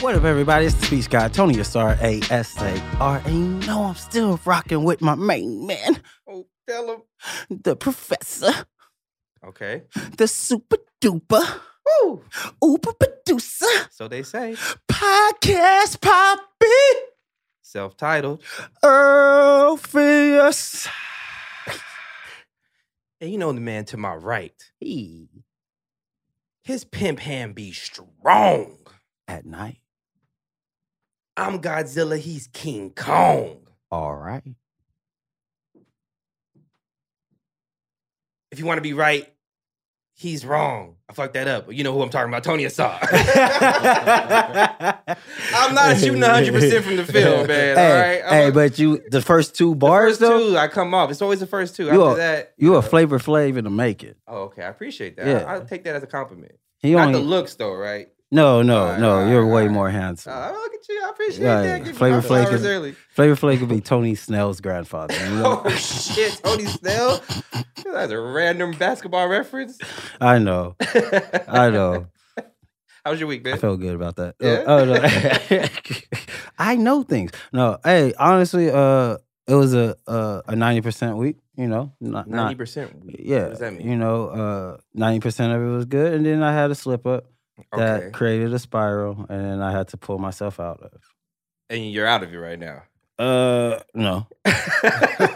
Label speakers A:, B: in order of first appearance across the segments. A: What up, everybody? It's the Speech Guy, Tony Asar, A S A R. And you know I'm still rocking with my main man,
B: Oh, tell him.
A: the professor,
B: Okay.
A: the super duper,
B: Woo.
A: uber producer,
B: So they say,
A: podcast poppy,
B: self-titled.
A: Orpheus.
B: And you know the man to my right.
A: He
B: His pimp hand be strong.
A: at night.
B: I'm Godzilla. He's King Kong.
A: All right.
B: If you want to be right, he's wrong. I fucked that up. You know who I'm talking about, Tony Assad. I'm
A: I'm
B: not shooting 100% from the field, man.
A: Hey,
B: all right? I'm
A: hey
B: a-
A: but you the first two
B: the
A: bars
B: first
A: though,
B: two, I come off. It's always the first two.
A: You
B: After
A: a-
B: that,
A: you a flavor flavor to make it.
B: oh, okay. I appreciate that.
A: Yeah.
B: I, will take that as a compliment.
A: He
B: Not
A: only
B: the looks, though, right?
A: no no
B: Alright,
A: no.
B: alright,
A: you're way
B: alright.
A: more handsome.
B: Uh, look at you. I appreciate
A: Right.
B: that. Give me
A: Flavor
B: my
A: Flav
B: flowers
A: is-
B: early.
A: Flavor Flav could be Tony Snell's grandfather. you know?
B: Oh shit, Tony Snell. That's a random basketball reference.
A: I know. I know.
B: How was your week,
A: I
B: man?
A: felt good about that. Uh,
B: Yeah?
A: oh, no. I know things. No, hey, honestly, uh, it was a a a ninety percent week. You know, not, not
B: Ninety percent.
A: yeah.
B: What does that mean?
A: You know, uh, ninety percent of it was good, and then I had a slip up that
B: Okay.
A: created a spiral, and then I had to pull myself out of.
B: And you're out of it right now.
A: Uh, no.
B: I'm,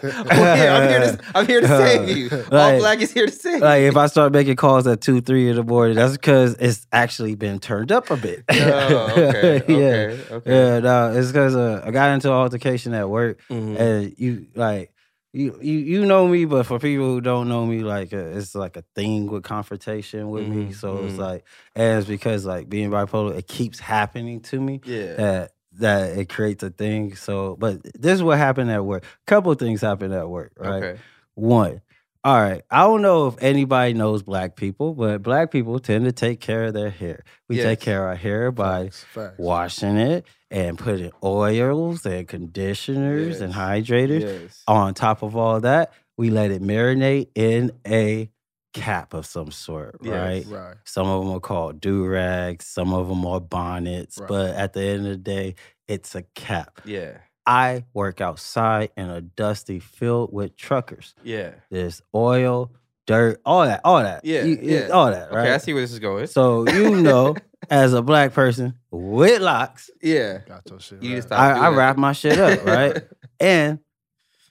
B: here, I'm, here to, I'm here to save you. All
A: Like-
B: Black is here to save you.
A: Like if I start making calls at two, three in the morning, that's because it's actually been turned up a bit.
B: oh, okay.
A: yeah.
B: Okay. Okay.
A: Yeah, no, it's because uh, I got into an altercation at work,
B: Mhm.
A: and you like, you, you you know me, but for people who don't know me, like uh, it's like a thing with confrontation with me.
B: Mhm,
A: So it's
B: mhm.
A: like, and it's because like being bipolar, it keeps happening to me
B: Yeah.
A: that that it creates a thing. So, but this is what happened at work. Couple things happened at work, right?
B: Okay.
A: One. All right. I don't know if anybody knows black people, but black people tend to take care of their hair. We
B: Yes.
A: take care of our hair by
C: Facts, facts.
A: washing it and putting oils and conditioners and
B: Yes.
A: hydrators.
B: Yes.
A: On top of all that, we let it marinate in a cap of some sort,
B: Yes.
A: right?
C: Right.
A: Some of them are called do rags, some of them are bonnets,
C: Right.
A: but at the end of the day, it's a cap.
B: Yeah.
A: I work outside in a dusty field with truckers
B: Yeah.
A: there's oil, dirt, all that, all that.
B: Yeah,
A: You- you-
B: yeah.
A: all that, right?
B: Okay. I see where this is going.
A: So you know, as a black person with locks,
B: yeah.
C: Got your shit.
B: You need to
C: right.
B: stop.
A: I,
B: doing
A: I
B: that.
A: wrap my shit up, right? and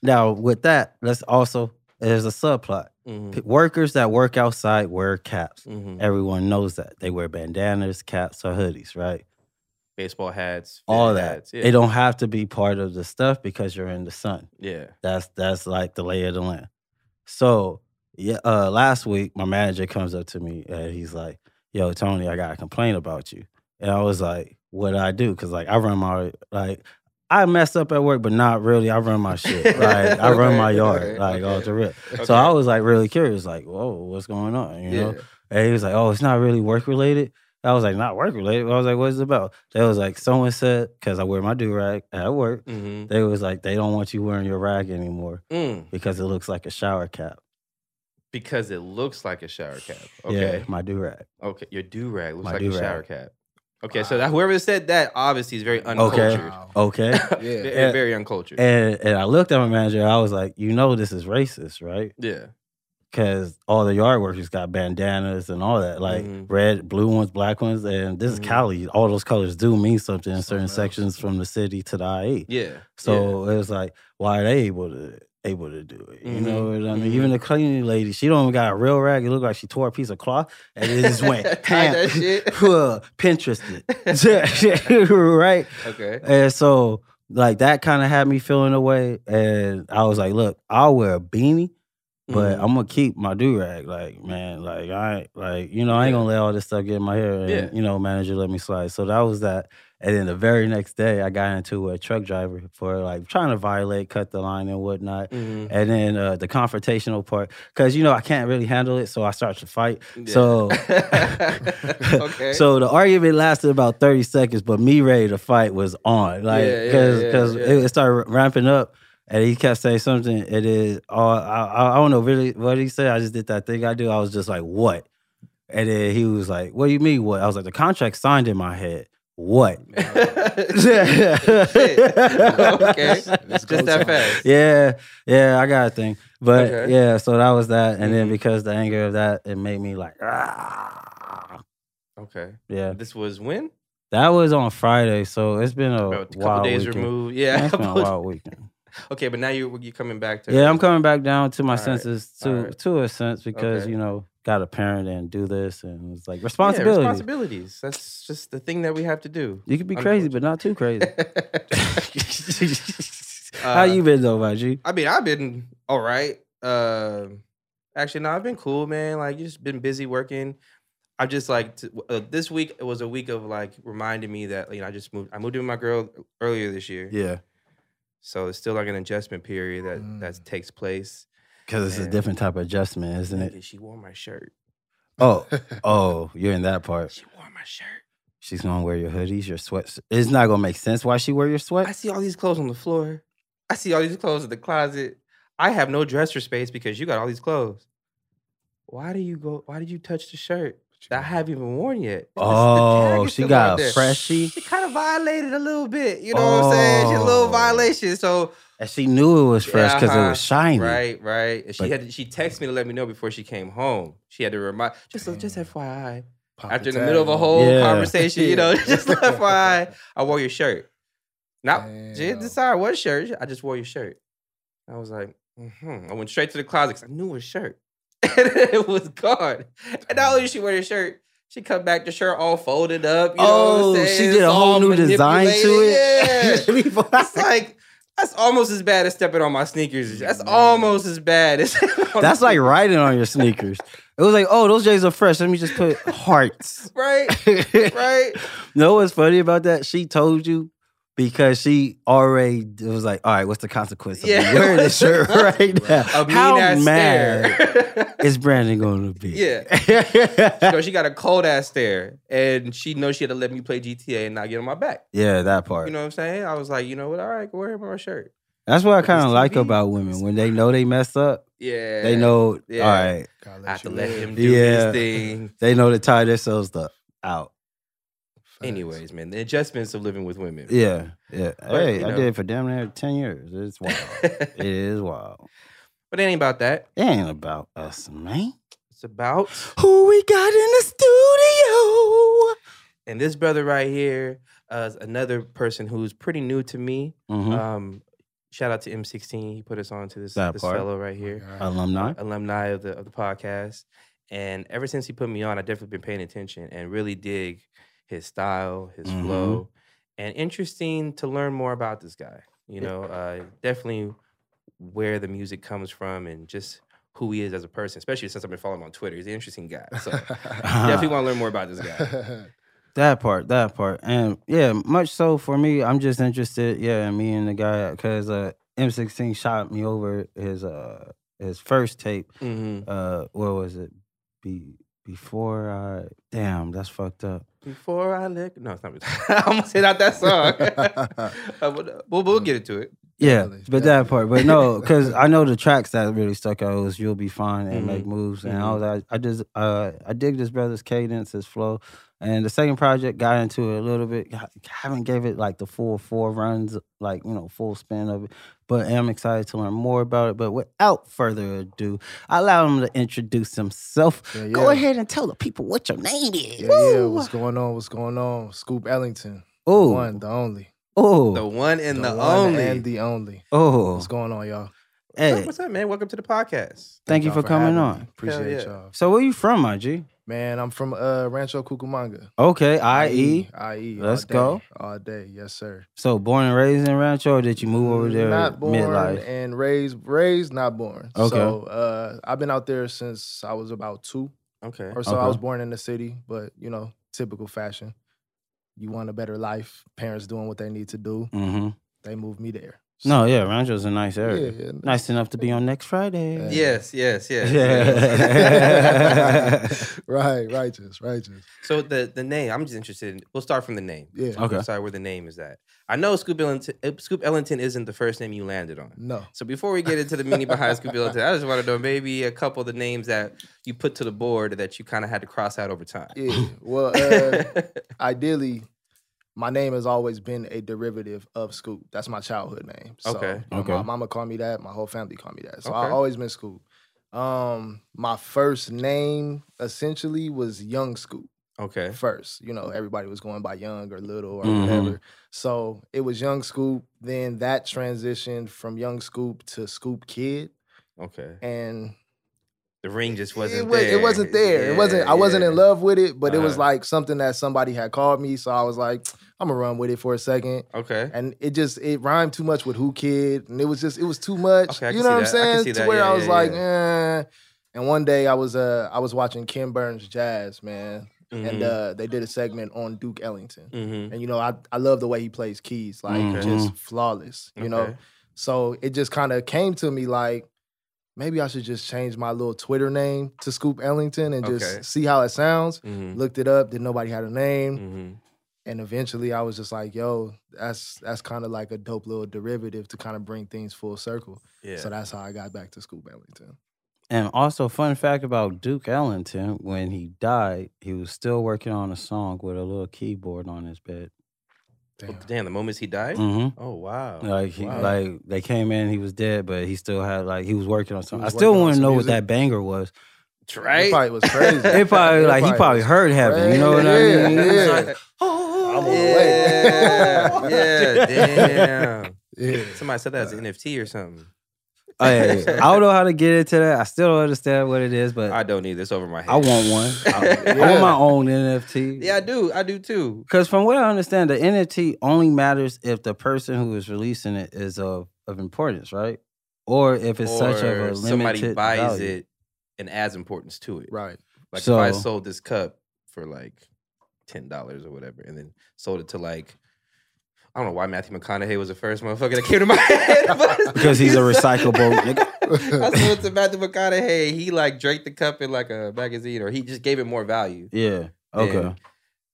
A: now with that, let's also there's a subplot.
B: Mhm,
A: P- Workers that work outside wear caps.
B: mhm.
A: Everyone knows that they wear bandanas, caps, or hoodies, right?
B: Baseball hats.
A: All
B: fitted
A: that.
B: hats, Yeah.
A: They don't have to be part of the stuff because you're in the sun.
B: Yeah.
A: That's that's like the lay of the land. So yeah, uh, last week my manager comes up to me and he's like, "Yo, Tony, I got a complaint about you." And I was like, "What I do?" Because like I run my like I mess up at work, but not really. I run my shit. Like I run my
B: Okay,
A: yard.
B: okay,
A: like all
B: okay.
A: the rip.
B: Okay.
A: So I was like really curious. Like, whoa, what's going on? You know?
B: Yeah.
A: And he was like, "Oh, it's not really work related." I was like, "Not work related." I was like, "What's it about?" They was like, "Someone said because I wear my do rag at work."
B: Mm-hmm.
A: They was like, "They don't want you wearing your rag anymore."
B: Mm,
A: because it looks like a shower cap.
B: because it looks like a shower cap. Okay.
A: Yeah, my do rag.
B: Okay. Your do rag looks
A: My
B: like
A: do-rag.
B: a shower cap. Okay. So that whoever said that obviously is very
A: Okay.
B: uncultured.
A: Okay.
B: Ve-
C: Yeah.
B: very,
A: Yeah.
B: uncultured.
A: and and I looked at my manager. I was like, you know, this is racist, right?
B: yeah.
A: Because all the yard workers got bandanas and all that, like
B: Mhm.
A: red, blue ones, black ones, and this
B: Mhm.
A: is Cali. All those colors do mean something in certain
C: Something else.
A: sections from the city to the IE.
B: Yeah.
A: So it was like, why are they able to able to do it? You know what I mean?
B: Mhm.
A: Even the cleaning lady, she don't even got a real rag. It looked like she tore a piece of cloth and it just went
B: Tied
A: ham.
B: that shit.
A: Pinterest it, right?
B: yeah. Okay.
A: And so, like that kind of had me feeling away, and I was like, "Look, I'll wear a beanie, but
B: Mhm.
A: I'm gonna keep my do rag." Like, man, like I, ain't- like you know, I ain't
B: Yeah.
A: gonna let all this stuff get in my hair. And,
B: Yeah.
A: You know, manager let me slide. So that was that. And then the very next day, I got into a truck driver for like trying to violate, cut the line, and whatnot.
B: Mhm.
A: And then uh, the confrontational part, because you know I can't really handle it, so I start to fight.
B: Yeah.
A: So
B: okay.
A: so the argument lasted about 30 seconds, but me ready to fight was on. Like,
B: Yeah, yeah,
A: cause,
B: yeah,
A: 'cause
B: yeah.
A: It, it started ramping up and he kept saying something. It is, oh, I, I- I don't know really what he said. I just did that thing I do. I was just like, what? And then he was like, what do you mean, what? I was like, the contract signed in my head. what?
B: okay.
C: It's
B: Just
C: go
B: that
C: time.
B: fast.
A: Yeah, yeah, I got a thing. But
B: Okay.
A: yeah, so that was that. And then
B: Mhm.
A: because the anger of that, it made me like, ah.
B: Okay.
A: Yeah.
B: This was when?
A: That was on Friday. So it's been a,
B: About a couple
A: wild
B: days
A: weekend.
B: removed.
A: Yeah,
B: Yeah.
A: it's been a
B: couple-
A: wild weekend.
B: Okay, but now you're you're coming back to
A: Yeah, I'm coming back down to my
B: All right,
A: senses
B: all
A: to
B: right.
A: to a sense because
B: Okay.
A: you know got a parent and do this and it's like
B: Yeah,
A: responsibility.
B: responsibilities. That's just the thing that we have to do.
A: You could be crazy, but not too crazy. How
B: Uh,
A: you been though, my G?
B: I mean, I've been all right. Um actually, no, I've been cool, man. Like, you just been busy working. I just like to, uh, this week was a week of like reminding me that you know I just moved. I moved in with my girl earlier this year,
A: Yeah,
B: so it's still like an adjustment period that that
C: Mm.
B: takes place.
A: because it's a
B: Man.
A: different type of adjustment, isn't it?
B: Nigga, She wore my shirt.
A: Oh, oh, you're in that part.
B: She wore my shirt.
A: She's gonna wear your hoodies, your sweats. It's not gonna make sense why she wear your
B: I
A: sweat.
B: see all these clothes on the floor. I see all these clothes in the closet. I have no dresser space because you got all these clothes. Why do you go? Why did you touch the shirt that I haven't even worn yet? This- the tag
A: Oh, she
B: is still out
A: got a
B: there.
A: freshie,
B: She kind of violated a little bit. You know what I'm saying? She a little
A: Oh.
B: violation. So
A: and she knew it was fresh because it
B: Uh-huh.
A: was shiny.
B: right, right. And she
A: But-
B: had to, she texted me to let me know before she came home. She had to remind just just
C: Damn.
B: FYI.
C: Pop
B: After in the
C: tag
B: middle of a
C: on.
B: whole
A: Yeah.
B: conversation, you know,
C: Yeah.
B: just FYI, I wore your shirt. Not She
C: Damn.
B: didn't decide what shirt. I just wore your shirt. I was like, hmm I went straight to the closet because I knew her shirt. and it was gone. And not only did she wear the shirt, she come back the shirt all folded up. You know
A: Oh,
B: what I'm saying?
A: she
B: It's
A: did a whole
B: all
A: new design to
B: manipulated.
A: it.
B: Yeah.
A: Before I-
B: it's like that's almost as bad as stepping on my sneakers. That's almost as bad as
A: That's like writing on your sneakers. It was like, oh, those J's are fresh. Let me just put hearts.
B: right, right.
A: No, what's funny about that? She told you because she already was like, all right, what's the consequence of
B: Yeah.
A: me wearing this shirt right now?
B: A mean
A: How
B: ass
A: mad
B: stare.
A: is Brandon going to be?
B: Yeah. you know, she got a cold ass stare, and she knows she had to let me play GTA and not get on my back.
A: yeah, that part.
B: You know what I'm saying? I was like, you know what? All right, wear my shirt.
A: That's what I
B: But
A: kind of
B: this
A: like
B: TV
A: about women. When they know they mess up,
B: Yeah,
A: they know,
B: Yeah.
A: all right,
C: Gotta
B: I have to
C: you
B: let
C: live.
B: him do
A: Yeah.
B: his thing.
A: they know to tie themselves the out.
C: Facts.
B: Anyways, man, the adjustments of living with women.
A: Yeah, yeah.
B: But,
A: hey,
B: you
A: I
B: know.
A: did it for damn near 10 years. It's wild.
B: but
A: it is wild.
B: it ain't about that.
A: It ain't about us, man.
B: It's about
A: Who we got in the studio?
B: and this brother right here uh, is another person who's pretty new to me.
A: hmm
B: Um, shout out to M16. He put us on to this,
A: That
B: this
A: part.
B: fellow right
C: Oh
B: here.
C: Alright.
A: Alumni.
B: alumni of the of the podcast. And ever since he put me on, I definitely been paying attention and really dig his style, his
A: Mhm.
B: flow, and interesting to learn more about this guy. You know, uh, definitely where the music comes from and just who he is as a person, especially since I've been following him on Twitter. He's an interesting guy, so definitely want to learn more about this guy.
A: That part, that part, and yeah, much so for me. I'm just interested, yeah, in me and the guy because uh, M16 shot me over his uh his first tape.
B: Mhm.
A: Uh, what was it? Be before I damn, that's fucked up.
B: Before I lick, no, it's not. I almost hit out that song. Uh, but- we'll, we'll get into it.
A: Yeah,
C: Definitely,
A: but that
C: definitely.
A: part, but no, because I know the tracks that really stuck out was "You'll Be Fine" and
B: Mhm,
A: "Make
C: Mm-hmm.
A: Moves," and
B: mhm.
A: all that. I just, uh, I dig this brother's cadence, his flow, and the second project got into it a little bit. I haven't gave it like the full four runs, like you know, full spin of it. But I'm excited to learn more about it. But without further ado, I allow him to introduce himself.
C: Yeah,
A: Go
C: yeah.
A: ahead and tell the people what your name is.
C: Yeah, yeah,
A: Woo!
C: what's going on? What's going on? Scoop Ellington, the
A: Ooh,
C: one, the only,
B: The
A: ooh,
B: one and the,
C: one
B: only.
C: and the only.
A: ooh.
C: What's going on, y'all?
A: Hey,
B: What's up, man? Welcome to the podcast.
A: thank you
C: y'all
A: for coming
C: having me.
A: on.
C: Appreciate
B: yeah.
C: y'all,
A: So where you from, my G?
C: man. I'm from uh, Rancho Cucamonga.
A: Okay, E. I.E.
B: E?
C: IE. all
A: Let's
C: day,
A: go.
C: all day. Yes, sir.
A: So born and raised in Rancho, or did you move over there
C: Not born
A: midlife?
C: and raised, raised not born.
A: Okay.
C: So uh, I've been out there since I was about two
B: Okay.
C: or so.
A: Okay.
C: I was born in the city, but you know, typical fashion. You want a better life. Parents doing what they need to do.
A: hmm
C: They moved me there.
A: No, yeah, Rancho's a nice
C: yeah,
A: area.
C: yeah,
A: Nice enough to be on next Friday.
C: Yeah.
B: Yes, yes, yes.
A: Yeah.
C: right, righteous, righteous.
B: so the the name, I'm just interested. In, we'll start from the name.
C: Yeah.
A: Okay.
B: Sorry, where the name is at. I know Scoop Ellington, uh, Scoop Ellington isn't the first name you landed on.
C: No.
B: So before we get into the meaning behind Scoop Ellington, I just want to know maybe a couple of the names that you put to the
C: uh,
B: board that you kind of had to cross out over time.
C: Yeah. Well, uh, ideally, my name has always been a derivative of Scoop. That's my childhood name. So,
B: Okay.
C: you know,
A: Okay.
C: My mama called me that. My whole family called me that. So I've
B: Okay.
C: always been Scoop. Um, my first name essentially was Young Scoop
B: Okay.
C: first. You know, everybody was going by Young or Little or
A: Mhm.
C: whatever. So it was Young Scoop. Then that transitioned from Young Scoop to Scoop Kid,
B: Okay.
C: and
B: The ring just
C: it,
B: wasn't
C: was,
B: there.
C: it wasn't there. it wasn't.
B: Yeah,
C: I wasn't in
B: yeah.
C: love with it, but it was
B: Uh-huh.
C: like something that somebody had called me. So I was like, I'm gonna run with it for a second.
B: Okay.
C: And it just it rhymed too much with Who Kid, and it was just it was too much.
B: Okay, I
C: you
B: can see
C: know what I'm
B: that. I can
C: saying?
B: see
C: to
B: that.
C: where
B: Yeah,
C: I was
B: yeah,
C: like, eh. And one day I was uh I was watching Ken Burns Jazz, man, and uh they did a segment on Duke Ellington.
B: mm-hmm.
C: And you know, I, I love the way he plays keys, like
A: Mhm.
C: just flawless, you know. So it just kind of came to me like maybe I should just change my little Twitter name to Scoop Ellington and just
B: Okay.
C: see how it sounds.
B: Mm-hmm.
C: Looked it up, didn't nobody had a name.
B: Mm-hmm.
C: And eventually I was just like, yo, that's that's kind of like a dope little derivative to kind of bring things full circle.
B: Yeah.
C: So that's how I got back to Scoop Ellington.
A: And also, fun fact about Duke Ellington: when he died, he was still working on a song with a little keyboard on his bed.
B: Well,
C: Damn.
B: damn, the moments he died.
A: hmm
B: Oh wow.
A: Like he,
C: Wow.
A: like they came in, he was dead, but he still had like he was working on something. I
C: was
A: still
C: working on
A: want to
C: some
A: know
C: music.
A: what that banger was.
C: It
B: right.
C: probably was crazy.
A: It probably
C: It
A: like he
C: probably
A: probably
C: was
A: heard heaven. You know what
C: crazy.
A: I mean?
C: Yeah,
A: It's
C: yeah.
A: like,
B: oh,
C: I'm on the
B: yeah,
C: way.
B: yeah, damn.
C: Yeah.
B: Somebody said that as an NFT or something.
A: Oh, yeah, yeah. I don't know how to get into that. I still don't understand what it is, but
B: I
A: I,
B: don't need this over my head.
A: want one. I, I
C: Yeah.
A: want my own NFT.
B: yeah, I do. I do too.
A: Because from what I understand, the NFT only matters if the person who is releasing it is of, of importance, right? Or if it's such of a
B: Or
A: limited
B: somebody buys
A: value.
B: it and adds importance to it.
C: Right.
B: Like if I
A: So-
B: sold this cup for like ten dollars or whatever, and then sold it to like I don't know why Matthew McConaughey was the first motherfucker that came to my head, but-
A: Because he's a recyclable
B: I sold it to Matthew McConaughey. He like drank the cup in like a magazine, or he just gave it more value.
A: Yeah.
B: than-
A: Okay.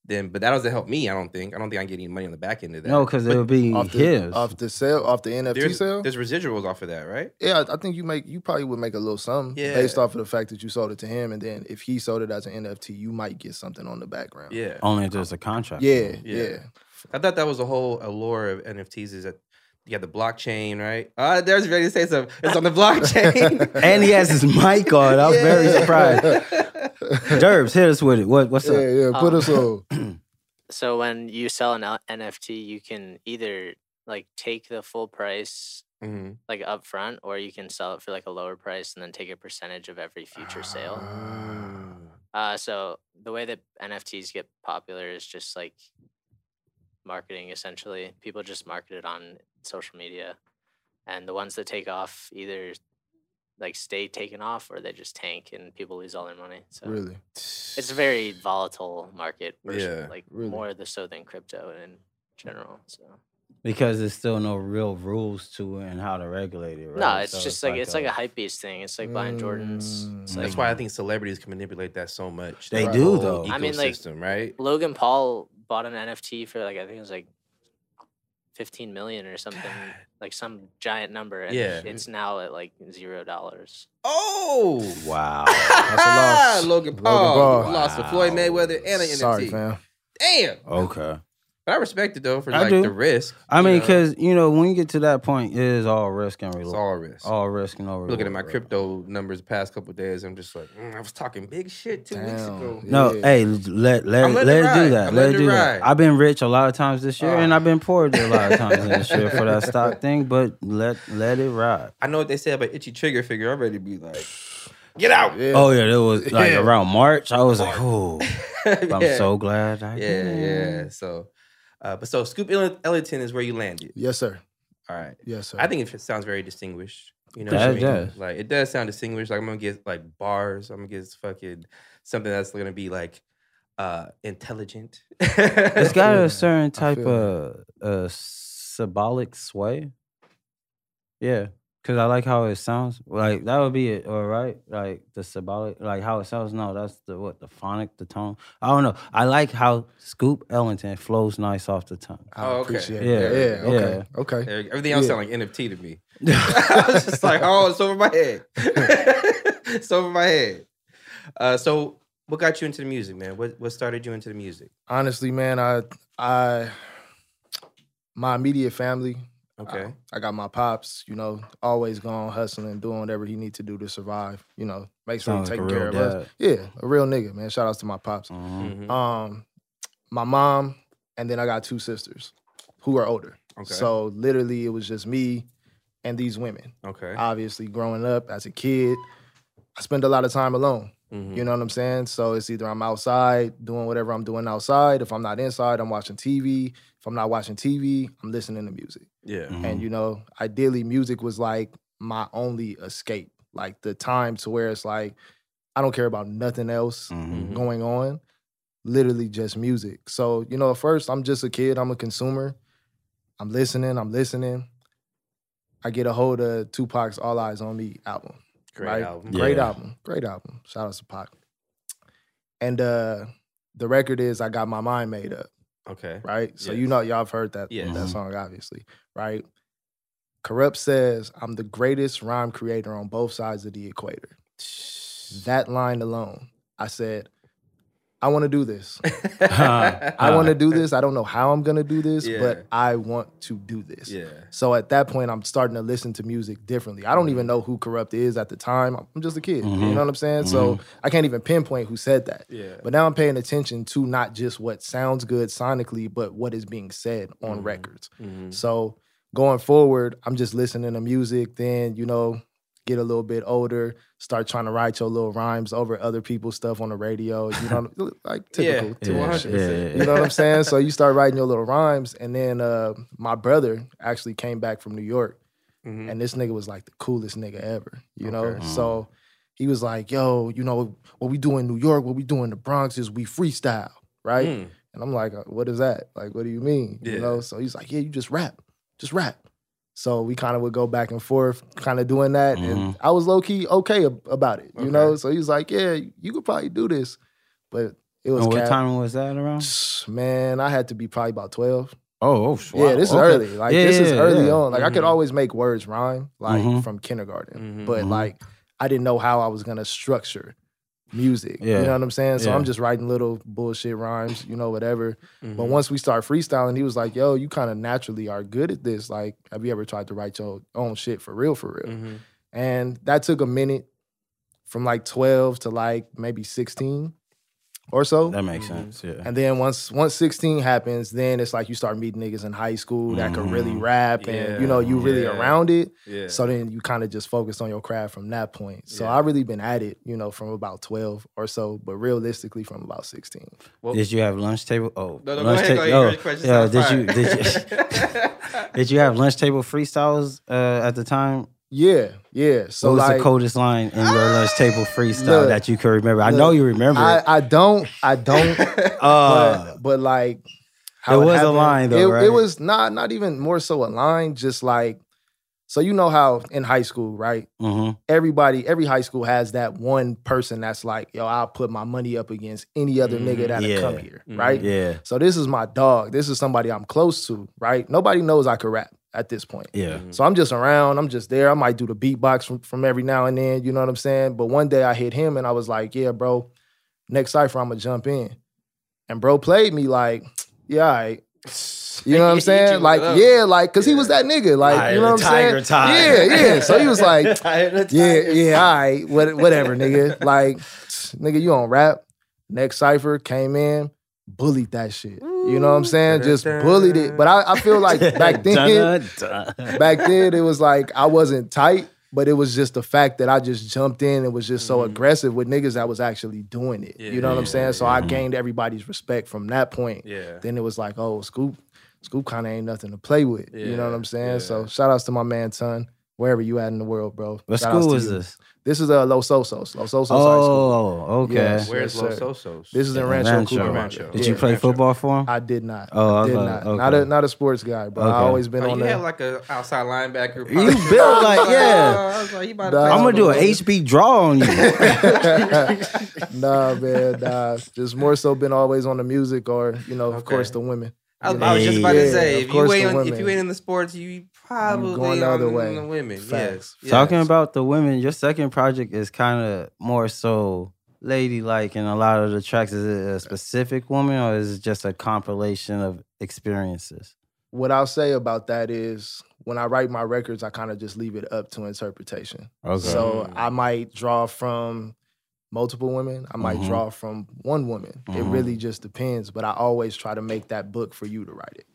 B: Then, but that doesn't help me. I don't think. I don't think I get any money on the back end of that.
A: No, because it
B: But
A: would be
C: Off the,
A: his.
C: off the sale, off the NFT
B: there's,
C: sale.
B: there's residuals off of that, right?
C: Yeah, I I think you make you probably would make a little something
B: Yeah.
C: based off of the fact that you sold it to him, and then if he sold it as an NFT, you might get something on the background.
B: Yeah.
A: only if there's a contract.
C: yeah,
B: Yeah.
C: yeah.
B: I thought that was the whole allure of NFTs is that you got the blockchain, right? Uh, there's ready to say something. It's on the blockchain.
A: And he has his mic on. I was very
B: Yeah.
A: surprised. Derbs, hit us with it. What, what's
C: yeah,
A: up?
C: yeah. Put
D: Um,
C: us on.
D: So when you sell an L- NFT, you can either like take the full price
B: Mhm.
D: like up front or you can sell it for like a lower price and then take a percentage of every future sale.
B: Ah.
D: Uh so the way that NFTs get popular is just like marketing essentially. People just market it on social media. And the ones that take off either like stay taken off or they just tank and people lose all their money. So
C: Really,
D: it's a very volatile market. vers-
B: Yeah,
D: like
C: really.
D: more the so than crypto in general. So
A: Because there's still no real rules to it and how to regulate it, right?
D: no, it's
A: So
D: just like, it's like a hype beast thing. It's like buying Jordans. It's
C: Mm.
D: like
B: That's why I think celebrities can manipulate that so much.
A: They
B: that
C: do,
B: whole
A: though.
D: I mean, like-
B: Ecosystem, right?
D: Logan Paul bought an NFT for like I think it was like fifteen million or something, like some giant number, and
B: Yeah.
D: it's now at like zero dollars.
B: Oh
A: Wow.
C: That's a loss.
B: Logan
C: Logan
B: Paul,
C: Paul.
B: lost to Floyd
A: Wow.
B: Mayweather and an
C: sorry,
B: NFT.
C: fam.
B: Damn.
A: Okay.
B: But I respect it though for
A: I
B: like
A: do.
B: the risk.
A: I
B: you
A: mean,
B: know?
A: because you know, when you get to that point, it is all risk and
B: it's
A: reward.
B: all risk.
A: All, risk and all reward.
B: Looking at my
A: bro.
B: crypto numbers the past couple of days, I'm just like, "Mm, I was talking big shit two weeks
C: Damn.
B: ago.
A: No,
C: Yeah.
A: hey, let let
B: I'm
A: let,
B: letting it
A: it do
B: ride.
A: that. let
B: I'm letting
A: it
B: it
A: do that.
B: ride.
A: I've been rich a lot of times this year, and
B: Ah.
A: I've been poor a lot of times this year for that stock thing. But let let it ride.
B: I know what they say about itchy trigger figure. I'm ready to be like, get out.
C: Yeah.
A: Oh yeah, that was like
C: Yeah.
A: around March. I was like, oh, I'm
B: yeah.
A: so glad. I
B: yeah,
A: did.
B: yeah. So, uh, but so Scoop Ell- Ellington is where you landed.
C: yes, sir.
B: All right.
C: Yes, sir.
B: I think it sounds very distinguished. You know,
A: That
B: what I mean?
A: does.
B: like it does sound distinguished. Like I'm gonna get like bars. I'm gonna get fucking something that's gonna be like uh intelligent.
A: It's got
C: Yeah,
A: a certain type
C: feel
A: of uh, symbolic sway. Yeah, because I like how it sounds. Like that would be it, all right. Like the symbolic, like how it sounds. No, that's the what the phonic, the tone. I don't know. I like how Scoop Ellington flows nice off the tongue.
C: I
B: Oh, okay.
C: appreciate
A: Yeah,
C: it. Yeah, okay, okay.
B: Every- Everything else
C: Yeah.
B: sound like NFT to me. I was just like, oh, it's over my head. it's over my head. Uh, so What got you into the music, man? What what started you into the music?
C: Honestly, man, I I my immediate family.
A: Uh,
B: Okay.
A: um,
C: I, I got my pops, you know, always gone hustling, doing whatever he need to do to survive, you know, make sure he
A: Sounds like
C: take
A: a
C: care
A: real
C: of us. Yeah, a real nigga, man. Shout outs to my pops.
A: Mhm.
B: Mhm.
C: Um, my mom, and then I got two sisters who are older.
B: Okay.
C: So literally it was just me and these women.
B: okay.
A: uh,
C: Obviously, growing up as a kid, I spend a lot of time alone.
B: Mhm.
C: You know what I'm saying? So it's either I'm outside doing whatever I'm doing outside. If I'm not inside, I'm watching TV. If I'm not watching TV, I'm listening to music.
B: yeah.
C: Mm-hmm.
A: mm-hmm,
C: And you know, ideally, music was like my only escape, like the time to where it's like I don't care about nothing else
A: Mhm.
B: Mhm.
C: going on, literally just music. So, you know, at first I'm just a kid, I'm a consumer. I'm listening, I'm listening. I get a hold of Tupac's All Eyes on Me album.
B: Great
C: right?
B: album.
A: Yeah.
C: Great album. Great album. Shout out to Pac. And uh the record is I Got My Mind Made Up,
B: Okay.
C: right? So you
B: Yes.
C: know y'all have heard that
B: Yes.
C: that
A: Mhm.
C: song, obviously, right? Corrupt says, I'm the greatest rhyme creator on both sides of the equator. That line alone, I said, I want to do this. I want to do this. I don't know how I'm going to do this,
B: Uh-huh. Yeah.
C: but I want to do this.
B: Yeah.
C: So at that point, I'm starting to listen to music differently. I don't
B: Mm.
C: even know who Corrupt is at the time. I'm just a kid.
B: Mm-hmm.
C: You
A: Mhm.
C: know what I'm saying? So I can't even pinpoint who said that.
B: Yeah.
C: But now I'm paying attention to not just what sounds good sonically, but what is being said on
B: Mhm.
C: records.
B: Mhm.
C: So going forward, I'm just listening to music. Then you know, get a little bit older, start trying to write your little rhymes over other people's stuff on the radio. You know, like typical.
B: Yeah.
C: typical
A: Yeah,
C: shit.
A: yeah, yeah, yeah.
C: You know what I'm saying? So you start writing your little rhymes, and then uh, my brother actually came back from New York,
B: Mhm.
C: and this nigga was like the coolest nigga ever. You know,
B: Okay.
C: so he was like, "Yo, you know what we do in New York, what we do in the Bronx is we freestyle, right?"
B: Mm.
C: And I'm like, uh, what is that? Like, what do you mean?
B: Yeah.
C: You know? So he's like, yeah, you just rap, just rap. So we kind of would go back and forth, kind of doing that. And I was low key okay ab- about it,
B: Mm-hmm.
C: you
B: Okay.
C: know? So he's like, yeah, you could probably do this. But it was
A: And what
C: cap.
A: time was that around?
C: Man, I had to be probably about 12.
A: Oh, oh wow,
C: yeah, this
A: okay.
C: is early. Like,
A: Yeah,
C: this is
A: yeah,
C: early
A: yeah. mm-hmm.
C: on. Like, I could
B: Mhm.
C: always make words rhyme, like
A: Mhm.
C: from kindergarten.
B: Mhm.
C: But
A: Mhm.
C: like, I didn't know how I was gonna structure music.
A: Yeah.
C: You know what I'm saying? So
A: Yeah.
C: I'm just writing little bullshit rhymes, you know, whatever.
B: Mhm.
A: Mm-hmm.
C: But once we start freestyling, he was like, "Yo, you kind of naturally are good at this. Like, have you ever tried to write your own shit for real, for
A: Mm.
C: real?"
B: Mhm.
C: And that took a minute, from like twelve to like maybe sixteen, or so.
A: That makes
B: Mhm.
A: sense. Yeah.
C: and then once once sixteen happens, then it's like you start meeting niggas in high school that can really
A: Mhm.
C: rap, and you know you really
B: Mm-hmm. Yeah.
C: around it.
B: Yeah.
C: So then you kind of just focus on your craft from that point. So
B: Yeah.
C: I really been at it, you know, from about twelve or so, but realistically from about sixteen.
A: Did you have lunch table? Oh,
B: No, no, go
A: lunch
B: ahead. Go
A: ta-
B: ahead.
A: oh,
B: Your question's
A: yeah,
B: on
A: did you
B: fire.
A: did you did you have lunch table freestyles uh, at the time?
C: Yeah, yeah. So
A: what was
C: like,
A: the coldest line in your lunch table freestyle
C: Look,
A: that you could remember? I know
C: look,
A: you remember.
C: I,
A: it.
C: I don't, I don't.
A: Uh,
C: but, but like,
A: There
C: it
A: was a
C: happened-
A: line, though,
C: It,
A: right?
C: it was not, not even more so a line. Just like, so you know how in high school, right?
A: mhm.
C: Everybody, every high school has that one person that's like, yo, I'll put my money up against any other
B: Mhm.
C: nigga that'll
A: Mm-hmm. Yeah.
C: come here,
B: Mhm.
C: right?
A: Yeah,
C: So this is my dog. This is somebody I'm close to, right? Nobody knows I could rap at this point.
A: yeah.
C: So I'm just around. I'm just there. I might do the beatbox from, from every now and then. You know what I'm saying? But one day I hit him and I was like, yeah, bro, next cypher, I'm going to jump in. And bro played me like, yeah, all right. You know what I'm saying? Like, yeah, like, cause he was
B: Yeah.
C: that nigga. Like,
A: Alright,
C: you know what
A: the
C: I'm saying?
A: tiger tied.
C: Yeah, yeah. So he was like, yeah, yeah, all right, what, whatever, nigga. Like, nigga, you on rap. Next Cypher came in, bullied that shit. You know what I'm saying? Just bullied it. But I, I feel like back then,
A: Dun, dun.
C: back then it was like I wasn't tight, but it was just the fact that I just jumped in and was just so
B: Mhm.
C: aggressive with niggas that was actually doing it. you know what I'm
B: Yeah,
C: saying? So I
A: yeah.
C: gained everybody's respect from that point.
B: Yeah.
C: Then it was like, oh, Scoop, Scoop kind of ain't nothing to play with. you know what
B: Yeah,
C: I'm saying?
B: yeah.
C: So shout outs to my man Ton, wherever you at in the world, bro.
A: What
C: Shout outs
A: school
C: to
A: is
C: you.
A: this?
C: This is uh, Los Osos, Los Osos High School.
A: Oh, okay.
C: Yes.
B: Where's
C: Yes,
B: Los
C: sir.
B: Osos?
C: This is in
A: In
C: Rancho,
A: Rancho.
C: Cucamonga.
B: Rancho.
A: Did
C: Yeah.
A: you play
B: Gotcha.
A: football for him?
C: I did not.
A: Oh, I
C: I
A: was
C: did
A: like,
C: not. Not a
A: okay.
C: not a sports guy, bro. I
A: Okay.
C: always been
B: Oh,
C: on
B: you
C: the
B: had like an outside linebacker.
A: You built like- yeah.
B: oh, I was like, he about
C: Nah.
B: to
A: I'm gonna do an HB draw on you.
C: nah, man, nah. Just more so been always on the music or, you know, of
B: Okay.
C: course the women.
B: I was,
C: you know.
B: I was just about
A: Yeah,
B: to say,
C: of
B: if you,
C: course
B: ain't
C: the
B: on, if you
C: women.
B: ain't in the sports, you probably
C: going the
B: on
C: other way.
B: the women.
C: Facts.
B: Yes.
A: Talking about the women, your second project is kind of more so lady like in a lot of the tracks? Is it a specific woman or is it just a compilation of experiences?
C: What I'll say about that is when I write my records, I kind of just leave it up to interpretation.
A: Okay.
C: So
B: Mm.
C: I might draw from multiple women. I might
A: Mhm.
C: draw from one woman. It
A: Mhm.
C: really just depends. But I always try to make that book for you to write it.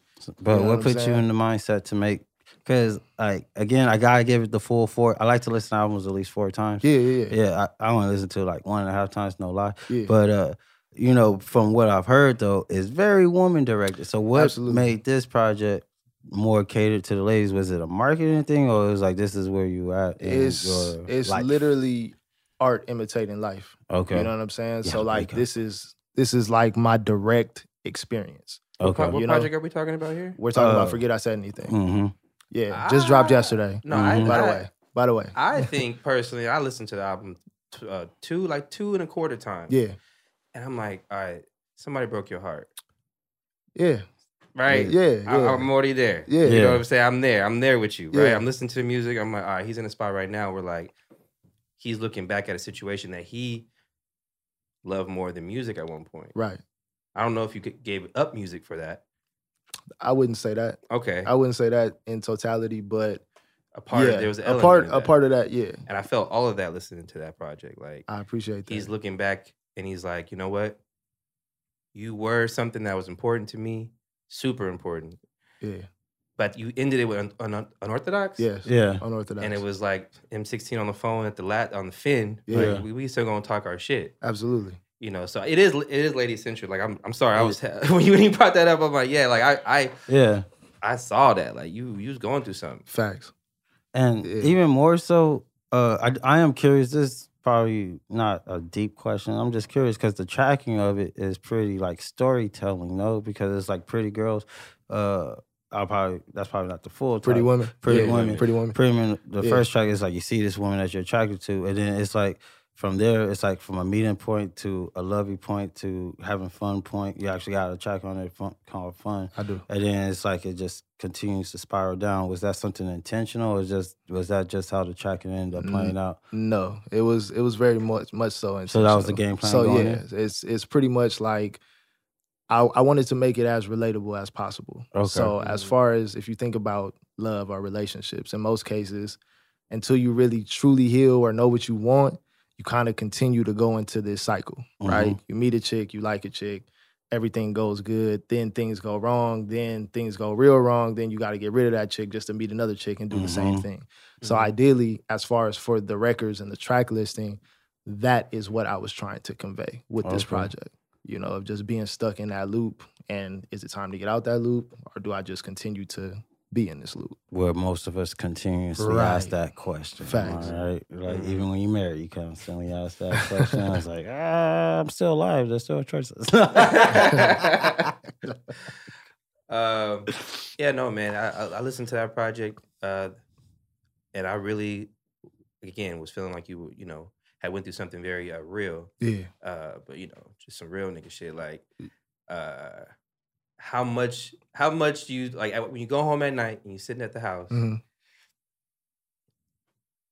A: But
C: know what
A: what
C: I'm
A: put you
C: saying?
A: in the mindset to make? Because like again, I gotta give it the full four. I like to listen to albums at least four times.
C: Yeah, yeah, yeah.
A: Yeah, I, I want to listen to it like one and a half times, no lie.
C: yeah.
A: But uh, you know, from what I've heard though, it's very woman directed. So what
C: Absolutely.
A: made this project more catered to the ladies? Was it a marketing thing, or it was like this is where you at? in
C: it's
A: your
C: it's
A: life?
C: literally art imitating life.
A: okay.
C: You know what I'm saying?
A: Yeah,
C: so like
A: okay.
C: this is this is like my direct experience.
A: okay.
B: Pro- what
C: You know-
B: project are we talking about here?
C: We're talking
A: Uh,
C: about forget I said anything.
A: hmm
C: Yeah, just dropped
B: Ah.
C: yesterday.
B: No,
A: Mhm.
B: I,
C: By the
B: I-
C: way, by the way,
B: I think personally, I listened to the album t- uh, two, like two and a quarter times.
C: yeah,
B: and I'm like, all right, somebody broke your heart,
C: yeah,
B: right?
C: yeah,
B: I,
C: yeah.
B: I'm already there.
C: Yeah.
B: You know
A: Yeah.
B: what I'm saying? I'm there. I'm there with you, right?
C: Yeah.
B: I'm listening to the music. I'm like, all right, he's in a spot right now where like he's looking back at a situation that he loved more than music at one point.
C: right.
B: I don't know if you could- gave up music for that.
C: I wouldn't say that.
B: Okay,
C: I wouldn't say that in totality, but
B: a part
C: Oh, yeah,
B: of, there was an
C: a
B: element
C: part
B: of
C: a
B: that.
C: part of that. Yeah,
B: and I felt all of that listening to that project. Like
C: I appreciate that.
B: he's looking back and he's like, you know what? You were something that was important to me, super important.
C: yeah,
B: But you ended it with un- un- unorthodox.
C: yes,
A: Yeah.
C: unorthodox.
B: And it was like M16 on the phone at the lat on the fin.
A: Yeah.
B: Like we, we still gonna talk our shit.
C: absolutely.
B: You know, so it is it is lady centric. Like I'm I'm sorry, I was when you when you brought that up, I'm like, yeah, like I I
A: Yeah.
B: I saw that. Like you you was going through something.
C: Facts.
A: And
C: Yeah.
A: even more so, uh, I, I am curious. This is probably not a deep question. I'm just curious because the tracking of it is pretty like storytelling, no? Because it's like pretty girls. Uh, I probably that's probably not the full.
C: Pretty
A: title.
C: women.
A: Pretty
C: yeah,
A: women.
C: Pretty women.
A: Pretty much the
C: Yeah.
A: first track is like you see this woman that you're attracted to, and then it's like from there, it's like from a meeting point to a lovey point to having fun point. You actually got a track on it fun, called fun.
C: I do.
A: and then it's like it just continues to spiral down. Was that something intentional, or just was that just how the tracking ended
C: Mm.
A: up playing out?
C: No, it was it was very much much so.
A: So that was the
C: intentional.
A: game plan
C: So
A: going
C: yeah, it's it's pretty much like I I wanted to make it as relatable as possible.
A: Okay.
C: So as
B: Mhm.
C: far as if you think about love or relationships, in most cases, until you really truly heal or know what you want, you kind of continue to go into this cycle,
A: Mm-hmm.
C: right? You meet a chick, you like a chick. Everything goes good, then things go wrong, then things go real wrong, then you got to get rid of that chick just to meet another chick and do the same
A: Mhm.
C: thing. So
B: Mm-hmm.
C: ideally, as far as for the records and the track listing, that is what I was trying to convey with this
A: Okay.
C: project. You know, of just being stuck in that loop and is it time to get out that loop or do I just continue to be in this loop?
A: Where most of us continuously ask
C: Right.
A: that question.
C: Facts. Mm-hmm.
A: All right. Like
B: Mhm.
A: even when you marry, you constantly ask that question. I was like, ah, I'm still alive. There's still choices. Mm,
B: um, yeah, no, man. I, I, I listened to that project, uh, and I really, again, was feeling like you, were, you know, had went through something very uh, real.
C: Yeah.
B: Uh, but you know, just some real nigga shit. Like,
C: Mm.
B: uh, how much, how much do you like at- when you go home at night and you're sitting at the house?
C: Mm-hmm.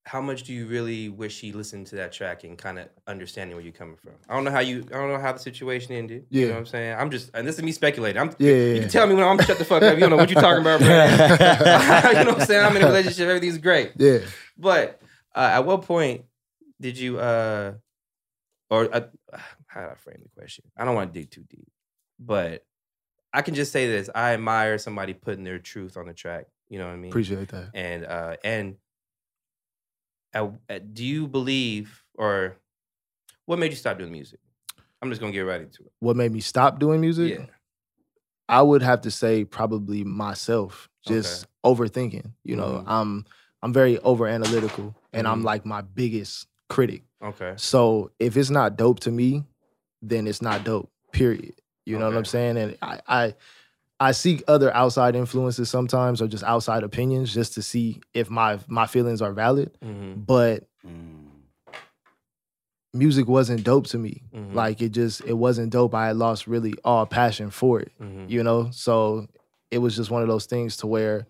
B: How much do you really wish he listened to that track and kind of understanding where you're coming from? I don't know how you, I don't know how the situation ended. You know
C: Yeah.
B: what I'm saying? I'm just, and this is me speculating. I'm
C: Yeah.
B: you can tell me when I'm shut the fuck up. You don't know what you're talking about, bro. you know what I'm saying? I'm in a relationship. Everything's great.
C: yeah.
B: But uh, at what point did you, uh, or uh, how do I frame the question? I don't want to dig too deep, but I can just say this: I admire somebody putting their truth on the track. You know what I mean?
C: Appreciate that.
B: and uh and uh, uh, do you believe or what made you stop doing music? I'm just gonna get right into it.
C: What made me stop doing music?
B: Yeah.
C: I would have to say probably myself, just overthinking. You
B: Mhm.
C: know, I'm I'm very over analytical and I'm
B: Mhm.
C: like my biggest critic.
B: Okay.
C: So if it's not dope to me, then it's not dope. Period. You know what I'm
B: Okay.
C: saying? And I, I I seek other outside influences sometimes or just outside opinions just to see if my my feelings are valid.
B: Mm-hmm.
C: But
A: Mm.
C: music wasn't dope to me.
B: Mhm.
C: Like it just it wasn't dope. I had lost really all passion for it.
B: Mm-hmm.
C: You know? So it was just one of those things to where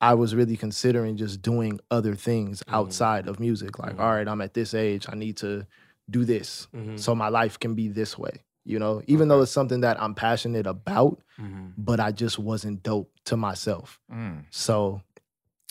C: I was really considering just doing other things
B: Mhm.
C: outside of music. Like,
B: Mhm.
C: all right, I'm at this age. I need to do this
B: Mhm,
C: so my life can be this way. You know, even though it's something that I'm passionate about,
B: mhm.
C: but I just wasn't dope to myself.
E: Mm.
C: So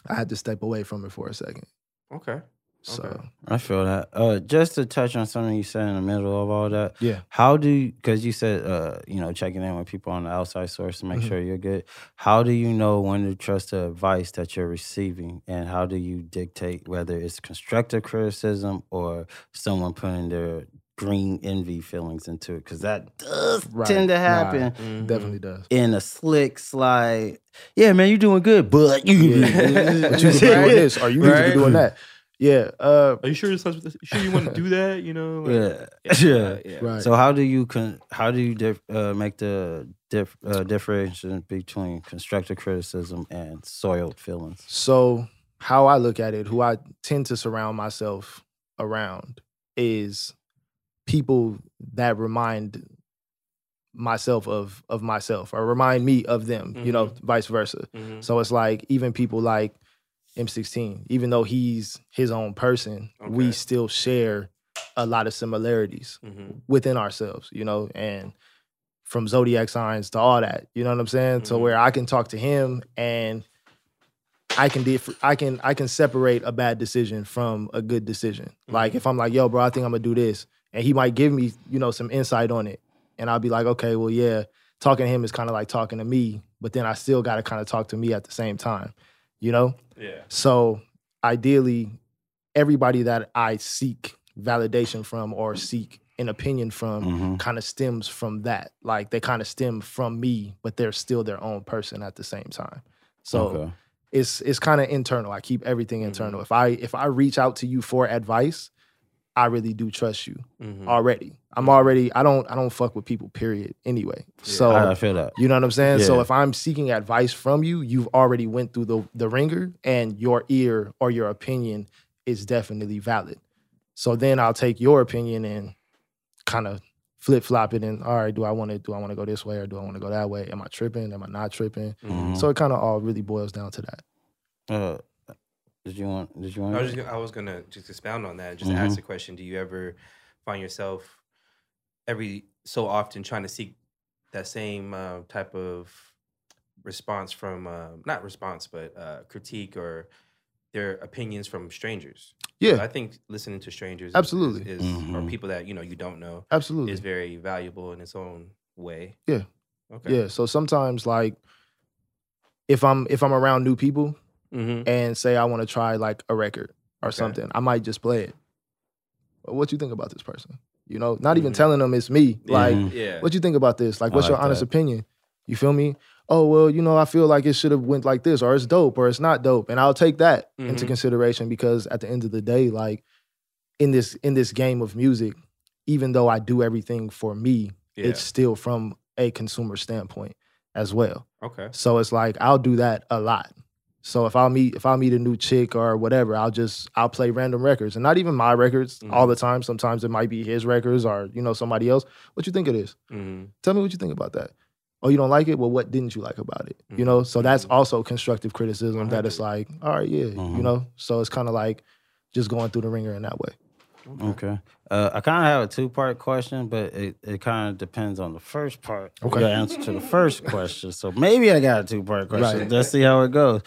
C: I had to step away from it for a second.
B: Okay.
C: So
B: Okay.
A: I feel that. Uh, just to touch on something you said in the middle of all that.
C: Yeah.
A: How do because you said uh, you know checking in with people on the outside source to make
C: Mhm.
A: sure you're good. How do you know when to trust the advice that you're receiving, and how do you dictate whether it's constructive criticism or someone putting their green envy feelings into it? Because that does
C: Right.
A: tend to
C: Nah.
A: happen.
B: Mhm.
C: definitely does.
A: In a slick slide, yeah, man, you're doing good, but you,
B: Yeah.
C: But you could be
B: Right?
C: doing this or you could
B: Right?
C: be doing that. Yeah. Uh,
B: Are you sure? You're supposed to, sure you want to do that? You know. like-
A: yeah, yeah.
B: uh, yeah.
C: right.
A: So how do you con- how do you dif- uh, make the dif- uh, differentiation between constructive criticism and soiled feelings?
C: So, how I look at it, who I tend to surround myself around is people that remind myself of of myself or remind me of them, you know, vice versa.
B: Mhm.
C: So it's like even people like M16, even though he's his own person, we
B: Okay.
C: still share a lot of similarities
B: Mhm.
C: within ourselves, you know, and from zodiac signs to all that, you know what I'm saying? To
B: Mhm.
C: where I can talk to him and I can dif- I can I can separate a bad decision from a good decision. Like
B: Mhm.
C: if I'm like, yo, bro, I think I'm gonna do this, and he might give me, you know, some insight on it, and I'll be like, okay, well, yeah, talking to him is kind of like talking to me, but then I still got to kind of talk to me at the same time, you know.
B: Yeah.
C: So ideally, everybody that I seek validation from or seek an opinion from
A: Mm-hmm.
C: kind of stems from that. Like they kind of stem from me, but they're still their own person at the same time. So
A: okay. Mm-hmm.
C: it's it's kind of internal. I keep everything
B: Mhm.
C: internal. If I if I reach out to you for advice, I really do trust you
A: Mm.
B: Mhm.
C: already. I'm already I don't I don't fuck with people period anyway.
B: Yeah.
C: So
A: I, I feel that.
C: you know what I'm saying? So
A: Yeah.
C: if I'm seeking advice from you, you've already went through the the ringer and your ear or your opinion is definitely valid. So then I'll take your opinion and kind of flip flop it and all right, do I want to do I want to go this way or do I want to go that way? Am I tripping? Am I not tripping?
B: Mhm.
C: So it kind of all really boils down to that.
A: Uh, did you want? Did you want?
B: I was just gonna, I was gonna just expound on that and just
A: Mhm.
C: Mm-hmm.
B: ask the question: Do you ever find yourself every so often trying to seek that same uh, type of response from uh, not response but uh, critique or their opinions from strangers?
C: Yeah,
B: I think listening to strangers is-
C: Absolutely. Mm-hmm.
B: is, or
A: Mhm.
B: people that you know you don't know
C: absolutely.
B: is very valuable in its own way.
C: Yeah.
B: Okay.
C: Yeah, so sometimes like if I'm if I'm around new people
B: Mm-hmm.
C: and say I want to try like a record or
B: Okay.
C: something, I might just play it. Well, What you think about this person? You know, not even
B: Mhm.
C: telling them it's me. Like,
A: Mhm.
B: Mm-hmm. yeah.
C: what you think about this? Like,
A: Mm-hmm. I
C: what's your
A: like
C: honest
A: that.
C: opinion? You feel me? Oh well, you know, I feel like it should have went like this, or it's dope, or it's not dope, and I'll take that into
A: Mm-hmm.
B: Mhm.
C: consideration because at the end of the day, like in this in this game of music, even though I do everything for me,
B: yeah.
C: it's still from a consumer standpoint as well.
B: okay.
C: So it's like I'll do that a lot. So if I meet if I meet a new chick or whatever, I'll just I'll play random records and not even my records all the time. Sometimes it might be his records or you know somebody else. What you think of this?
B: Mm-hmm.
C: Tell me what you think about that. Oh, you don't like it? Well, what didn't you like about it? You
B: Mhm.
C: know, so that's
B: Mhm.
C: also constructive criticism that it's like, all right, yeah,
A: Mhm.
C: you know. So it's kind of like just going through the ringer in that way.
A: Okay. Uh, I kind of have a two part question, but it, it kind of depends on the first part. of
C: Okay.
A: Your answer to the first question. So maybe I got a two part question.
C: Right.
A: Let's see how it goes.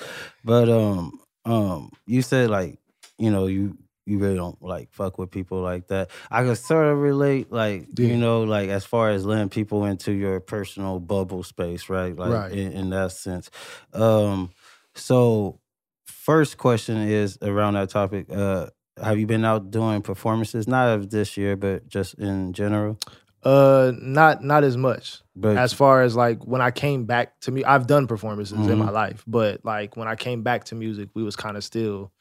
A: But um um you said like, you know, you you really don't like fuck with people like that. I could sort of relate, like,
C: Yeah.
A: you know, like as far as letting people into your personal bubble space, right? Like
C: Right.
A: In, in that sense. Um so first question is around that topic, uh have you been out doing performances? Not of this year, but just in general.
C: Uh, not not as much.
A: But
C: as far as like when I came back to me, I've done performances
A: Mhm.
C: in my life, but like when I came back to music, we was kind of still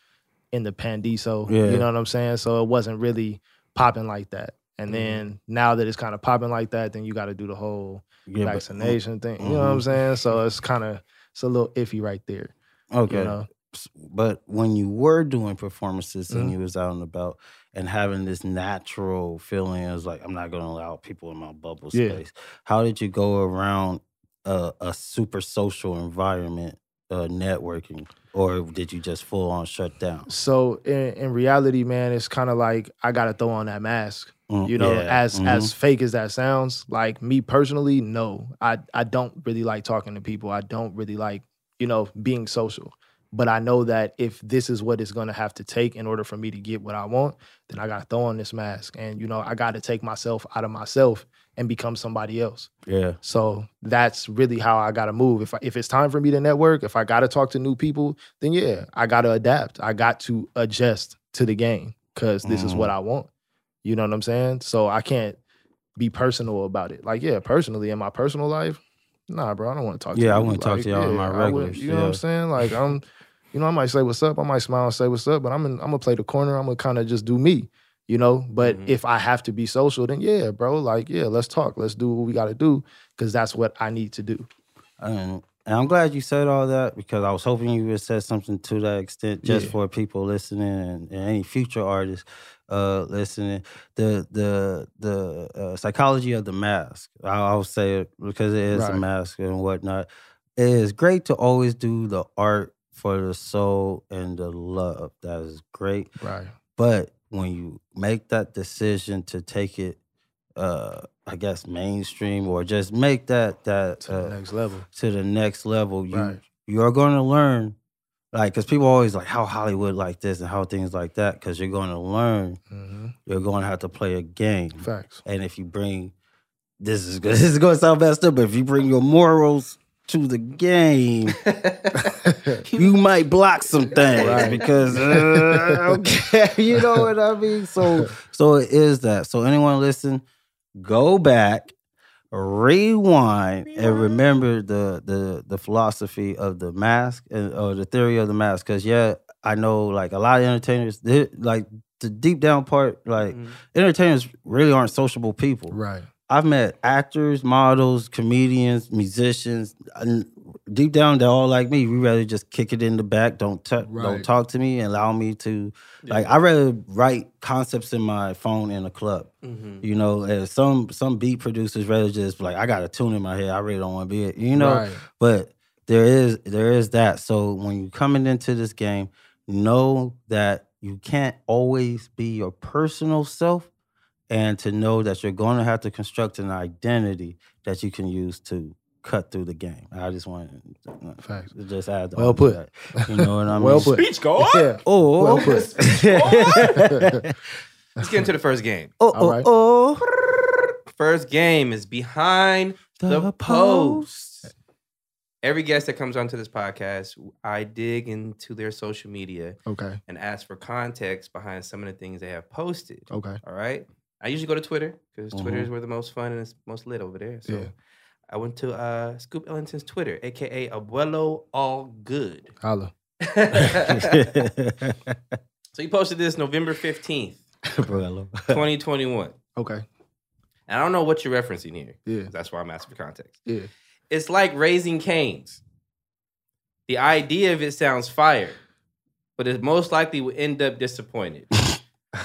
C: in the pandiso.
A: Yeah.
C: You know what I'm saying? So it wasn't really popping like that. And
A: Mm-hmm.
B: Mhm.
C: then now that it's kind of popping like that, then you got to do the whole
A: yeah, but-
C: vaccination thing. You know what I'm
A: Mhm.
C: saying? So it's kind of it's a little iffy right there.
A: okay.
C: You know?
A: S- But when you were doing performances and
C: Mhm.
A: you was out and about and having this natural feeling is like I'm not going to allow people in my bubble
C: Yeah.
A: space. How did you go around a, a super social environment, uh, networking, or did you just full on shut down?
C: So in, in reality, man, it's kind of like I got to throw on that mask
A: Mm,
C: you know
A: yeah,
C: as
A: mhm.
C: as fake as that sounds like me personally no i i don't really like talking to people i don't really like you know being social but i know that if this is what it's going to have to take in order for me to get what i want then i got to throw on this mask and you know i got to take myself out of myself and become somebody else
A: yeah
C: so that's really how I got to move. If I, if it's time for me to network, if I got to talk to new people, then yeah, I got to adapt. I got to adjust to the game because this is
A: Mhm.
C: what I want. You know what I'm saying? So I can't be personal about it. Like yeah, personally in my personal life, nah, bro, I don't want to talk. to
A: Yeah, I
C: you.
A: wouldn't talk
C: Like,
A: to y'all in my
C: I wouldn't-
A: regulars,
C: You know what
A: yeah.
C: I'm saying? Like I'm, you know, I might say what's up. I might smile and say what's up, but I'm in, I'm gonna play the corner. I'm gonna kind of just do me you know but
A: Mm-hmm.
B: Mhm.
C: if i have to be social then yeah bro like yeah let's talk let's do what we got to do because that's what i need to do
A: and, and i'm glad you said all that because i was hoping you would say something to that extent just
C: Yeah.
A: for people listening and, and any future artists uh listening the the the uh, psychology of the mask I- i'll say it because it is a
C: Right.
A: mask and whatnot it is great to always do the art for the soul and the love that is great
C: right
A: But when you make that decision to take it, uh, I guess mainstream or just make that that
C: to
A: uh,
C: the next level
A: to the next level, you
C: right
A: you're going to learn, like, because people always like how Hollywood like this and how things like that, because you're going to learn,
C: hmm
A: you're going to have to play a game,
C: facts
A: and if you bring this is this is going to sound messed up, but if you bring your morals to the game, you might block some things
C: Right.
A: because uh, okay, you know what I mean. So so it is that. So anyone listen, go back, rewind, and remember the the the philosophy of the mask and or the theory of the mask. Because yeah, I know like a lot of entertainers, they, like the deep down part, like
B: Mhm.
A: entertainers really aren't sociable people.
C: right
A: I've met actors, models, comedians, musicians. and deep down, they're all like me. We rather just kick it in the back. Don't touch.
C: Right.
A: Don't talk to me. and Allow me to.
B: Yeah.
A: Like I rather write concepts in my phone in a club.
B: Mhm.
A: You know, and some some beat producers rather just like I got a tune in my head. I really don't want to be it. You know,
C: right.
A: but there is there is that. So when you're coming into this game, know that you can't always be your personal self, and to know that you're going to have to construct an identity that you can use to cut through the game. I just want to
C: facts
A: just add
C: Well
A: on to
C: put.
A: that. You know what I mean?
C: well put
B: Speech go on.
C: yeah
A: Oh,
C: Well put.
B: Let's get into the first game.
A: oh,
C: All right.
A: oh, oh,
B: First game is behind the, post. Every guest that comes onto this podcast, I dig into their social media
C: okay
B: and ask for context behind some of the things they have posted.
C: okay
B: All right. I usually go to Twitter because Twitter
A: Mhm.
B: is where the most fun and it's most lit over there. So
C: Yeah.
B: I went to uh, Scoop Ellington's Twitter, aka Abuelo All Good.
C: holla
B: so he posted this November 15th,
A: Brother.
B: 2021.
C: okay
B: And I don't know what you're referencing here.
C: yeah
B: That's why I'm asking for context.
C: yeah
B: It's like raising canes. The idea of it sounds fire, but it most likely will end up disappointed.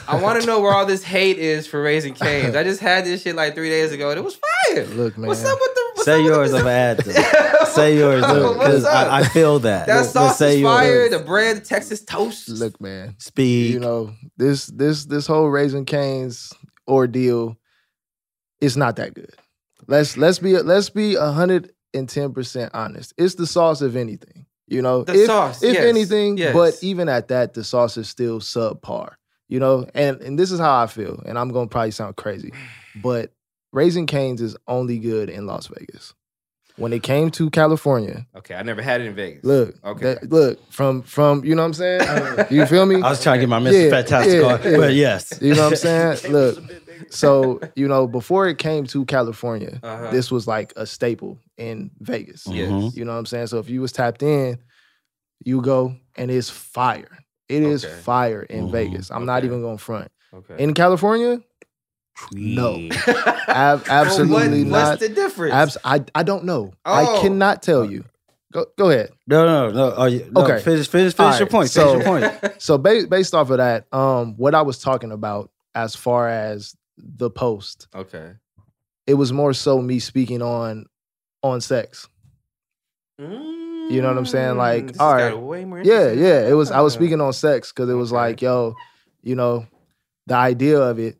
B: I want to know where all this hate is for raising canes. I just had this shit like three days ago, and it was fire.
C: look man
B: What's up with the? What's
A: Say
B: up
A: yours, I'm
B: With
A: gonna add to. it.
B: the-
A: Say yours, because
B: What's up?
A: I, I feel that.
B: that
A: Let's- let's
B: sauce is
A: yours.
B: fire. The bread, the Texas toast.
C: look man
A: Speed.
C: you know this this this whole raising canes ordeal it's not that good let's let's be let's be 110% honest it's the sauce of anything you know
B: the
C: if,
B: sauce.
C: if
B: yes,
C: anything
B: yes.
C: but e even at that the sauce is still subpar you know and and this is how i feel and i'm gonna probably sound crazy but raising canes is only good in las vegas when it came to california
B: okay, I never had it in Vegas.
C: look
B: Okay.
C: that- look from from you know what i'm saying you feel me
A: I was trying to get my
C: Okay.
A: Mr.
C: Yeah,
A: Fantastic
C: yeah,
A: on,
C: yeah.
A: but yes.
C: You know what I'm saying? Look, so you know, before it came to California,
B: Uh-huh.
C: this was like a staple in Vegas.
B: Yes.
A: Mhm.
C: You know what I'm saying? So if you was tapped in, you go and it's fire. It is
B: Okay. Mm-hmm.
C: fire in
A: Mhm.
C: Vegas. I'm not
B: Okay.
C: even going to front.
B: Okay.
C: In California, No.
A: Yeah.
C: ab- absolutely
B: Well, what-
C: not.
B: What's the difference?
C: Abs- I, I don't know.
B: Oh.
C: I cannot tell you. Go go ahead.
A: No, no, no. Are you, no
C: Okay.
A: Finish, finish, finish
C: All
A: your
C: right,
A: point.
C: so-
A: finish your point.
C: So ba- based off of that, um, what I was talking about as far as the post,
B: okay.
C: it was more so me speaking on on sex.
B: You
C: know what I'm saying? Like,
B: Mm, this
C: all
B: has
C: right.
B: got way more
C: Yeah,
B: interesting.
C: yeah. It was I was
B: Ah.
C: speaking on sex because it was
B: Okay.
C: like, yo, you know, the idea of it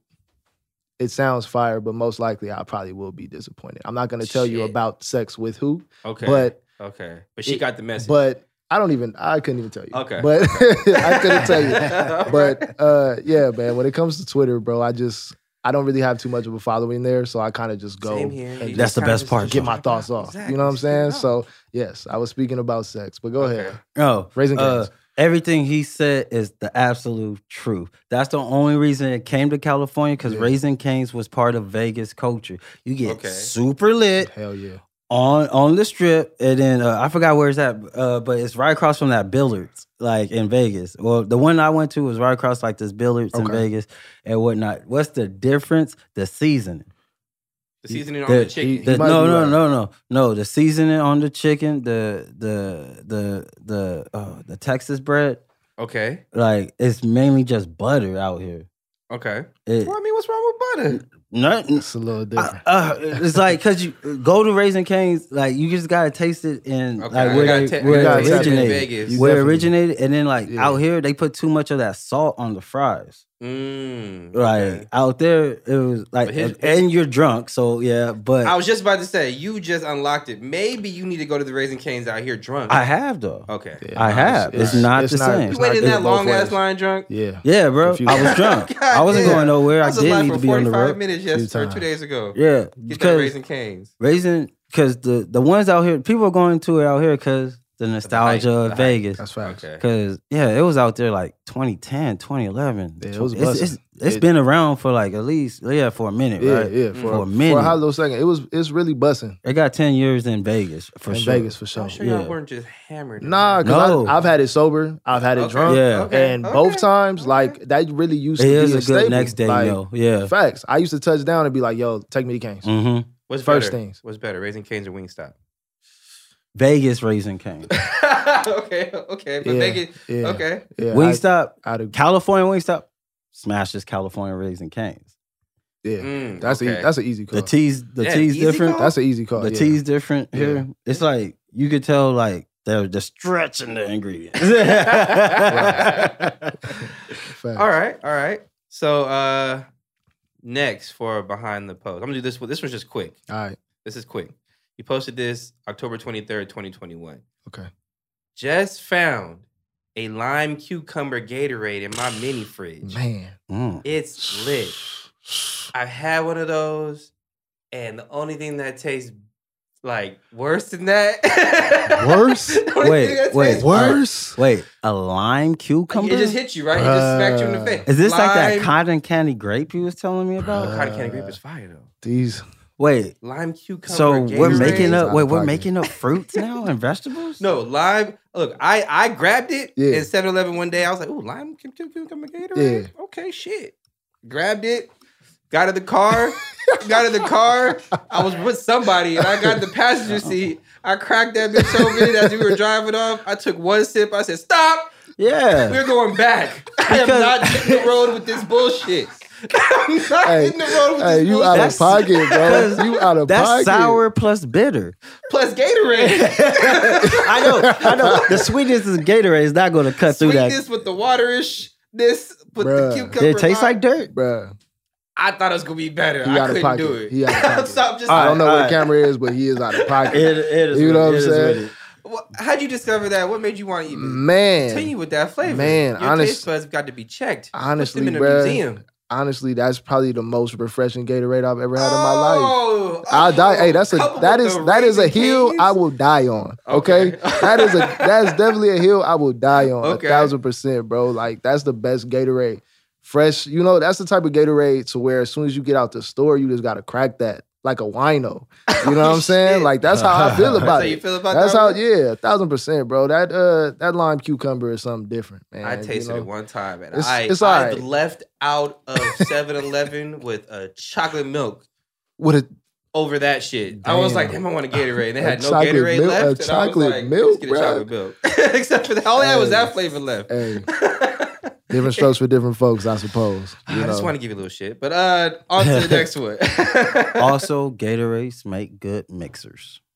C: it sounds fire, but most likely I probably will be disappointed. I'm not gonna tell you
D: Shit.
C: about sex with who,
B: Okay.
C: but
B: okay. But she
C: it-
B: got the message.
C: but I don't even I couldn't even tell you.
B: Okay.
C: But I couldn't tell you.
B: All right.
C: But uh yeah, man, when it comes to Twitter, bro, I just I don't really have too much of a following there, so I kind of just go
B: Same here.
C: and
B: You
A: That's
B: just
A: the
B: kinda
A: best
B: just
A: part,
B: just
C: get my
B: talk
C: thoughts
B: about-
C: off.
B: Oh Exactly,
C: You know what I'm
B: just
C: saying?
B: get it out.
C: So yes, I was speaking about sex, but go
B: Okay.
C: ahead.
A: Oh,
C: Raising
A: uh,
C: canes.
A: everything he said is the absolute truth. That's the only reason it came to California because
C: Yeah.
A: Raising Canes was part of Vegas culture. You get
B: Okay.
A: super lit
C: Hell yeah.
A: on on the strip, and then uh, I forgot where it's at, uh, but it's right across from that Billards, like in Vegas. Well, the one I went to was right across like this Billards in
C: Okay.
A: Vegas and whatnot. What's the difference? The seasoning.
B: the seasoning on
A: The-
B: the chicken.
A: The-
C: might
A: no,
C: be
A: no,
C: right.
A: no, no, no. The seasoning on the chicken, the the the the uh, the Texas bread,
B: okay.
A: like it's mainly just butter out here.
B: Okay.
A: It,
B: Well, I mean, what's wrong with butter?
A: nothing.
C: It's a little different.
A: I- uh, it's like because you go to Raising Cane's, like you just gotta taste it and
B: Okay.
A: like
B: I
A: where
B: gotta
A: they
B: ta- I
A: where
B: gotta
A: it
B: taste it in
A: originated,
B: Vegas.
C: You-
A: where it
C: Definitely.
A: originated, and then like
C: Yeah.
A: out here they put too much of that salt on the fries.
B: Mm,
A: Like
B: okay.
A: out there, it was like,
B: But his-
A: and you're drunk, so yeah. But
B: I
A: I,
B: was just about to say, you just unlocked it. Maybe you need to go to the Raising Canes out here drunk.
A: have though.
B: okay.
C: Yeah,
A: I
C: no,
A: have. It's not the same.
B: You
A: it's
B: waited in
C: good
B: that
C: both
B: long ass
C: ways.
B: line drunk?
C: Yeah.
A: Yeah, bro. I
C: Confused.
A: was drunk. I wasn't
B: God
A: going
B: damn.
A: nowhere. I,
B: was
A: did
B: alive
A: need
B: for
A: to be on the
B: 45
A: road.
B: minutes
C: Few
B: yesterday, or two
C: times.
B: days ago.
A: Yeah,
B: Get that
A: because
B: Raising Canes.
A: raising because the the ones out here, people are going to it out here because the nostalgia
B: hype, the
A: of
B: hype.
A: Vegas.
C: That's facts.
B: Okay.
A: Because yeah, it was out there like 2010, 2011.
C: Yeah, it was
A: it's, it's,
C: bussin'.
A: it's
C: It-
A: been around for like at least yeah for a minute,
C: Yeah,
A: right?
C: yeah.
B: Mm.
A: For a
C: For,
A: minute,
C: for a hot little second. It was it's really bussing
A: they got ten years in Vegas for
C: in
A: sure.
C: Vegas for
B: So,
C: sure.
B: I'm Oh, sure
A: yeah.
B: y'all weren't just hammered.
C: Nah,
A: No.
C: because I've had it sober, I've had it
B: Okay,
C: drunk.
A: Yeah.
B: okay,
C: and
B: okay,
C: both times,
B: okay.
C: like that really used
A: It
C: to
A: is
C: be
A: a
C: a,
A: good
C: staple.
A: next day
C: like,
A: meal. Yeah.
C: Facts. I used to touch down and be like, "Yo, take me to Canes."
A: hmm
B: What's
C: First
B: better?
C: things.
B: What's better, Raising Canes or Wingstop?
A: Vegas raising cane.
B: okay, okay, but
C: Yeah,
B: Vegas.
C: Yeah.
B: Okay,
C: Yeah.
A: Wingstop,
C: I, I'd agree.
A: California Wingstop, smashes California raising canes.
C: Yeah.
B: Mm,
C: That's
B: okay.
C: a that's an easy call.
A: The tea's the
B: Yeah,
A: tea's
B: easy
A: different.
B: call.
C: that's an easy call.
A: the
C: yeah.
A: tea's different
C: Yeah.
A: here. It's like you could tell like they're just stretching the ingredients. yeah,
C: Facts.
B: all right, all right. So uh next for behind the post, I'm gonna do this one. This one's just quick.
C: All right.
B: This is quick. You posted this October 23rd, 2021.
C: Okay.
B: Just found a lime cucumber Gatorade in my mini fridge.
C: Man.
A: Mm.
B: It's lit. I've had one of those, and the only thing that tastes like worse than that.
C: Worse?
B: The only
A: Wait,
B: thing that
A: wait,
B: tastes
C: Worse.
A: Wait, a lime cucumber?
B: It just hit you, right? It just smacked you in the face.
A: is this like that
B: Lime-
A: cotton candy grape you was telling me
B: Oh,
A: about?
B: cotton candy grape is fire though.
C: These.
A: Wait,
B: Lime cucumber.
A: so we're
B: Gatorade.
A: making
C: Out
A: up
C: of
A: wait, we're
C: pocket.
A: making up fruits now and vegetables?
B: No lime. Look, I I grabbed it
C: Yeah.
B: in 7-Eleven one day. I was like, "Ooh, lime cu- cu- cucumber Gatorade." Okay, shit. Grabbed it. Got in the car. got in the car. I was with somebody, and I got in the passenger seat. I cracked that bitch open as we were driving off. I took one sip. I said, "Stop.
A: Yeah.
B: We're going back. I am
A: Because-
B: not hitting the rood with this bullshit. I'm not
C: Hey,
B: hitting the road with
C: Hey,
B: this
C: you
B: bullshit.
C: out
A: That's-
C: of pocket,
A: Because
C: bro. You out of
A: That's
C: pocket.
A: sour plus bitter.
B: Plus Gatorade.
A: I know, I know. The sweetness of Gatorade is not going to cut through that.
B: Sweetness with the waterish. This with
C: Bruh.
B: the
C: Did it
B: cucumber.
A: Did it taste
B: lime.
A: like dirt?
C: Bruh.
B: I thought it was gonna be better.
C: He
B: I
C: out of
B: couldn't
C: pocket.
B: do it.
C: He out of pocket.
B: Stop. Just
C: I don't know where
A: Alright.
C: the camera is, but he is out of pocket.
A: it
C: You know what I'm saying?
B: Wha- How'd you discover that? What made you want to eat this? Continue
C: Man,
B: with that flavor.
C: Man,
B: your
C: honest-
B: taste buds got to be checked.
C: honestly,
B: Put them in a
C: bruh,
B: museum.
C: honestly, that's probably the most refreshing Gatorade I've ever had in my life. I'll
B: oh,
C: die. Hey, that's a
B: coupled
C: that
B: with
C: is
B: the
C: that is a
B: Raising
C: hill
B: Cane's?
C: I will die on. Okay,
B: Okay.
C: that is a that's definitely a hill I will die on.
B: Okay.
C: A thousand percent, bro. Like that's the best Gatorade, fresh. You know that's the type of Gatorade to where as soon as you get out the store, you just gotta crack that like a wino. You know what I'm saying?
B: Shit.
C: Like that's how I feel
A: That's
B: That's
C: about
B: how you
C: it.
B: feel about
C: That's
B: that?
C: how
B: one?
C: yeah, a thousand percent, bro. That uh that lime cucumber is something different, man.
B: I
C: you
B: tasted
C: know?
B: it one time, and
C: It's-
B: I
C: it's
B: I
C: alright.
B: left out of 7-Eleven with a chocolate milk
C: with a
B: over that shit. I was like,
C: Damn.
B: damn, I want a Gatorade. They
C: A
B: had no
C: chocolate
B: Gatorade
C: milk- a
B: left. and I was
C: chocolate
B: like,
C: milk,
B: "Let's get a
C: bruh."
B: chocolate milk. Except for the, all I had was that
C: Hey.
B: flavor left.
C: hey,
B: I
C: different strokes for different folks, I suppose. you
B: just
C: know?
B: want to give you a little shit, but uh, on to the next one.
A: also, Gatorades make good mixers.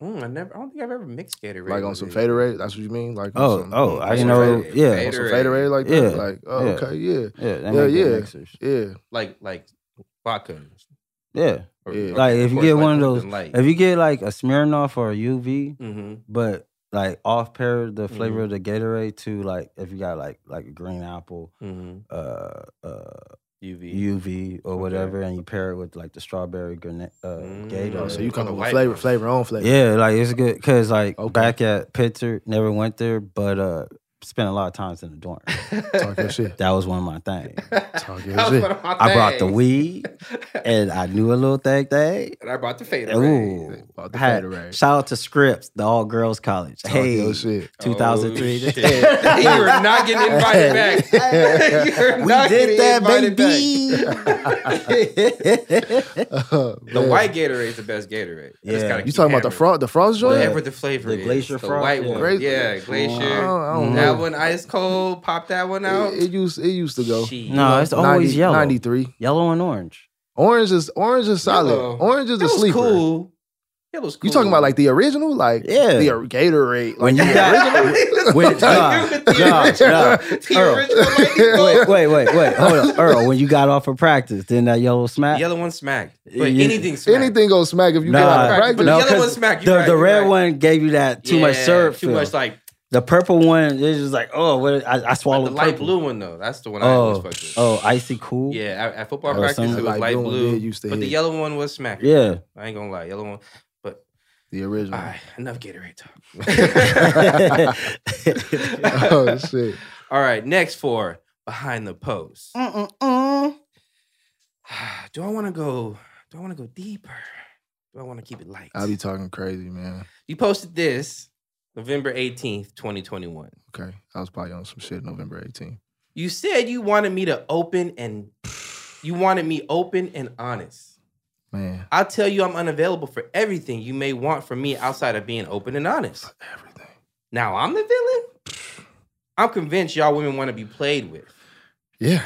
B: Mm, I never. I don't think I've ever mixed Gatorade.
C: like on
B: with
C: some
B: it.
C: Faderade. That's what you mean? Like on
A: Oh,
C: some-
A: oh, I
B: That's
A: didn't know.
B: right.
A: Yeah,
B: Fader-
C: on some
B: Faderade.
C: Faderade like that.
A: Yeah.
C: Like, oh,
A: Yeah.
C: okay, yeah,
A: yeah, they
C: Yeah,
A: make good
C: yeah.
A: mixers.
C: yeah.
B: Like like vodka.
A: Yeah.
B: Or,
C: Yeah.
A: Like, if you
B: course,
A: get one of
B: Coke
A: those-
B: and light.
A: If you get like a Smirnoff or a UV,
B: hmm
A: but like off pair the flavor
C: Mm-hmm.
A: of the Gatorade to like if you got like like a green apple,
B: hmm
A: uh, uh,
B: UV.
A: UV or whatever, and you pair it with like the strawberry grenade, uh,
B: Mm.
A: Gatorade.
C: Oh, so
B: Yeah.
C: you
B: Call
C: come
B: the
C: up with
B: white
C: flavor,
B: ones.
C: flavor, own flavor.
A: Yeah, like it's good because like
C: Okay.
A: back at Pittsburgh, never went there, but uh spent a lot of times in the dorm.
C: Talk your shit.
A: that was one of my things.
B: That
C: your
B: was
C: shit.
B: one of my
A: I brought the
B: things.
A: weed and I knew a little thing thing.
B: and I brought the fader.
A: Ooh.
C: About the
A: Had-
C: Gatorade.
A: shout out to Scripps, the all girls college.
C: Talk
A: hey,
C: your shit.
A: 2003.
B: Oh, shit. you are not getting invited back. You're
A: we
B: not
A: did
B: getting
A: that,
B: invited
A: baby.
B: back. the
C: Oh, Man.
B: white Gatorade is the best Gatorade. It's
A: Yeah.
B: gotta
C: You
B: keep
C: talking about the
B: hammered.
C: frost, the frost joint?
A: Yeah.
B: Whatever the flavor,
A: The
B: is.
A: Glacier
B: the
A: Frost?
B: white
A: Yeah.
B: one,
C: Glacier-
B: yeah,
A: I
C: I
B: glacier.
C: don't, I don't
A: Mm.
C: know.
B: That one ice cold. Pop that one out.
C: It, it used it used to go.
B: Shit.
A: No, it's always yellow.
C: Ninety three.
A: Yellow and orange.
C: Orange is orange is solid.
B: Yellow.
C: Orange is
B: that
C: the
B: was
C: sleeper.
B: cool. That was cool.
C: You talking about like the original, like
A: Yeah.
C: the or- Gatorade, like
A: When you
C: the
A: got- When- nah, nah, nah. Earl.
B: Wait,
A: Wait, wait, wait, wait. Hold up, Earl. When you got off of practice, then that yellow smack.
B: Yellow one smack. But
A: Yeah.
B: anything smack.
C: anything goes smack if you
A: Nah,
C: get out of
B: Right,
C: practice.
B: but
A: No,
B: the yellow
A: 'cause
B: one smack.
A: the
B: you're right,
A: the
B: you're
A: red
B: right.
A: one gave you that too much
B: Yeah,
A: syrup.
B: Too
A: feel.
B: much like
A: The purple one is just like, oh, what, I, I
B: like
A: swallowed
B: the light
A: purple.
B: blue one though. That's the one I
A: Oh,
B: always fucked with.
A: oh, icy cool.
B: Yeah, at, at football
A: Or
B: practice
A: something
B: it was
C: like
B: light
C: blue one
B: blue,
C: did used to
B: but the
C: hit.
B: yellow one was smack.
A: yeah.
B: I ain't gonna lie, yellow one.
C: The original.
B: All right, enough Gatorade talk.
C: oh shit.
B: All right, next for behind the post.
A: Mm-mm-mm.
B: Do I want to go? Do I want to go deeper? Do I want to keep it light?
C: I be talking crazy, man.
B: you posted this November eighteenth, twenty twenty one.
C: Okay. I was probably on some shit November 18th.
B: You said you wanted me to open and you wanted me open and honest.
C: Man,
B: I'll tell you I'm unavailable for everything you may want from me outside of being open and honest.
C: everything.
B: Now I'm the villain? I'm convinced y'all women want to be played with.
C: Yeah.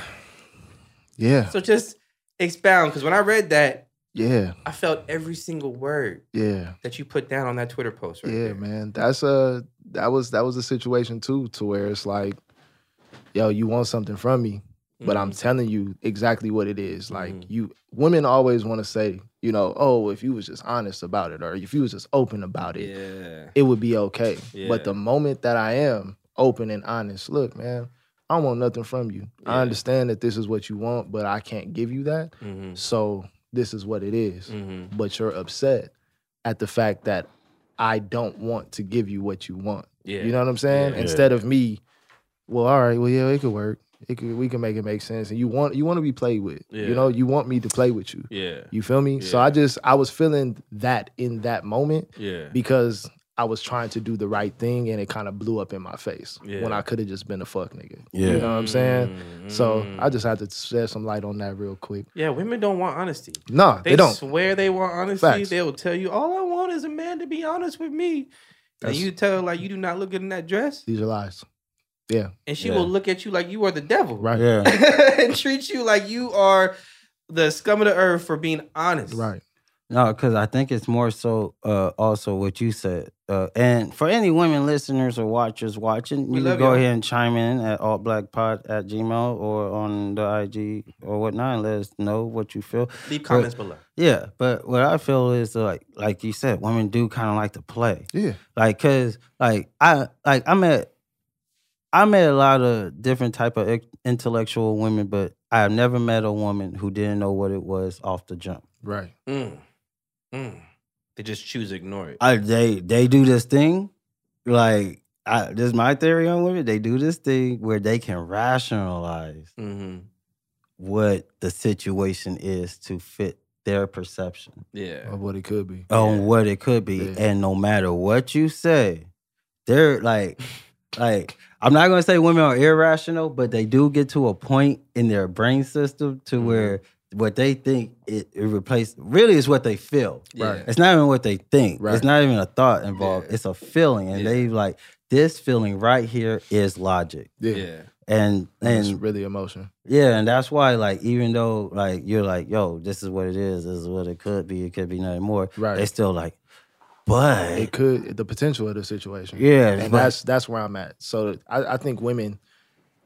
C: Yeah.
B: So just expound, because when I read that,
C: Yeah.
B: I felt every single word
C: Yeah.
B: that you put down on that Twitter post right
C: yeah,
B: there.
C: man. That's a that was that was a situation too, to where it's like, yo, you want something from me, but
B: Mm-hmm.
C: I'm telling you exactly what it is. Like
B: Mhm.
C: you women always want to say, you know, oh, if you was just honest about it or if you was just open about it,
B: Yeah.
C: it would be okay.
B: Yeah.
C: But the moment that I am open and honest, look, man, I don't want nothing from you.
B: Yeah.
C: I understand that this is what you want, but I can't give you that.
B: Mm-hmm.
C: So this is what it is.
B: Mm-hmm.
C: But you're upset at the fact that I don't want to give you what you want.
B: Yeah.
C: You know what I'm saying?
B: Yeah.
C: Instead of me, well, all right, well, yeah, it could work. It could, we can make it make sense. And you want you want to be played with.
B: Yeah.
C: You know, you want me to play with you.
B: Yeah.
C: You feel me? So
B: Yeah.
C: I just I was feeling that in that moment
B: Yeah.
C: because I was trying to do the right thing and it kind of blew up in my face when
B: Yeah.
C: I could have just been a fuck nigga.
A: Yeah.
C: You know what I'm saying? So
B: Mm.
C: I just had to shed some light on that real quick.
B: Yeah, women don't want honesty.
C: No,
B: They,
C: they, don't.
B: swear they want honesty.
C: Facts.
B: They will tell you, all I want is a man to be honest with me. and
C: That's-
B: you tell her like you do not look good in that dress,
C: These are lies.
B: and she
A: Yeah.
B: will look at you like you are the devil,
C: Right.
A: Yeah.
B: and treat you like you are the scum of the earth for being honest.
C: Right.
A: No, because I think it's more so uh, also what you said. Uh, and for any women listeners or watchers watching,
B: We
A: you
B: love
A: can go
B: y'all.
A: ahead and chime in at altblackpod at gmail or on the IG or whatnot and let us know what you feel.
B: Leave comments below.
A: Yeah, but what I feel is uh, like like you said, women do kind of like to play.
C: Yeah.
A: Like, cause like I like I met I met a lot of different type of ex- intellectual women, but I have never met a woman who didn't know what it was off the jump.
C: Right.
B: Mm. Mm. They just choose to ignore it.
A: I, they they do this thing, like I, this is my theory on women. They do this thing where they can rationalize
B: hmm
A: what the situation is to fit their perception
B: Yeah.
C: Of what it could be.
A: on
B: Yeah.
A: what it could be,
C: Yeah.
A: and no matter what you say, they're like, like I'm not gonna say women are irrational, but they do get to a point in their brain system to
B: Mhm.
A: where what they think it, it replaces really is what they feel.
B: Yeah.
A: It's not even what they think.
C: Right.
A: It's not even a thought involved.
B: Yeah.
A: It's a feeling, and
B: Yeah.
A: they like this feeling right here is logic,
C: Yeah.
B: Yeah.
A: and
C: And
A: and
C: it's really emotion.
A: yeah, and that's why like even though like you're like yo, this is what it is. This is what it could be. It could be nothing more.
C: Right.
A: They still like, but
C: it could the potential of the situation.
A: yeah,
C: And
A: but-
C: that's that's where I'm at. So I, I think women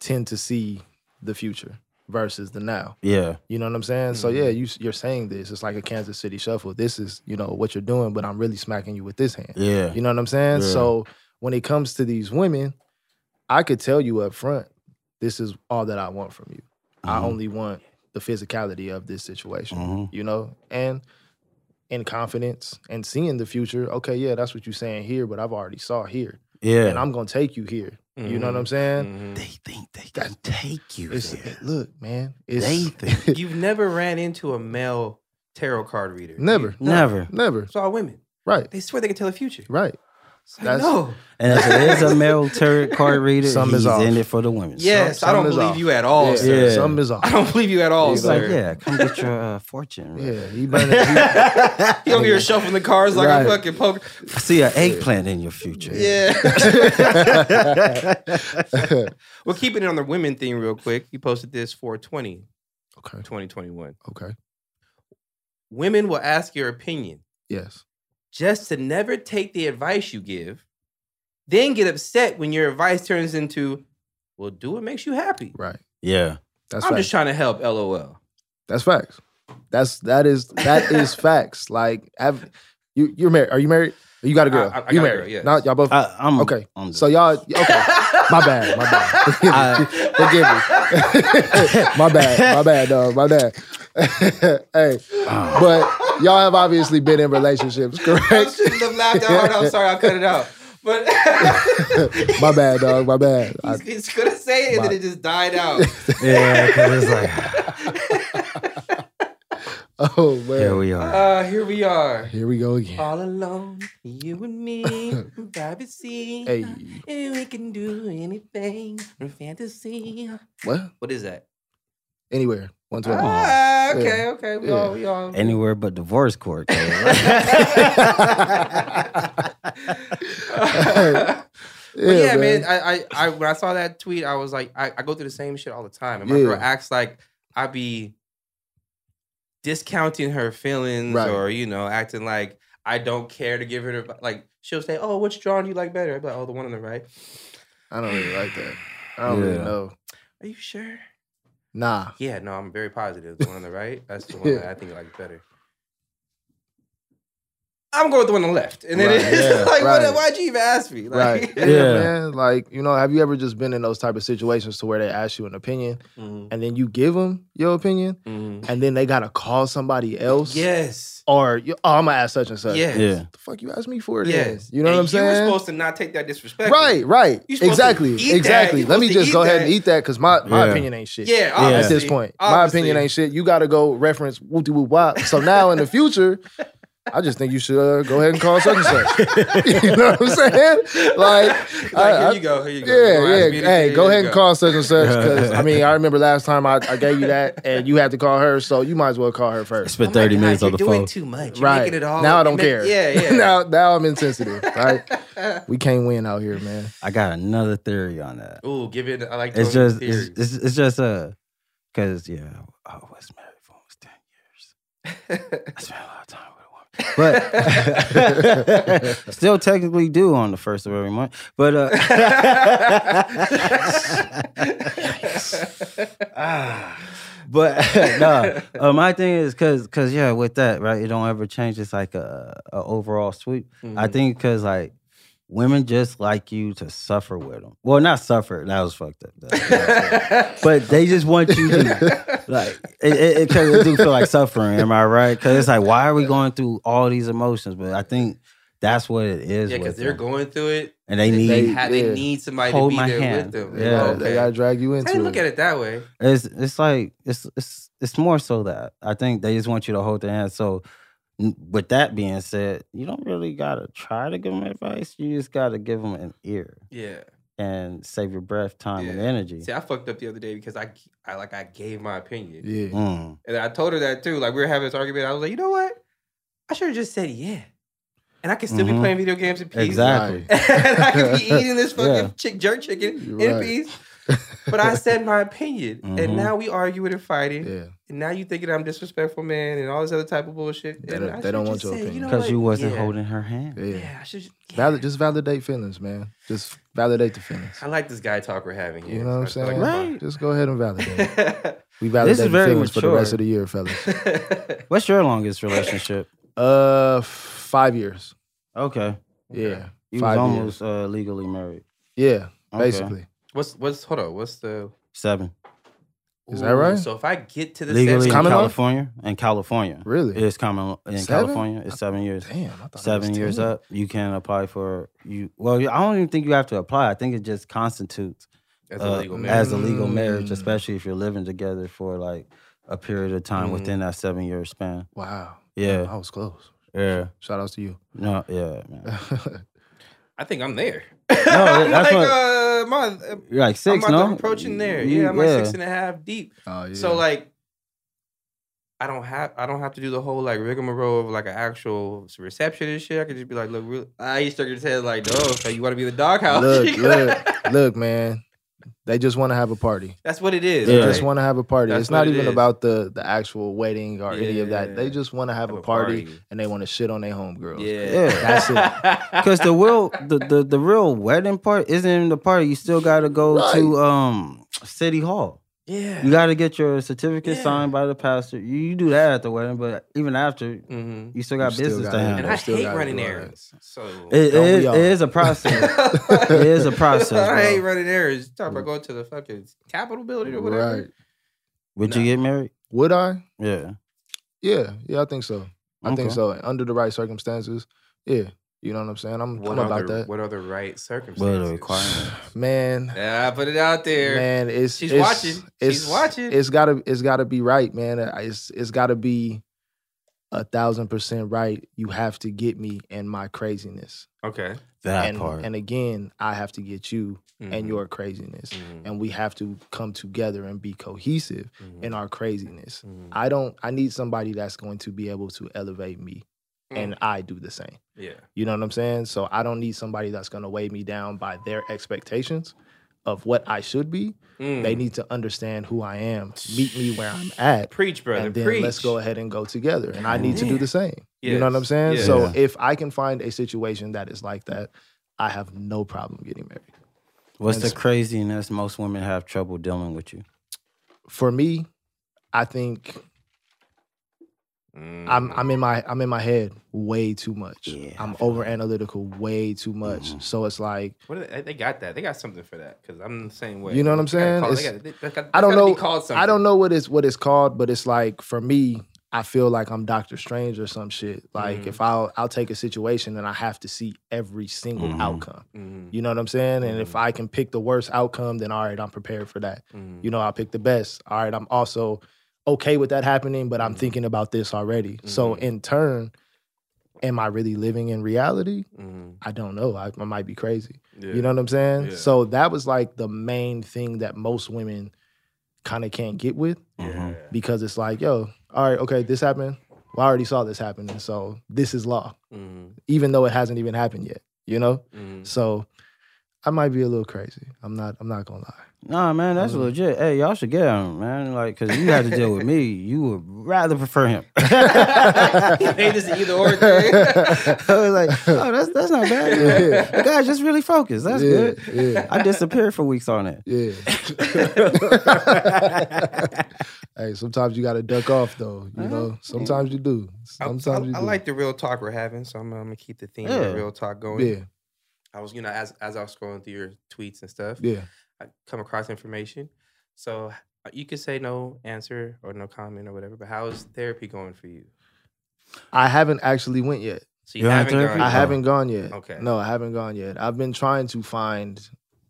C: tend to see the future. versus the now.
A: Yeah.
C: You know what I'm saying? So yeah,
B: Mm-hmm.
C: you you're saying this. It's like a Kansas City shuffle. This is you know what you're doing, but I'm really smacking you with this hand.
A: Yeah.
C: You know what I'm saying?
A: Yeah.
C: So when it comes to these women, I could tell you up front, this is all that I want from you. I
A: Mhm.
C: only want the physicality of this situation.
A: Mhm.
C: You know, and in confidence and seeing the future. Okay, yeah, that's what you're saying here, but I've already saw here,
A: Yeah.
C: and I'm gonna take you here. You know what I'm
B: Mm-hmm.
C: saying?
A: they think they can take you
C: It's
A: there.
C: look, man. It's
A: They think-
B: You've never ran into a male tarot card reader.
C: Never.
B: You-
A: Never.
C: never
B: It's all women.
C: right,
B: They swear they can tell the future.
C: right.
B: It's like,
C: That's-
B: no.
A: And if it is a male tarot card reader,
C: Some is
A: he's
C: off.
A: in it for the women.
B: Yes,
C: some
B: I don't
C: is
B: believe
C: off.
B: you at all,
C: yeah,
B: Oh, sir.
A: Yeah.
C: something is off.
B: I don't believe you at all,
C: He's
A: He's
B: sir.
A: like, yeah, come get your uh, fortune. right?
C: Oh, Yeah, he burning. He,
B: you over here shuffling the cards like a
C: Right.
B: fucking poker.
A: I see an eggplant in your future.
B: Yeah. well, keeping it on the women thing real quick. You posted this 420,
C: okay,
B: 2021.
C: okay,
B: Women will ask your opinion
C: yes,
B: just to never take the advice you give, then get upset when your advice turns into, well, do what makes you happy.
C: right.
A: Yeah.
C: That's
B: I'm
C: facts.
B: just trying to help, lol.
C: That's facts. That's that is that is facts. Like, have, you you're married? Are you married? You got a girl?
B: I- I- I
C: you
B: got a
C: married?
B: girl, yes.
C: No, y'all both.
A: I, I'm
C: okay,
A: I'm
C: so y'all okay. My bad. My bad. Forgive me. Forgive me. my bad. My bad, dog. My bad. hey,
A: Oh.
C: but y'all have obviously been in relationships,
B: I
C: correct?
B: shouldn't have laughed out loud. I'm sorry. I cut it out. But
C: my bad, dog. My bad. I-
B: he's, he's gonna say it, and then it just died out.
A: yeah, because it's like
C: oh man.
A: here we are.
B: Uh, here we are,
C: Here we go again.
B: all alone, you and me, in privacy.
C: Hey,
B: And we can do anything from fantasy.
C: what?
B: What is that?
C: Anywhere. 112.
B: Ah,
C: Yeah.
B: okay, okay. We
C: Yeah.
B: all, we all.
A: Anywhere but divorce court. Cause,
B: But yeah,
C: man.
B: man. I, I, I, when I saw that tweet, I was like, I, I go through the same shit all the time, and my
C: Yeah.
B: girl acts like I be discounting her feelings,
C: Right.
B: or you know, acting like I don't care to give her the, like. She'll say, "Oh, which drawing do you like better?" I'd be like, "Oh, the one on the right."
C: I don't really like that. I don't really
A: Yeah.
C: know.
B: Are you sure?
C: Nah.
B: Yeah, no, I'm very positive. The one on the right, that's the one
C: Yeah.
B: that I think I like better. I'm going with the one on the left, and then
C: Right,
B: it's
C: yeah,
B: like,
C: right.
B: what, why'd you even ask me? Like,
C: Right. Yeah,
A: Yeah.
C: man. Like, you know, have you ever just been in those type of situations to where they ask you an opinion
B: Mhm,
C: and then you give them your opinion
B: mhm.
C: and then they got to call somebody else?
B: Yes.
C: Or, you- oh, I'm going to ask such and such.
B: Yes.
A: yeah.
C: The fuck you asked me for it? then?
B: Yes.
C: You know
B: And
C: what I'm
B: You were
C: saying?
B: supposed to not take that disrespect.
C: Right, right.
B: You're supposed to
C: Exactly.
B: eat that.
C: Exactly.
B: You're
C: Let me
B: supposed to
C: just go
B: eat
C: ahead
B: that.
C: and eat that because my, my
A: Yeah.
C: opinion ain't shit.
B: Yeah.
C: At
B: Obviously.
C: this point, my
B: Obviously.
C: opinion ain't shit. You got to go reference whoopty whoop wop. So now in the future, I just think you should uh, go ahead and call such and such. you know what I'm saying? Like,
B: Like,
C: I-
B: here
C: I-
B: you go. Here you go. You don't
C: yeah,
B: ask
C: yeah.
B: me to-
C: Hey,
B: here
C: go
B: you
C: ahead and call such and such because I mean I remember last time I, I gave you that and you had to call her, so you might as well call her
A: I
C: first.
B: Oh my
A: spent 30
B: God,
A: minutes on the
B: You're doing
A: phone.
B: too much. You're
C: Right
B: making it all.
C: now, I
B: you
C: don't
B: make-
C: care.
B: Yeah, yeah.
C: now, now I'm insensitive. Right? we can't win out here, man.
A: I got another theory on that.
B: Ooh, give it. I like.
A: It's
B: Tony's
A: just it's,
B: theories.
A: it's it's just uh because yeah, I was married for almost 10 years. I spent a lot of time with a woman. But still technically due on the first of every month. But uh uh, Ah. but no, uh, my thing is because because yeah, with that right, it don't ever change. It's like a, a overall sweep. I
B: Mhm.
A: think because like women just like you to suffer with them. Well, not suffer. That was fucked up. That- but they just want you to like it. It, it, 'cause it do feel like suffering. Am I right? Because it's like why are we going through all these emotions? But I think that's what it is.
B: yeah, because
A: with
B: they're
A: them.
B: going through it.
A: and they need.
B: They, ha-
C: yeah.
B: they need somebody to
A: Hold
B: be
A: my
B: there
A: hand.
B: with them.
C: They
A: Yeah.
C: gotta, they
B: Okay.
C: gotta drag you
B: I
C: into
B: didn't look
C: it.
B: at it that way.
A: It's it's like it's it's it's more so that I think they just want you to hold their hand. So n- with that being said, you don't really gotta try to give them advice. You just gotta give them an ear
B: Yeah.
A: and save your breath, time, and
B: Yeah.
A: energy.
B: See, I fucked up the other day because I, I like, I gave my opinion.
C: Yeah,
A: Mm.
B: And I told her that too. Like we were having this argument. I was like, you know what? I should have just said yeah. And I could still
A: Mhm.
B: be playing video games in peace.
A: Exactly.
C: Right.
B: and I could be eating this fucking
A: Yeah.
B: chick jerk chicken
C: You're
B: in
C: right.
B: peace. But I said my opinion.
A: Mhm.
B: And now we arguing and fighting.
C: yeah.
B: And now you thinking I'm disrespectful, man, and all this other type of bullshit.
C: They
B: And
C: don't-
B: I
C: they
B: should
C: don't
B: just
C: want your
B: say,
C: opinion.
B: know
A: Because
B: what?
A: you wasn't
B: Yeah.
A: holding her hand.
C: Yeah.
B: Yeah, I should. just- Yeah.
C: Valid, just validate feelings, man. Just validate the feelings.
B: I like this guy talk we're having here.
C: You know what I'm
B: So I
C: saying?
B: feel like I'm
A: Right.
C: Just go ahead and validate.
B: on.
C: We
A: This is
C: validated
A: very
C: feelings for the rest
A: mature.
C: of the year, fellas.
A: What's your longest relationship?
C: Uh, f- five years.
A: Okay.
C: Yeah,
A: You
C: Five
A: was almost
C: years.
A: uh, legally married.
C: yeah.
A: Okay.
C: Basically,
B: What's what's hold on? What's the
A: Seven.
C: Is that right?
B: So if I get to the
A: Legally in
C: common law?
A: California. In California.
C: really.
A: It's common in
C: Seven?
A: California. It's seven years.
C: Damn, I thought it was
A: Seven years
C: 10.
A: up, you can apply for you. Well, I don't even think you have to apply. I think it just constitutes
B: as
A: uh,
B: a legal man?
A: as a legal marriage,
C: Mm.
A: especially if you're living together for like a period of time
B: Mhm.
A: within that seven year span.
C: Wow.
A: Yeah,
C: I was close.
A: yeah,
C: Shout outs to you. Oh,
A: no, yeah, man.
B: I think I'm there.
A: that-
B: I'm
A: that's
B: like,
A: what-
B: uh, my, I'm
A: You're like 6
B: about to-
A: no,
B: I'm approaching there.
A: You-
B: Yeah, I'm like six and a half deep.
C: oh, yeah.
B: So like, I don't have I don't have to do the whole like rigmarole of like an actual reception and shit. I could just be like, look, really, I used to just head like, no, so you want to be in the doghouse?
C: Look, look, look, man. They just want to have a party.
B: That's what it is.
A: Yeah.
C: They
B: right?
C: just want to have a party.
B: That's
C: it's not
B: what it
C: even
B: is.
C: about the the actual wedding or any of that. They
B: Yeah.
C: just want to have,
B: Have
C: a party, and they want to shit on their homegirls.
A: Yeah.
B: Yeah,
C: That's
B: it.
A: Because the real the, the the real wedding part isn't even the party. You still got to go to um city hall.
B: yeah.
A: You got to get your certificate
B: Yeah.
A: signed by the pastor. You, you do that at the wedding, but even after,
B: Mhm.
A: you still got
C: still
A: business
C: gotta
A: to
B: And
A: handle.
B: I
C: Still
B: hate
C: gotta
B: running
C: do all
B: errands. So
A: It-
C: Don't
A: it-
C: we all?
A: it is a process.
B: it
A: it is a process.
B: I hate
A: Bro.
B: running errands. Talk about going to the fucking Capitol building or whatever.
C: Right.
A: Would you
B: Nah.
A: get married?
C: Would I?
A: Yeah,
C: Yeah, yeah, I think so. I think
A: Okay.
C: so. Under the right circumstances, yeah. You know what I'm saying? I'm,
B: What
C: I'm about
B: other
C: that.
B: what other right
A: What are
B: circumstances?
A: the requirements?
C: Man,
B: Yeah, I put it out there.
C: man, it's
B: She's
C: it's-
B: watching. She's
C: It's,
B: watching.
C: It's gotta it's gotta be right, man. It's it's gotta be a thousand percent right. You have to get me and my craziness.
B: Okay.
A: That
C: and
A: part.
C: and again, I have to get you and
B: Mhm.
C: your craziness.
B: Mhm.
C: And we have to come together and be cohesive
B: Mhm.
C: in our craziness.
B: Mhm.
C: I don't I need somebody that's going to be able to elevate me.
B: Mm.
C: And I do the same.
B: Yeah.
C: You know what I'm saying? So I don't need somebody that's going to weigh me down by their expectations of what I should be. They
B: Mm.
C: need to understand who I am, meet me where I'm at,
B: preach, brother.
C: and then
B: preach.
C: let's go ahead and go together. And I need to do
B: Man.
C: the same. You know what I'm
B: Yes,
C: saying?
B: yes.
C: So
A: Yeah.
C: if I can find a situation that is like that, I have no problem getting married.
A: What's the
C: That's-
A: craziness most women have trouble dealing with you?
C: For me, I think
B: Mm.
C: I'm I'm in my I'm in my head way too much.
A: Yeah, I
C: I'm
A: feel
C: over analytical way too much.
A: Mhm.
C: So it's like
B: What are they, they got that. They got something for that because I'm the same way.
C: You know what I'm
B: They gotta
C: saying?
B: call- they
C: It's-
B: gotta- they- they gotta- they
C: I don't
B: gotta be
C: know-
B: called
C: I don't
B: something.
C: know what it's what it's called, but it's like for me, I feel like I'm Doctor Strange or some shit. Like
B: Mhm.
C: if I'll I'll take a situation and I have to see every single
A: Mhm.
C: outcome.
B: Mhm.
C: You know what I'm saying? And if
B: Mhm.
C: I can pick the worst outcome, then all right, I'm prepared for that.
B: Mhm.
C: You know, I'll pick the best. All right, I'm also okay with that happening, but I'm
B: Mhm.
C: thinking about this already. So
B: Mhm.
C: in turn, am I really living in reality?
B: Mhm.
C: I don't know. I, I might be crazy.
B: Yeah.
C: You know what I'm saying?
B: Yeah.
C: So that was like the main thing that most women kind of can't get with
B: Yeah.
C: because it's like, yo, all right, okay, this happened. Well, I already saw this happening. So this is law,
B: Mhm.
C: even though it hasn't even happened yet, you know?
A: Mm-hmm.
B: Mhm.
C: So I might be a little crazy. I'm not, I'm not gonna lie.
A: Nah, man, that's
C: Mhm.
A: legit. Hey, y'all should get him, man. Like, cause you had to deal with me. You would rather prefer him.
B: Hey, this is either or thing.
A: I was like, oh, that's that's not bad.
C: Yeah.
A: The guy's just really focused. That's
C: yeah,
A: good.
C: Yeah.
A: I disappeared for weeks on it.
C: Yeah. hey, sometimes you gotta duck off though, you
A: Uh-huh.
C: know? Sometimes you do.
B: I,
C: Sometimes
B: I-
C: you do.
B: I like the real talk we're having, so I'm, I'm gonna keep the theme
A: Yeah.
B: of real talk going.
C: Yeah,
B: I was, you know, as as I was scrolling through your tweets and stuff,
C: yeah.
B: I come across information. So uh, you could say no answer or no comment or whatever, but how is therapy going for you?
C: I haven't actually went yet.
B: So you
A: You're on
B: haven't
A: therapy?
B: gone.
C: I
A: Oh.
B: yet.
C: haven't gone yet.
B: Okay.
C: No, I haven't gone yet. I've been trying to find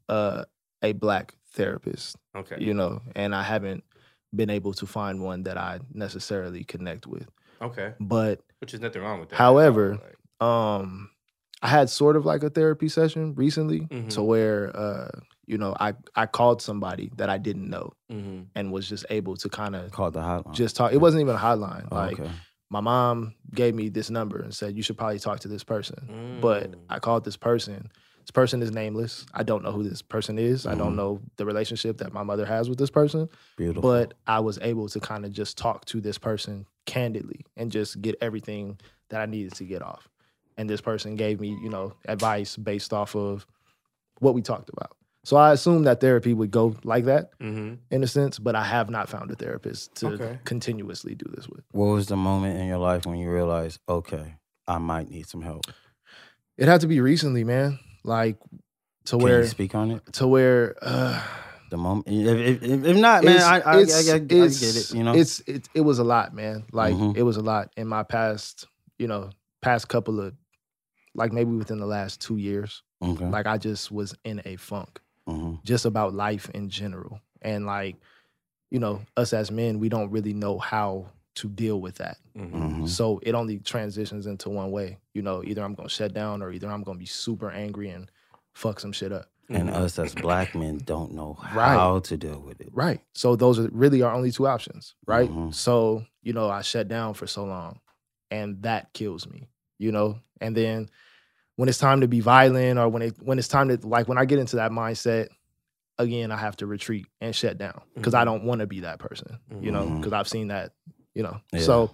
C: uh, a black therapist,
B: Oh, Okay.
C: you know, and I haven't been able to find one that I necessarily connect with.
B: Okay.
C: But
B: Which is nothing wrong with that.
C: However,
B: Like,
C: um I had sort of like a therapy session recently
B: Mhm.
C: to where uh, you know, I I called somebody that I didn't know
B: mhm.
C: and was just able to kind of
A: Called the hotline.
C: just talk. It wasn't even a hotline.
A: Oh,
C: like
A: okay.
C: my mom gave me this number and said you should probably talk to this person.
A: Hmm.
C: but
B: Mm.
C: I called this person. This person is nameless. I don't know who this person is. I
A: Mhm.
C: don't know the relationship that my mother has with this person,
A: beautiful.
C: but I was able to kind of just talk to this person candidly and just get everything that I needed to get off. And this person gave me, you know, advice based off of what we talked about. So I assume that therapy would go like that
B: Mm-hmm.
C: in a sense, but I have not found a therapist to
B: Okay.
C: continuously do this with.
A: What was the moment in your life when you realized, okay, I might need some help?
C: It had to be recently, man. Like to
A: Can
C: where
A: you speak on it?
C: to where uh
A: The moment, if, if, if if not, man, I, I, I, I, I get it.
C: it's-
A: You know,
C: It's it it was a lot, man. Like
A: Mhm.
C: it was a lot in my past, you know, past couple of like maybe within the last two years.
A: okay.
C: Like I just was in a funk.
A: Mhm.
C: just about life in general. And like, you know, us as men, we don't really know how to deal with that.
B: Mm-hmm.
A: Mhm.
C: So it only transitions into one way. You know, either I'm gonna shut down or either I'm gonna be super angry and fuck some shit up.
B: Mm-hmm.
A: And us as black men don't know
C: Mm-hmm. Right.
A: how to deal with it.
C: Right. So those are really our only two options. Right.
A: Mhm.
C: So, you know, I shut down for so long and that kills me, you know? And then when it's time to be violent or when it when it's time to like when I get into that mindset, again, I have to retreat and shut down because I
B: Mhm.
C: don't want to be that person, you know,
A: Mhm.
C: because I've seen that, you know.
A: Yeah.
C: So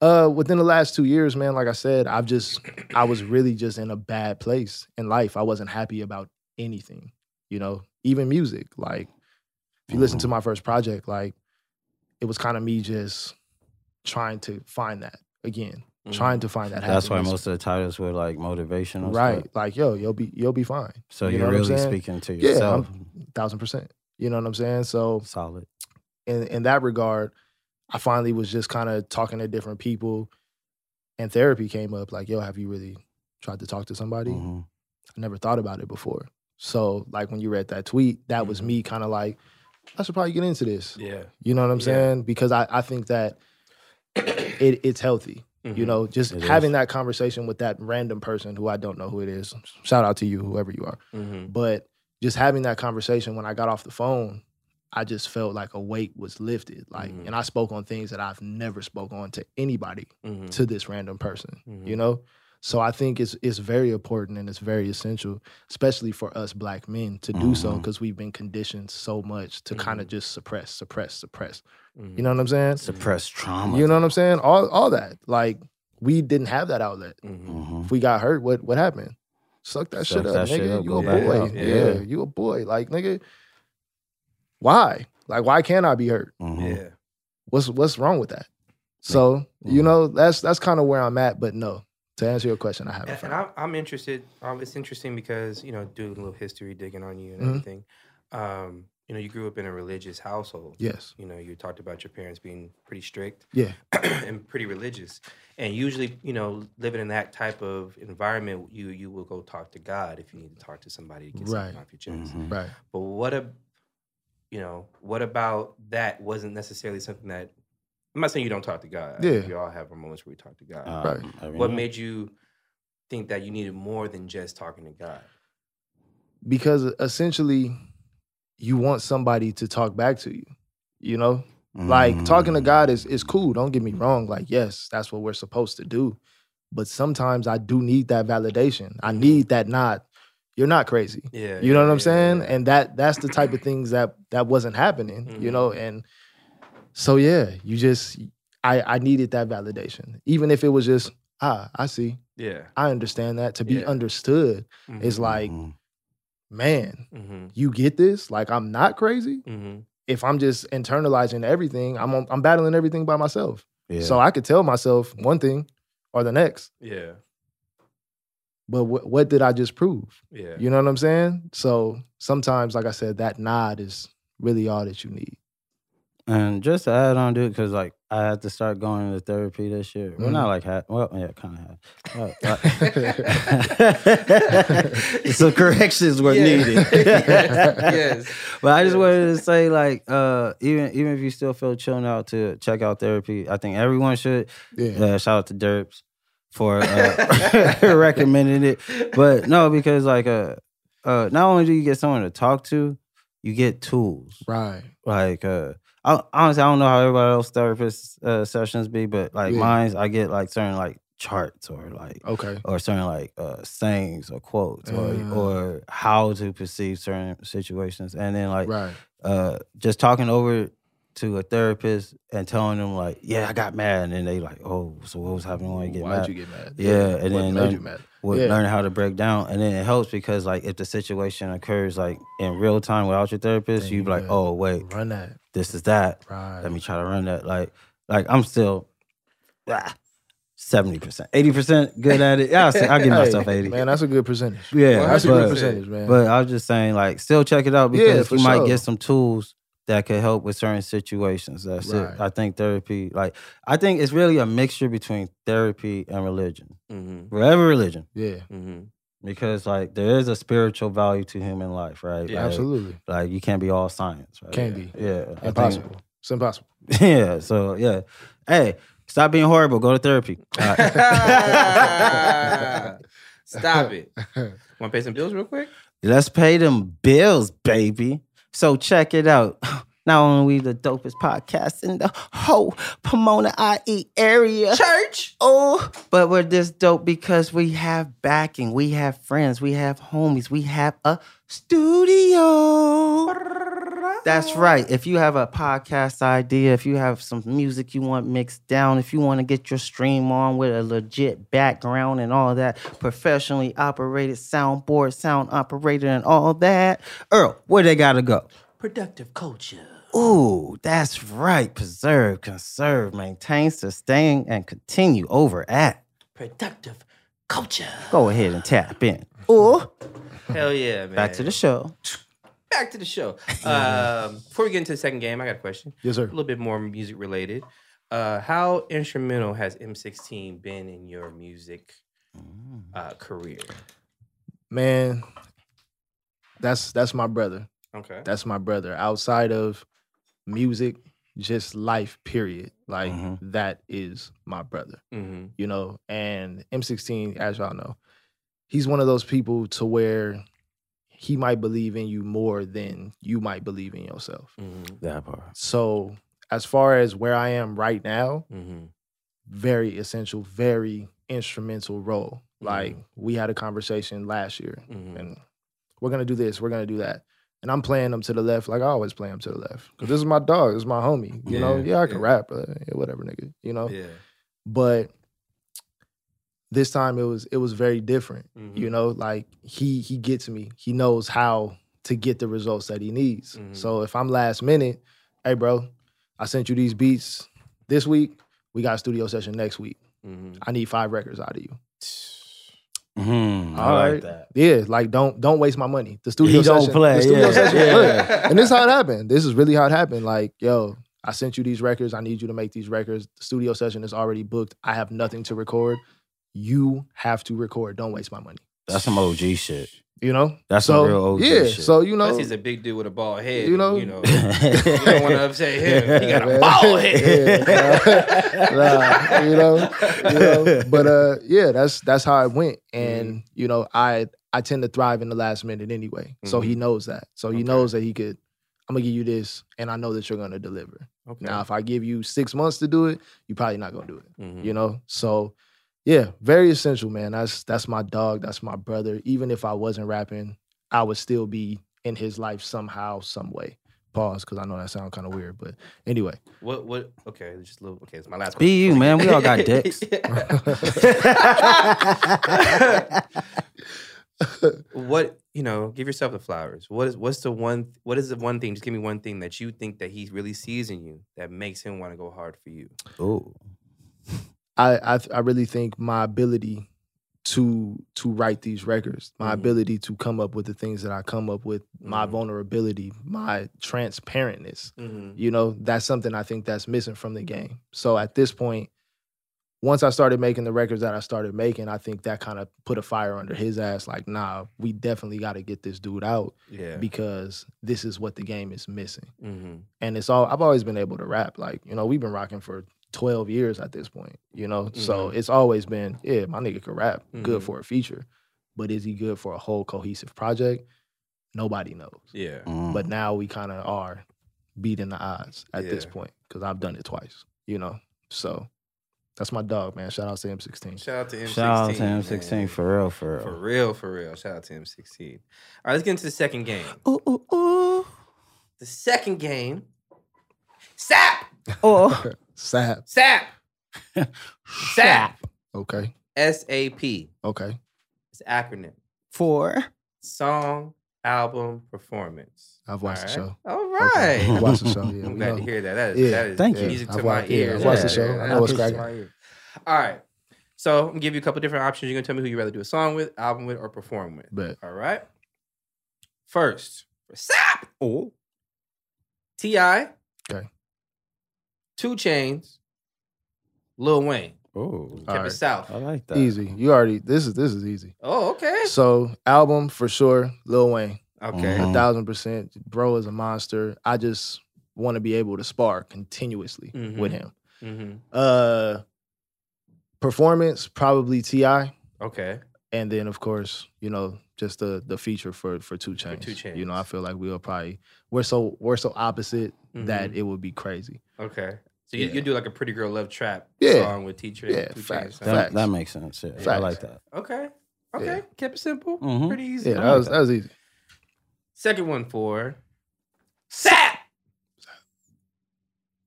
C: uh within the last two years, man, like I said, I've just I was really just in a bad place in life. I wasn't happy about anything, you know, even music. Like if you
A: Mm-hmm.
C: listen to my first project, like it was kind of me just trying to find that again,
B: Mm-hmm.
C: trying to find that.
A: Mm-hmm. That's why
C: happiness.
A: most of the titles were like motivational,
C: right.
A: Stuff.
C: Like yo, you'll be you'll be fine,
A: So
C: You know
A: you are
C: what I'm
A: really
C: saying?
A: speaking to
C: Yeah,
A: yourself.
C: thousand percent. You know what I'm saying? So
A: Solid.
C: in in that regard, I finally was just kind of talking to different people, and therapy came up. Like yo, have you really tried to talk to somebody?
A: Mhm.
C: I never thought about it before. So like when you read that tweet, that was
B: Mhm.
C: me kind of like, I should probably get into this.
B: Yeah.
C: You know what I'm
B: Yeah.
C: saying? Because I, I think that it, it's healthy.
B: Mm-hmm.
C: You know, just
A: It
C: having
A: is.
C: that conversation with that random person who I don't know who it is. Shout out to you, whoever you are.
B: Mm-hmm.
C: But just having that conversation when I got off the phone, I just felt like a weight was lifted. Like,
B: Mhm.
C: and I spoke on things that I've never spoke on to anybody,
B: Mm-hmm.
C: to this random person
B: Mm-hmm.
C: you know so i think it's it's very important and it's very essential especially for us black men to do so
A: Mhm.
C: because we've been conditioned so much to kind
A: Mm-hmm.
C: of
B: Mhm.
C: just suppress suppress suppress
B: Mm-hmm.
C: you know what i'm saying
A: Suppressed trauma.
C: you know what i'm saying all all that like we didn't have that outlet
B: Mm-hmm.
A: hmm
C: if we got hurt what what happened suck that
A: Suck
C: shit up
A: that
C: nigga
A: shit up,
C: you
A: go
C: a
A: back
C: boy
A: out.
C: yeah.
B: Yeah.
C: you a boy like nigga why like why can't i be hurt
A: mm-hmm.
B: Yeah.
C: what's what's wrong with that so you
A: Mhm.
C: know that's that's kind of where i'm at but no to answer your question i haven't
B: And,
C: found
B: and I'm, I'm interested. Um, it's interesting because you know, doing a little history digging on you and
C: Mhm.
B: everything. Um, you know, you grew up in a religious household.
C: yes
B: You know, you talked about your parents being pretty strict.
C: Yeah.
B: and pretty religious. And usually, you know, living in that type of environment, you you will go talk to God if you need to talk to somebody to get
C: Right.
B: something off your chest.
A: Mhm.
C: right
B: But what a, you know, what about that wasn't necessarily something that I'm not saying you don't talk to God. I think
C: Yeah.
B: we all have our moments where we talk to God.
A: Um, every
B: what
A: night.
B: made you think that you needed more than just talking to God?
C: because essentially you want somebody to talk back to you you know like talking to
B: Mm.
A: Mhm.
C: god is is cool don't get me wrong like yes that's what we're supposed to do but sometimes i do need that validation i
B: Mhm.
C: need that not you're not crazy
B: Yeah.
C: you know what i'm saying
B: And
C: and that that's the type of things that that wasn't happening you
B: Mhm.
C: know and so yeah you just i i needed that validation even if it was just ah i see
B: yeah.
C: i understand that to be
B: Yeah.
C: understood is
B: Mhm.
C: like
A: Mhm.
C: man
B: Mhm.
C: you get this? Like I'm not crazy.
B: Mhm.
C: If I'm just internalizing everything, I'm I'm battling everything by myself.
A: yeah.
C: So I could tell myself one thing or the next,
B: Yeah.
C: but wh- what did I just prove?
B: Yeah.
C: You know what I'm saying? So sometimes, like I said, that nod is really all that you need.
A: And just to add on, dude, because like I had to start going to therapy this year. Well,
C: Mhm.
A: not like had, well, yeah, kind of had.
B: Yeah.
A: Some corrections were
B: Yeah.
A: needed.
B: yes.
A: But I just
B: Yes.
A: wanted to say, like, uh, even even if you still feel chilling out to check out therapy, I think everyone should.
C: Yeah,
A: Uh, shout out to Derps for uh, recommending it. But no, because like, uh, uh, not only do you get someone to talk to, you get tools
C: right.
A: like uh I, honestly i don't know how everybody else therapist uh, sessions be but like
C: Yeah.
A: mine's i get like certain like charts or like
C: Okay.
A: or certain like uh sayings or quotes
C: Mm.
A: or or how to perceive certain situations and then like
C: Right.
A: uh just talking over to a therapist and telling them like yeah i got mad and then they like oh so what was happening when you get
C: Why'd
A: mad
C: you get mad?
A: Yeah, and
C: what
A: then
C: made
A: um,
C: you mad?
A: with
C: Yeah.
A: learning how to break down, and then it helps because like if the situation occurs like in real time without your therapist,
C: Then
A: you be
C: you
A: like,
C: good.
A: oh wait,
C: Run that.
A: this is that.
C: Right.
A: Let me try to run that. Like like I'm still ah, seventy percent, eighty percent good at it. Yeah, I say- I give
C: Hey,
A: myself eighty.
C: Man, that's a good percentage.
A: yeah,
B: Well,
C: that's a
A: but-
C: good percentage, man.
A: But I was just saying, like, still check it out
C: Yeah,
A: because
C: for
A: you might
C: sure.
A: get some tools that could help with certain situations. That's it.
C: Right.
A: I think therapy, like, I think it's really a mixture between therapy and religion,
B: Mm-hmm.
A: whatever religion,
C: yeah,
B: Mm-hmm.
A: because like there is a spiritual value to human life, right?
B: Yeah,
A: like,
C: absolutely.
A: Like you can't be all science, right?
C: Can't be.
A: Yeah, I think-
C: Oh, Impossible. It's impossible.
A: yeah. So yeah, hey, stop being horrible. Go to therapy. All right.
B: Stop it. Want to pay some bills real quick?
A: Let's pay them bills, baby. So check it out. Not only we the dopest podcast in the whole Pomona IE area.
B: Church.
A: Oh, but we're this dope because we have backing, we have friends, we have homies, we have a studio. That's right. If you have a podcast idea, if you have some music you want mixed down, if you want to get your stream on with a legit background and all that, professionally operated soundboard, sound operator, and all that, Earl, where they got to go?
B: Productive culture.
A: Ooh, that's right. Preserve, conserve, maintain, sustain, and continue over at.
B: Productive culture.
A: Go ahead and tap in. Or
B: Hell yeah, man.
A: back to the show.
B: back to the show. Um, before we get into the second game, I got a question.
C: Yes,
B: A
C: sir.
B: little bit more music related. Uh, how instrumental has M16 been in your music
C: Mm.
B: uh, career?
C: Man, that's that's my brother.
B: Okay.
C: That's my brother. Outside of music, just life, period. Like
A: Mhm.
C: that is my brother.
B: Mm-hmm.
C: you know. And M16, as y'all know, he's one of those people to where he might believe in you more than you might believe in yourself.
B: Mm-hmm.
A: That part.
C: So, as far as where I am right now,
B: Mm-hmm.
C: very essential, very instrumental role.
B: Mm.
C: Like we had a conversation last year,
B: Mm-hmm.
C: and we're gonna do this, we're gonna do that. And I'm playing them to the left, like I always play them to the left, because this is my dog, this is my homie. You know,
B: Yeah,
C: yeah, I can
B: yeah.
C: rap, but yeah, whatever, nigga. You know,
B: Yeah.
C: but this time it was it was very different
B: Mhm.
C: you know like he he gets me he knows how to get the results that he needs
B: Mhm.
C: so if i'm last minute hey bro i sent you these beats this week we got a studio session next week
B: Mm-hmm.
C: i need five records out of you
A: Mm, I
C: All
A: like
C: right.
A: that.
C: yeah like don't don't waste my money the studio
A: He don't
C: session
A: play,
C: the studio
A: yeah,
C: session
A: yeah.
C: look, and this is how it happened. This is really how it happened. Like, yo, I sent you these records. I need you to make these records. The studio session is already booked. I have nothing to record. You have to record. Don't waste my money.
A: That's some OG shit.
C: You know?
A: That's some
C: so,
A: real OG
C: Yeah.
A: shit.
C: So you know.
B: Plus, he's a big dude with a bald head.
C: You
B: You know,
C: know-
B: you know, you don't want to upset him. He got a
C: Man.
B: bald head.
C: Yeah, nah, you know, you know? But uh yeah, that's that's how it went. And you know, I I tend to thrive in the last minute anyway. So he knows that. So he
B: Okay.
C: knows that he could, I'm gonna give you this, and I know that you're gonna deliver.
B: Okay.
C: Now, if I give you six months to do it, you're probably not gonna do it.
B: Mhm.
C: You know? So yeah, very essential, man. That's that's my dog, that's my brother. Even if I wasn't rapping, I would still be in his life somehow, some way. Pause, because I know that sounds kind of weird, but anyway.
B: What? What? Okay, just a little. Okay, it's my last.
A: Be you,
B: question.
A: man. We all got dicks.
B: what you know? Give yourself the flowers. What is? What's the one? What is the one thing? Just give me one thing that you think that he really sees in you that makes him want to go hard for you.
A: Ooh.
C: I I, th- I really think my ability to to write these records, my
B: Mhm.
C: ability to come up with the things that I come up with, my
B: Mhm.
C: vulnerability, my transparentness.
B: Mm-hmm.
C: you know that's something i think that's missing from the game so at this point once i started making the records that i started making i think that kind of put a fire under his ass like nah we definitely got to get this dude out
B: Yeah.
C: because this is what the game is missing
B: mm-hmm.
C: and it's all i've always been able to rap like you know we've been rocking for 12 years at this point you know so
B: Mm-hmm.
C: it's always been yeah my nigga can rap good
B: Mhm.
C: for a feature but is he good for a whole cohesive project nobody knows
B: Yeah.
A: Mm.
C: but now we kind of are beating the odds at this
B: Yeah.
C: point because I've done it twice, you know. So that's my dog, man. Shout out to M16.
B: Shout out to M16.
A: Shout out to
B: man.
A: M16 for real, for real.
B: For real, for real. Shout out to M16. All right, let's get into the second game.
A: Ooh, ooh, ooh.
B: The second game. Sap.
A: Oh.
C: Sap.
B: Sap. Sap.
C: Okay.
B: S A P.
C: Okay.
B: It's an acronym.
E: for
B: Song, album, performance.
C: I've watched the show.
B: All
C: Okay.
B: right.
C: I watched the show. Yeah,
B: I'm
C: we
B: glad
C: know.
B: to hear that. That is,
C: Yeah.
B: that is
A: Thank
C: you.
B: music
C: I've
B: to my
C: watched- yeah,
B: ears.
A: I've watched the
C: show. I
B: that
C: know
A: it's
B: is music to
C: cracking.
B: my ear. All right. So I'm gonna give you a couple different options. You're gonna tell me who you'd rather do a song with, album with, or perform with.
C: But
B: All right. First, for SAP. Oh. T.I.
C: Okay.
B: Two Chains. Lil Wayne.
A: Oh,
B: Kept
C: All
B: it
C: right.
B: south.
A: I like that.
C: easy. You already this is this is easy.
B: Oh, okay.
C: So album for sure, Lil Wayne.
B: Okay.
A: Mhm.
C: A thousand percent. Bro is a monster. I just want to be able to spar continuously
B: Mhm.
C: with him.
B: hmm
C: Uh performance, probably TI.
B: Okay.
C: And then of course, you know, just the the feature for for two chains.
B: Two
C: You know,
B: Chainz.
C: I feel like we'll probably we're so we're so opposite that
B: Mhm.
C: it would be crazy.
B: Okay. So you,
C: Yeah.
B: you do like a pretty girl love trap
C: Yeah.
B: song with T Train.
C: Yeah,
B: Two
C: facts,
B: Chainz.
A: that,
C: facts.
A: that makes sense. Yeah, I
C: Facts.
A: like that.
B: Okay.
C: Yeah. Mm-hmm.
B: Okay. Kept it simple.
A: Mhm.
B: Pretty easy.
C: Yeah,
A: I
C: that
A: like
C: was
A: that.
C: that was easy.
B: Second one for Sap.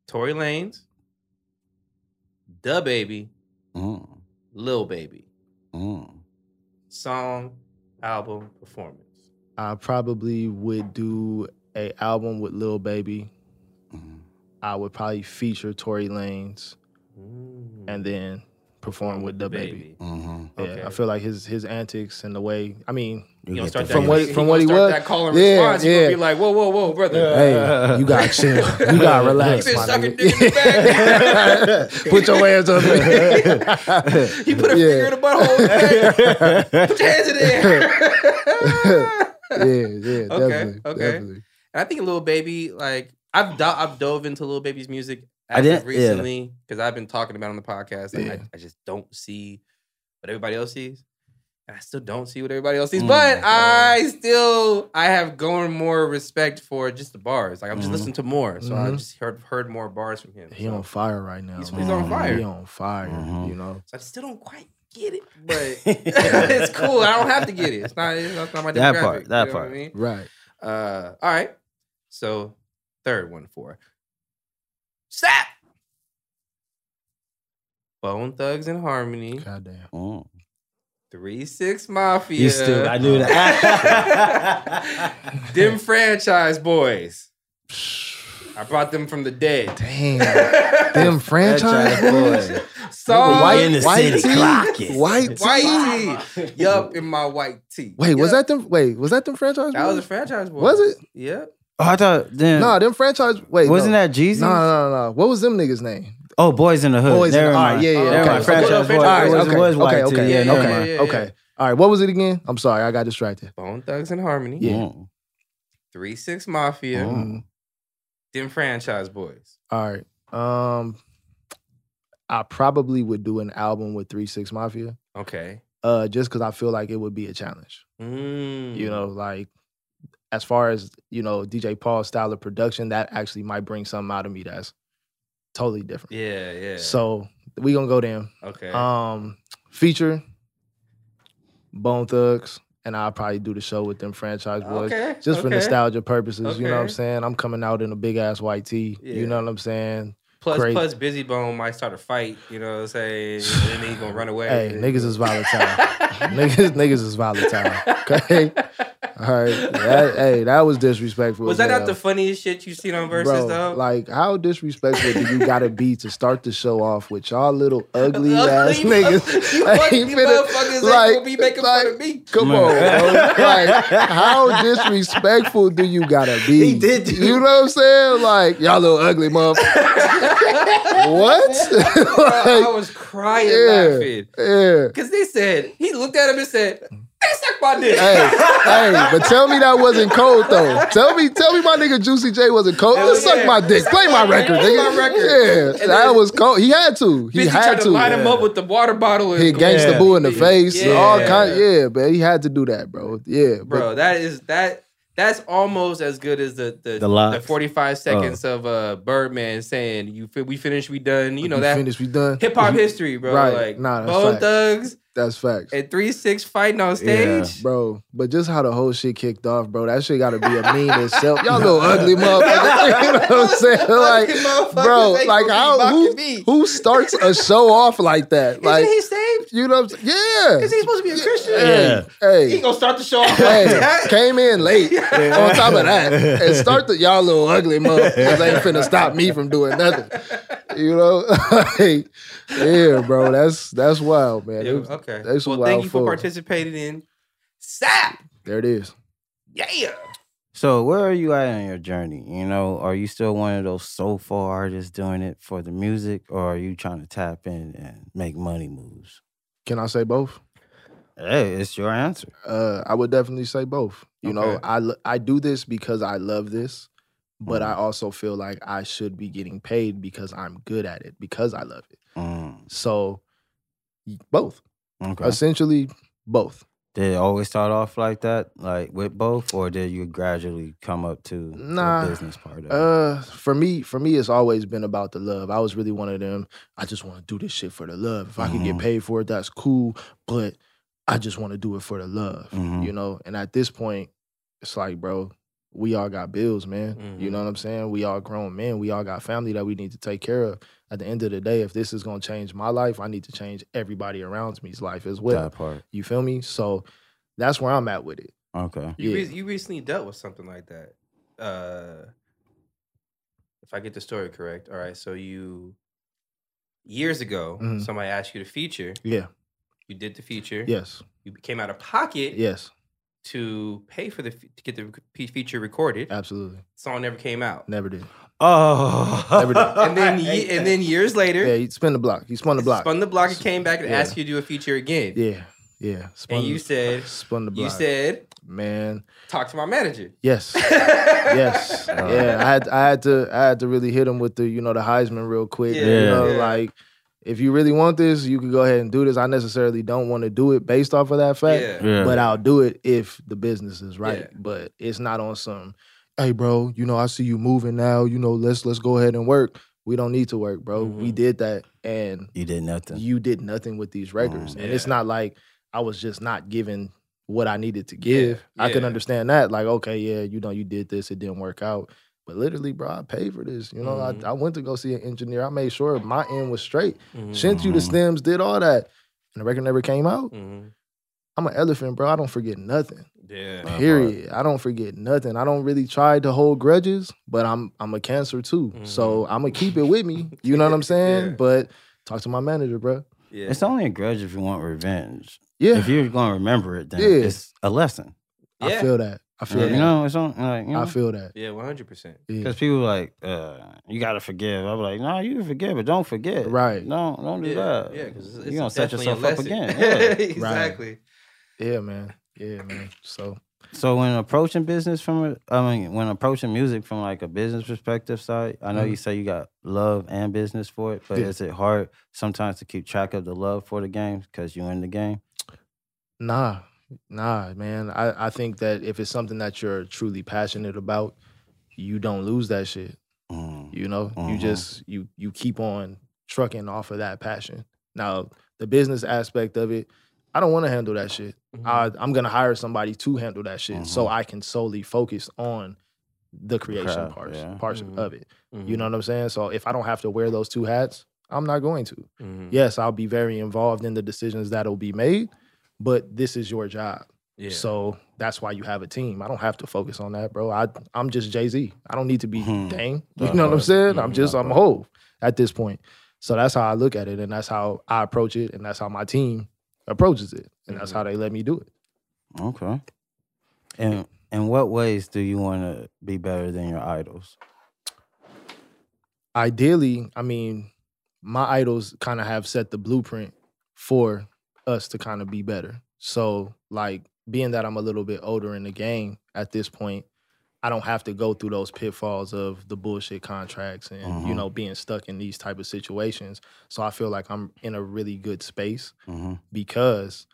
B: Tory Lanez. Da Baby.
A: Mm,
B: Lil Baby.
A: mm.
B: Song, album, performance.
C: I probably would do a album with Lil Baby.
A: mm.
C: I would probably feature Tory Lanez and then perform with the baby.
A: Mm-hmm.
B: Baby.
C: Yeah,
B: Okay.
C: I feel like his his antics and the way. I mean,
B: You gonna start that,
C: From
B: you
C: what-
B: gonna- you
C: from
B: gonna
C: what he
B: start
C: was-
B: That call and
C: Yeah,
B: response. You
C: yeah.
B: gonna be like, whoa, whoa, whoa, brother.
C: hey, you gotta chill. You gotta relax.
B: You been
C: my
B: sucking
C: nigga.
B: dick in the back.
C: Put your hands up.
B: You put a finger in the butthole. man. Put your hands in the air.
C: Yeah, yeah,
B: Okay,
C: definitely,
B: okay.
C: definitely.
B: I think Lil Baby, like I've do- I've dove into Lil Baby's music
A: I
B: as of
A: didn't- yeah.
B: recently because I've been talking about it on the podcast. Like,
C: Yeah.
B: I, I just don't see what everybody else sees. And I still don't see what everybody else sees,
A: Mm.
B: but I still I have grown more respect for just the bars. Like I'm just
A: Mhm.
B: listening to more, so I've
C: Mhm.
B: just heard heard more bars from him.
C: He
B: so.
C: on fire right now.
B: He's-
A: he's on
C: man.
B: fire.
C: He on fire.
A: Mhm.
C: You know.
B: So I still don't quite get it, but it's cool. I don't have to get it. It's not. It's not my demographic.
A: That part,
B: you
A: that
B: know what I
A: part.
B: mean?
C: Right.
B: Uh, all right. So third one for Snap. Bone Thugs and Harmony,
C: Goddamn.
A: Mm.
B: Three Six Mafia.
A: You still, I knew that.
B: them franchise boys. I brought them from the dead.
C: Damn. Them franchise
A: Franchise
C: boys.
A: boy.
B: Song,
A: White-
B: white,
A: in the city
C: tee?
A: clocking.
C: White tee?
B: white tee. Yup, in my white tee.
C: Wait, was
B: Yup.
C: that them? Wait, was that them franchise?
B: That was a
C: boys?
B: franchise boy.
C: Was it?
B: Yep.
A: Oh, I thought then.
C: No, them franchise. Wait,
A: wasn't
C: no.
A: that Jesus?
C: No, no, no, no. What was them niggas' name?
A: Oh, Boys in the Hood.
C: Boys in the-
A: never
C: all right,
A: mind.
C: yeah, yeah,
A: Never
C: okay.
A: mind.
C: So
A: Franchise
B: Boys-
A: Boys.
B: all right,
A: it was,
B: okay,
A: it was white
C: okay,
A: too.
C: okay,
A: yeah, never
C: okay,
A: mind.
B: yeah, yeah.
C: okay. All right, what was it again? I'm sorry, I got distracted.
B: Bone Thugs and Harmony.
A: Mm.
B: Three Six Mafia.
A: Mm.
C: Mm,
B: Them franchise boys.
C: All right. Um, I probably would do an album with Three Six Mafia,
B: Okay.
C: uh, just because I feel like it would be a challenge.
B: Mm.
C: You know, like as far as you know, DJ Paul's style of production, that actually might bring something out of me that's totally different.
B: Yeah, yeah.
C: So we gonna go them.
B: okay.
C: Um, feature Bone Thugs, and I'll probably do the show with them franchise boys.
B: okay.
C: Just for
B: okay.
C: nostalgia purposes, you know what I'm
B: Okay.
C: saying? I'm coming out in a big ass white tee.
B: Yeah.
C: You know what I'm saying?
B: Plus,
C: Great.
B: plus, Busy Bone might start a fight. You know, what I'm saying, and then he gonna run away.
C: Hey, niggas is volatile. niggas, niggas is volatile. Okay. All right. That, hey, that was disrespectful.
B: Was
C: as
B: that not
C: hell.
B: the funniest shit you seen on Versus
C: Bro,
B: though?
C: Like, how disrespectful do you gotta be to start the show off with y'all little ugly ass
B: Ugly
C: niggas?
B: You
C: Like,
B: fucking
C: you finna-
B: motherfuckers ain't
C: like-
B: gonna be making fun of
C: like,
B: me.
C: Come on, bro. Like, how disrespectful do you gotta be?
A: He did do-
C: You know what I'm saying? Like, y'all little ugly motherfucker. what?
B: Bro, I
C: Like,
B: was crying
C: yeah.
B: laughing.
C: yeah.
B: Cause they said he looked at him and said, "They suck my dick."
C: Hey, hey, but tell me that wasn't cold though. Tell me, tell me my nigga Juicy J wasn't cold.
B: Hell
C: Let's
B: yeah.
C: suck my dick. Play my record,
B: Play
C: nigga.
B: my record.
C: Yeah,
B: And
C: that
B: then-
C: was cold. He had to. He
B: Busy
C: had
B: tried to,
C: to.
B: line him
A: yeah.
B: up with the water bottle. and
C: Hit gangsta
A: Yeah.
C: boo in the face.
B: Yeah.
C: All kind. Yeah, but he had to do that, bro. Yeah, but-
B: bro. That is that. That's almost as good as the the,
A: The locks.
B: forty
C: Oh.
B: five seconds of uh Birdman saying you fi- we finished we done you know that
C: finished. We done.
B: hip hop history bro
C: Right.
B: like
C: Nah, that's
B: Bone
C: facts.
B: Thugs
C: That's facts.
B: And three six fighting on stage.
C: Bro, but just how the whole shit kicked off, bro. That shit gotta be a meme itself. Y'all little ugly motherfuckers. You know what I'm saying?
B: Fucking
C: Like,
B: motherfuckers,
C: bro,
B: they gonna
C: like,
B: be
C: how-
B: mocking
C: who-
B: me.
C: who starts a show off like that? Like,
B: Isn't he saved?
C: you know what I'm saying? Yeah.
B: Is he supposed to be a Christian?
A: Yeah.
C: Hey.
B: He gonna start the show off like
C: Hey,
B: that.
C: came in late. On top of that, and start the y'all little ugly motherfuckers ain't finna stop me from doing nothing. You know, like, yeah, bro, that's that's wild, man.
B: Yeah,
C: It was-
B: okay.
C: they some
B: well, thank
C: wild
B: you for
C: fools.
B: participating in SAP.
C: There it is.
B: Yeah.
A: So where are you at in your journey? You know, are you still one of those soulful artists doing it for the music, or are you trying to tap in and make money moves?
C: Can I say both?
A: Hey, it's your answer.
C: Uh, I would definitely say both. You know,
B: Okay.
C: I lo- I do this because I love this, but I
A: Mhm.
C: also feel like I should be getting paid because I'm good at it because I love it.
A: Mm,
C: So, y- both
A: okay.
C: essentially, both.
A: Did it always start off like that, like with both, or did you gradually come up to
C: Nah.
A: the business part of it?
C: Uh, for me, for me, it's always been about the love. I was really one of them. I just want to do this shit for the love. If I can get
A: Mhm.
C: paid for it, that's cool. But I just want to do it for the love,
A: Mhm.
B: Mm.
C: you know. And at this point, it's like, bro, we all got bills, man. You
B: Mm-hmm.
C: know what I'm saying? We all grown men. We all got family that we need to take care of. At the end of the day, if this is gonna change my life, I need to change everybody around me's life as well.
A: that part?
C: You feel me? So that's where I'm at with it.
A: Okay.
B: You,
C: Yeah.
B: re- you recently dealt with something like that. Uh, if I get the story correct, all right. So you years ago,
C: Mhm.
B: somebody asked you to feature.
C: Yeah.
B: You did the feature.
C: Yes.
B: You came out of pocket
C: Yes.
B: to pay for the f- to get the p- feature recorded.
C: Absolutely.
B: Song never came out.
C: Never did.
A: Oh,
C: Never done.
B: And then ye- and then years later,
C: Yeah. He spun the block. He spun the block.
B: spun the block and came back and
C: Yeah.
B: asked you to do a feature again.
C: Yeah, yeah. Spun
B: you
C: the-
B: said-
C: spun the block.
B: You said,
C: man,
B: "Talk to my manager."
C: yes,
B: yes.
C: yes,
B: Uh,
C: yeah. I had, I had to, I had to really hit him with the, you know, the Heisman real quick. you
A: Yeah.
C: know,
B: Yeah.
C: like if you really want this, you could go ahead and do this. I necessarily don't want to do it based off of that fact,
B: Yeah.
A: Yeah.
C: but I'll do it if the business is right.
B: Yeah.
C: But it's not on some, hey, bro, you know, I see you moving now. You know, let's let's go ahead and work. We don't need to work, bro. We
B: Mhm.
C: did that, and
A: you did nothing.
C: you did nothing with these records.
B: Mm.
C: And it's
B: Yeah.
C: not like I was just not given what I needed to give. I can
B: yeah.
C: understand that. Like, okay, yeah, you know, you did this, it didn't work out. But literally, bro, I paid for this. You know,
B: Mhm.
C: I, I went to go see an engineer. I made sure my end was straight.
B: Mhm.
C: Sent you the
A: Mhm.
C: stems, did all that. And the record never came out.
B: Mhm.
C: I'm an elephant, bro. I don't forget nothing.
B: Yeah.
A: part.
C: Period. I don't forget nothing. I don't really try to hold grudges, but I'm I'm a cancer too. So I'm gonna keep it with me. You know what I'm saying?
B: Mm-hmm. Yeah.
C: But talk to my manager, bro.
B: Yeah.
A: It's only a grudge if you want revenge.
C: Yeah.
A: If you're gonna remember it, then
C: Yeah.
A: it's a lesson.
C: I
B: Yeah.
C: feel that. I feel
B: Yeah.
A: You
C: that.
A: know, it's on like you know,
C: I feel that.
B: Yeah, one hundred percent.
C: Yeah.
A: because people like uh, you gotta forgive. I'm like, no, you can forgive, but don't forget.
C: Right.
A: No, don't do
B: Yeah,
A: that.
B: yeah, because
A: you're gonna set yourself up again. Yeah.
B: exactly.
C: Yeah, man. Yeah, man. So
A: So when approaching business from, a, I mean, when approaching music from like a business perspective side, I know you say you got love and business for it, but
C: Mm-hmm. Yeah.
A: is it hard sometimes to keep track of the love for the game because you in the game?
C: nah, nah, man. I, I think that if it's something that you're truly passionate about, you don't lose that shit.
A: Mm,
C: You know, you
A: Mhm.
C: just you you keep on trucking off of that passion. Now, the business aspect of it, I don't want to handle that shit.
B: Mm-hmm.
C: I,
A: Mm-hmm.
C: I'm gonna hire somebody to handle that shit so I can solely focus on the creation
A: craft,
C: parts,
A: yeah. Mm-hmm.
C: parts
B: Mhm.
C: of it. Uh, You know what I'm saying? So if I don't have to wear those two hats, I'm not going to.
B: Mhm.
C: yes, I'll be very involved in the decisions that'll be made, but this is your job.
B: Yeah.
C: So that's why you have a team. I don't have to focus on that, bro. I I'm just Jay Z. I don't need to be
A: Mhm.
C: Dame. You
A: That
C: know what I'm
A: part.
C: saying? I'm
B: Mhm.
C: just
A: That
C: I'm
A: part.
C: whole at this point. So that's how I look at it, and that's how I approach it, and that's how my team approaches it, and that's
B: Mhm.
C: how they let me do it.
A: Okay. And in what ways do you want to be better than your idols?
C: Ideally, I mean, my idols kind of have set the blueprint for us to kind of be better. So, like, being that I'm a little bit older in the game at this point, I don't have to go through those pitfalls of the bullshit contracts and you
A: Mhm.
C: know being stuck in these type of situations. So I feel like I'm in a really good space
A: hmm
C: because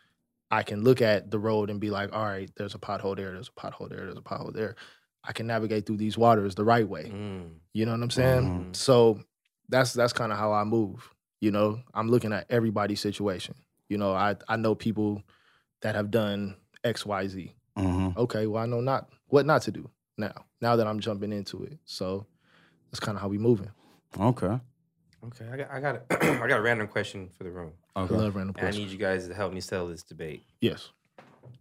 C: I can look at the road and be like, all right, there's a pothole there, there's a pothole there, there's a pothole there. I can navigate through these waters the right way.
B: Mm.
C: You know what I'm saying?
B: Mhm.
C: So that's that's kind of how I move. You know, I'm looking at everybody's situation. You know, I I know people that have done X, Y, Z.
A: hmm
C: Okay, well I know not what not to do now. Now that I'm jumping into it, so that's kind of how we moving.
A: Okay.
B: Okay, I got I got a, I got a random question for the room.
C: I love random
B: And I
C: questions.
B: need you guys to help me settle this debate.
C: yes,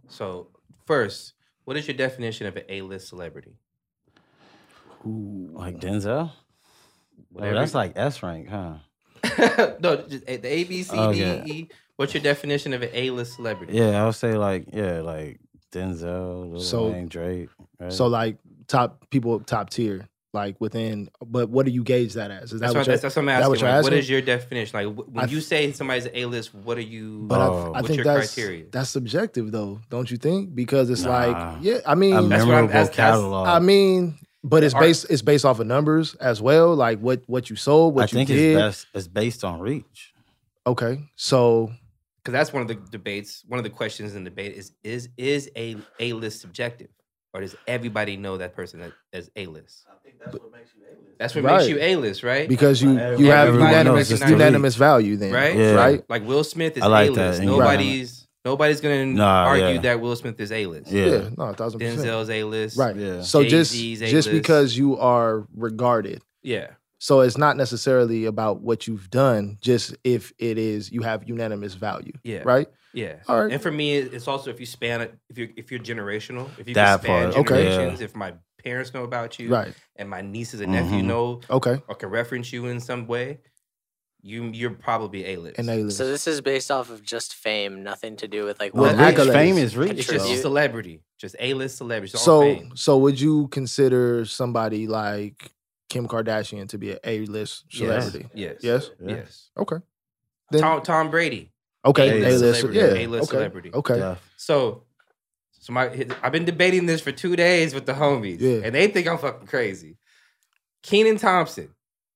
B: So, first, what is your definition of an A-list celebrity?
A: Like Denzel? Oh, that's like S rank, huh?
B: no, just A- the A B C D E.
A: Okay.
B: What's your definition of an A-list celebrity?
A: Yeah, I would say like yeah, like Denzel, Lil
C: So-
A: Wayne, Drake. Right?
C: So like top people up top tier, like within. But what do you gauge that as? Is
B: That's,
C: that what
B: what,
C: you're-
B: that's, that's what I'm
C: that
B: asking.
C: what you're
B: like, what
C: asking?
B: is your definition? Like, wh- when
C: I
B: you
C: th-
B: say somebody's an A-list, what are you?
C: But I-
A: Oh.
C: I,
B: What's
C: think
B: your
C: that's
B: criteria?
C: that's subjective though, don't you think? Because it's
A: Nah.
C: like, yeah, I
A: a
C: mean,
B: That's what I'm-
A: memorable
B: that's- that's-
A: catalog.
C: I mean, but it's
B: Art-
C: based it's based off of numbers as well, like what what you sold, what
A: I
C: you
A: think
C: did.
A: it's best it's based on reach.
C: Okay, so
B: Because that's one of the debates. One of the questions in debate is is is a A-list subjective, or does everybody know that person that as A-list? I think that's what makes
C: Right.
B: you A-list. That's what makes you A-list, right?
C: because you
A: Everybody-
C: you have
B: everybody
C: unanimous
B: recognizes
C: unanimous value then,
B: Right?
A: Yeah.
C: Right?
B: Like Will Smith is
A: I like that.
B: A-list.
A: Right.
B: Nobody's nobody's gonna
A: Nah,
B: argue
A: yeah.
B: that Will Smith is A-list.
A: Yeah.
C: Yeah, no, a thousand percent.
B: Denzel's A-list.
C: Right.
A: Yeah.
C: So just
B: Jay-Z's
C: just
B: A-list.
C: because you are regarded,
B: Yeah.
C: so it's not necessarily about what you've done, just if it is you have unanimous value,
B: Yeah.
C: right?
B: Yeah.
C: All right.
B: And for me, it- it's also if you span it, if you're if you're generational, if you
A: That
B: can span
A: part,
C: okay.
B: generations, if my parents know about you,
C: Right.
B: and my nieces and nephew
A: Mhm.
B: know
C: Okay.
B: or can reference you in some way, you you're probably A-list.
C: And they
D: So this is based off of just fame, nothing to do with like
A: Well,
C: Well,
D: what
A: reach
C: accolades.
A: fame is
B: it's
A: reach.
D: True.
B: just
A: though.
B: celebrity, just A-list celebrity. It's all
C: So
B: fame.
C: so would you consider somebody like Kim Kardashian to be an A list celebrity?
B: Yes.
C: Yes?
B: Yes.
A: Yeah.
C: Okay. Then-
B: Tom, Tom Brady.
C: Okay,
A: A-list
C: A list,
B: celebrity,
C: yeah,
B: A-list
C: okay.
B: celebrity.
C: Okay,
A: Yeah.
B: So, so my I've been debating this for two days with the homies,
C: Yeah.
B: and they think I'm fucking crazy. Keenan Thompson,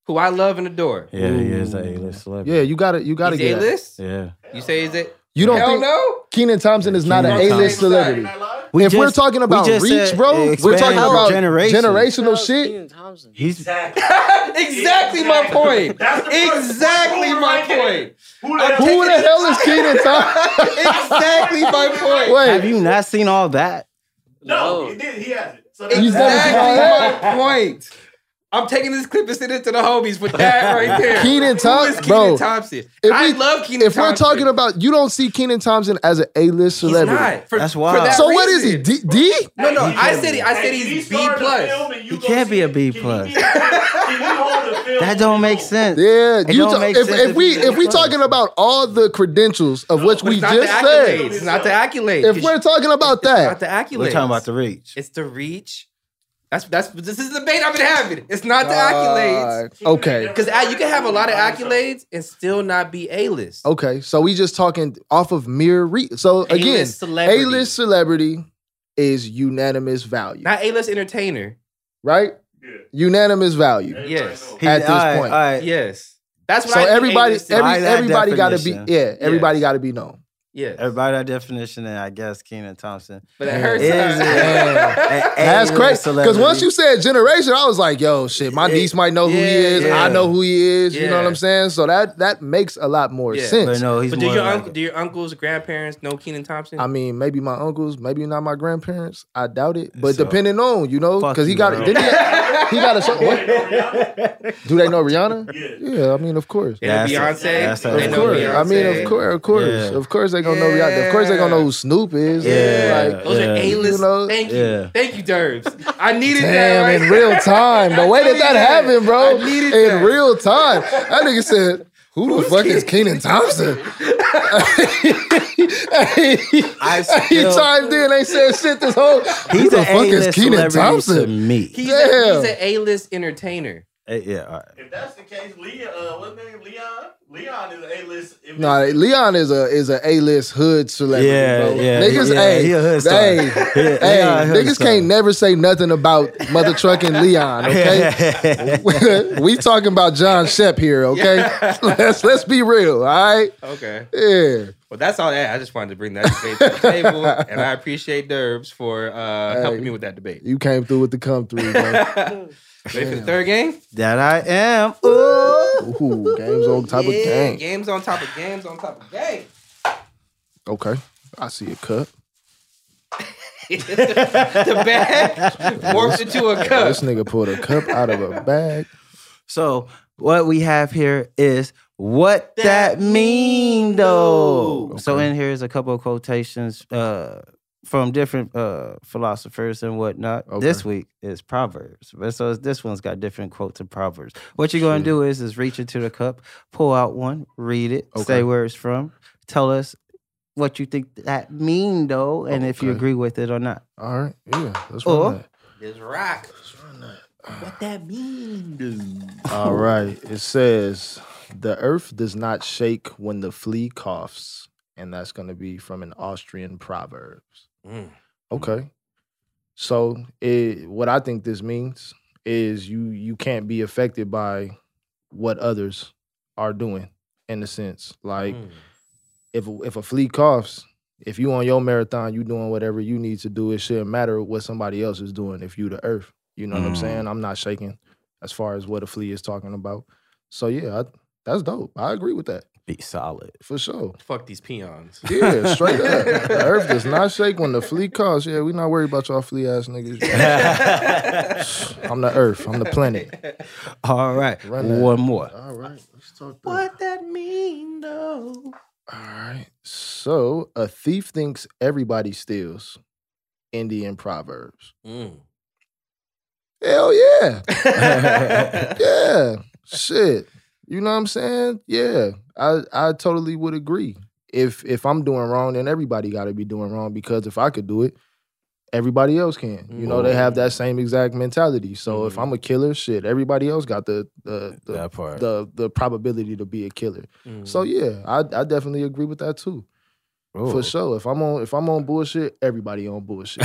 B: who I love and adore,
A: Yeah, he is a
C: Ooh.
A: list celebrity.
C: yeah, you got to you got to
B: he's
C: get. that.
B: A-list.
A: Yeah.
B: You say is it?
C: You don't
B: Hell
C: think
B: no.
C: Keenan Thompson is not
A: Kenan
C: an A
A: Thompson.
C: list celebrity?
A: We
C: if we're
A: just-
C: talking about
A: just
C: reach,
A: said
C: bro, we're
A: expand
C: talking
A: our
C: about
A: generation.
C: generational shit.
D: Thompson.
A: He's
B: exactly my point.
E: That's the point.
B: Exactly
E: Who
B: my
E: right there?
B: point. Uh,
E: Who the hell?
C: Who the hell is Keenan Thompson?
B: exactly my point.
A: have
C: Wait,
A: you not seen all that?
E: No,
D: No.
E: he did. He has it. So that's
C: He's never seen all that?
B: Exactly my point. I'm taking this clip and sending it to the homies with that right there.
C: Keenan
B: Who is
C: Thom-
B: Keenan
C: bro,
B: Thompson?
C: if
B: I
C: we-
B: love Keenan
C: if we're
B: Thompson.
C: talking about, you don't see Keenan Thompson as an A list
B: He's
C: celebrity.
B: not. For-
A: That's
B: for
A: wild.
B: that
C: So what is he?
B: reason.
C: D? D?
B: No, no.
A: He
B: I
A: can't
B: said he,
A: be.
B: I said
E: Hey,
B: he's
E: if he
B: B
E: started the film
B: plus.
E: and you
A: He
E: go
A: can't
E: see
A: be a
E: it,
A: B
E: can he
A: plus.
E: be- can he hold the film
A: That
E: and
A: don't
E: you
A: make
E: go-
A: sense.
C: Yeah,
A: It
C: you
A: don't
C: ta-
A: make
C: if,
A: sense
C: if
A: if
C: we
A: he's in
C: if we
A: front of
C: talking about all the credentials of which
B: But
C: we
B: it's not the
C: just
B: accolades.
C: said,
B: It's not the accolades.
C: if we're talking about
B: It's not
C: that,
B: the accolades.
A: We're talking about the reach.
B: It's the reach. That's that's this is the debate I've been having. It's not the accolades.
C: Uh, okay,
B: Because you can have a lot of accolades and still not be A list.
C: okay. So we just talking off of mere re- so Oh, again,
B: celebrity.
C: A list celebrity is unanimous value,
B: Not A list entertainer.
C: right?
E: Yeah.
C: Unanimous value.
E: Everybody
B: Yes.
E: know.
A: He-
C: At this
A: all right,
C: point.
A: all right.
B: Yes. That's what
C: So
B: I think
C: everybody,
B: A-list is.
A: By
C: every,
A: that
C: everybody got to be
A: definition.
C: yeah, everybody
B: Yes.
C: got to be known.
B: yes.
A: Everybody that definition, and I guess Keenan Thompson.
B: But it hurts.
A: Is
B: us.
A: it?
B: Yeah.
A: A-
C: That's
A: A-list
C: crazy. Because
A: celebrity.
C: once you said generation, I was like, yo, shit, my
A: Yeah.
C: niece might know who
B: Yeah,
C: he is.
B: yeah.
C: I know who he is. You know what
B: Yeah.
C: I'm saying? So that that makes a lot more
B: Yeah.
A: but
C: sense.
A: no, he's
B: But do
A: more
B: your
A: like
B: uncle, do your uncles, grandparents know Keenan Thompson?
C: I mean, maybe my uncles, maybe not my grandparents. I doubt it. But
A: So-
C: depending on, you know,
A: Fuck
C: because he
A: you,
C: got
A: bro.
C: didn't he, he got a show. What?
E: Rihanna?
C: Do they know Rihanna?
E: Yeah.
C: Yeah, I mean, of course.
B: They know
A: That's a-
B: Beyonce.
A: that's a-
B: they
C: Of
B: know
C: course.
B: Beyonce.
C: I mean, of course, of course.
A: Yeah.
C: Of course they gonna know Rihanna. Of course they gonna know who Snoop is.
A: Yeah.
C: Like,
B: Those are
A: Yeah.
B: A list.
C: You know?
B: Thank you.
A: Yeah.
B: Thank you, Derbs. I needed that.
C: Damn,
B: Right
C: in real time. The way that that happened, bro.
B: I needed
C: in
B: that.
C: real time. That nigga said, who the fuck is Keenan Thompson?
A: I
C: he
A: still-
C: chimed in, ain't said shit this whole. Who
A: He's
C: the
A: an
C: fuck is
A: A-list
C: Keenan
A: celebrity to
C: Thompson?
A: me.
B: He's, a,
C: Damn.
B: he's an A-list entertainer.
A: Eh, yeah, all right.
E: If that's the case, Leon, uh, what's his name? Leon? Leon is an A-list. If
C: Nah,
E: it's-
C: Leon is a is a A list hood celebrity,
A: Yeah,
C: bro.
A: yeah,
C: niggas,
A: yeah,
C: hey,
A: he a hood star.
C: hey,
A: He a-
C: hey,
A: Leon a hood
C: niggas
A: star.
C: can't never say nothing about Mother Truck and Leon, okay? we talking about John Shep here, okay?
B: Yeah.
C: let's let's be real, all right?
B: Okay.
C: Yeah.
B: Well, that's all that. I just wanted to bring that debate to the table, and I appreciate Derbs for uh, helping
C: Hey.
B: me with that debate.
C: You came through with the come through, bro.
B: Ready for the third game?
A: that I am. Ooh.
C: Ooh, games on top
B: Yeah,
C: of game.
B: Games on top of games on top of game.
C: Okay. I see a cup.
B: the bag morphed into a cup.
C: This nigga pulled a cup out of a bag.
A: So what we have here is what that, mean though.
C: though.
A: So
C: Okay.
A: in here is a couple of quotations uh, from different uh, philosophers and whatnot.
C: Okay.
A: This week is Proverbs, but so this one's got different quotes and Proverbs. What you're going to
C: Shit.
A: do is is reach into the cup, pull out one, read it, say
C: Okay.
A: where it's from, tell us what you think that mean though, and if you
C: Okay.
A: agree with it or not.
C: All right. Yeah. Let's
A: Oh.
B: Uh-huh.
C: run that.
B: This rock. What that mean?
C: All right. It says, The earth does not shake when the flea coughs. And that's going to be from an Austrian Proverbs.
B: Mm.
C: Okay. So it, what I think this means is you you can't be affected by what others are doing in a sense. Like
B: Mm.
C: if a- if a flea coughs, if you on your marathon, you doing whatever you need to do. It shouldn't matter what somebody else is doing if you the earth. You know what I'm
A: Mm.
C: saying? I'm not shaking as far as what a flea is talking about. So yeah, I, that's dope. I agree with that
A: Be solid.
C: for sure.
B: Fuck these peons.
C: Yeah, straight up. The earth does not shake when the flea coughs. Yeah, we not worried about y'all flea ass niggas. I'm the earth. I'm the planet.
A: All right,
C: Run that.
A: one more.
C: All right, let's talk. that.
B: What that mean though?
C: All right. So a thief thinks everybody steals. Indian proverbs.
B: Mm.
C: Hell yeah. yeah, shit. You know what I'm saying? Yeah, I I totally would agree. If if I'm doing wrong, then everybody got to be doing wrong because if I could do it, everybody else can. You know, they have that same exact mentality. So if
B: Mhm.
C: I'm a killer, shit, everybody else got the the
A: Mm-hmm.
C: the,
A: that part. Mm-hmm.
C: the, the probability to be a killer.
B: Mm.
C: So yeah, I I definitely agree with that too. For
A: Ooh.
C: sure. If I'm on if I'm on bullshit, everybody on bullshit.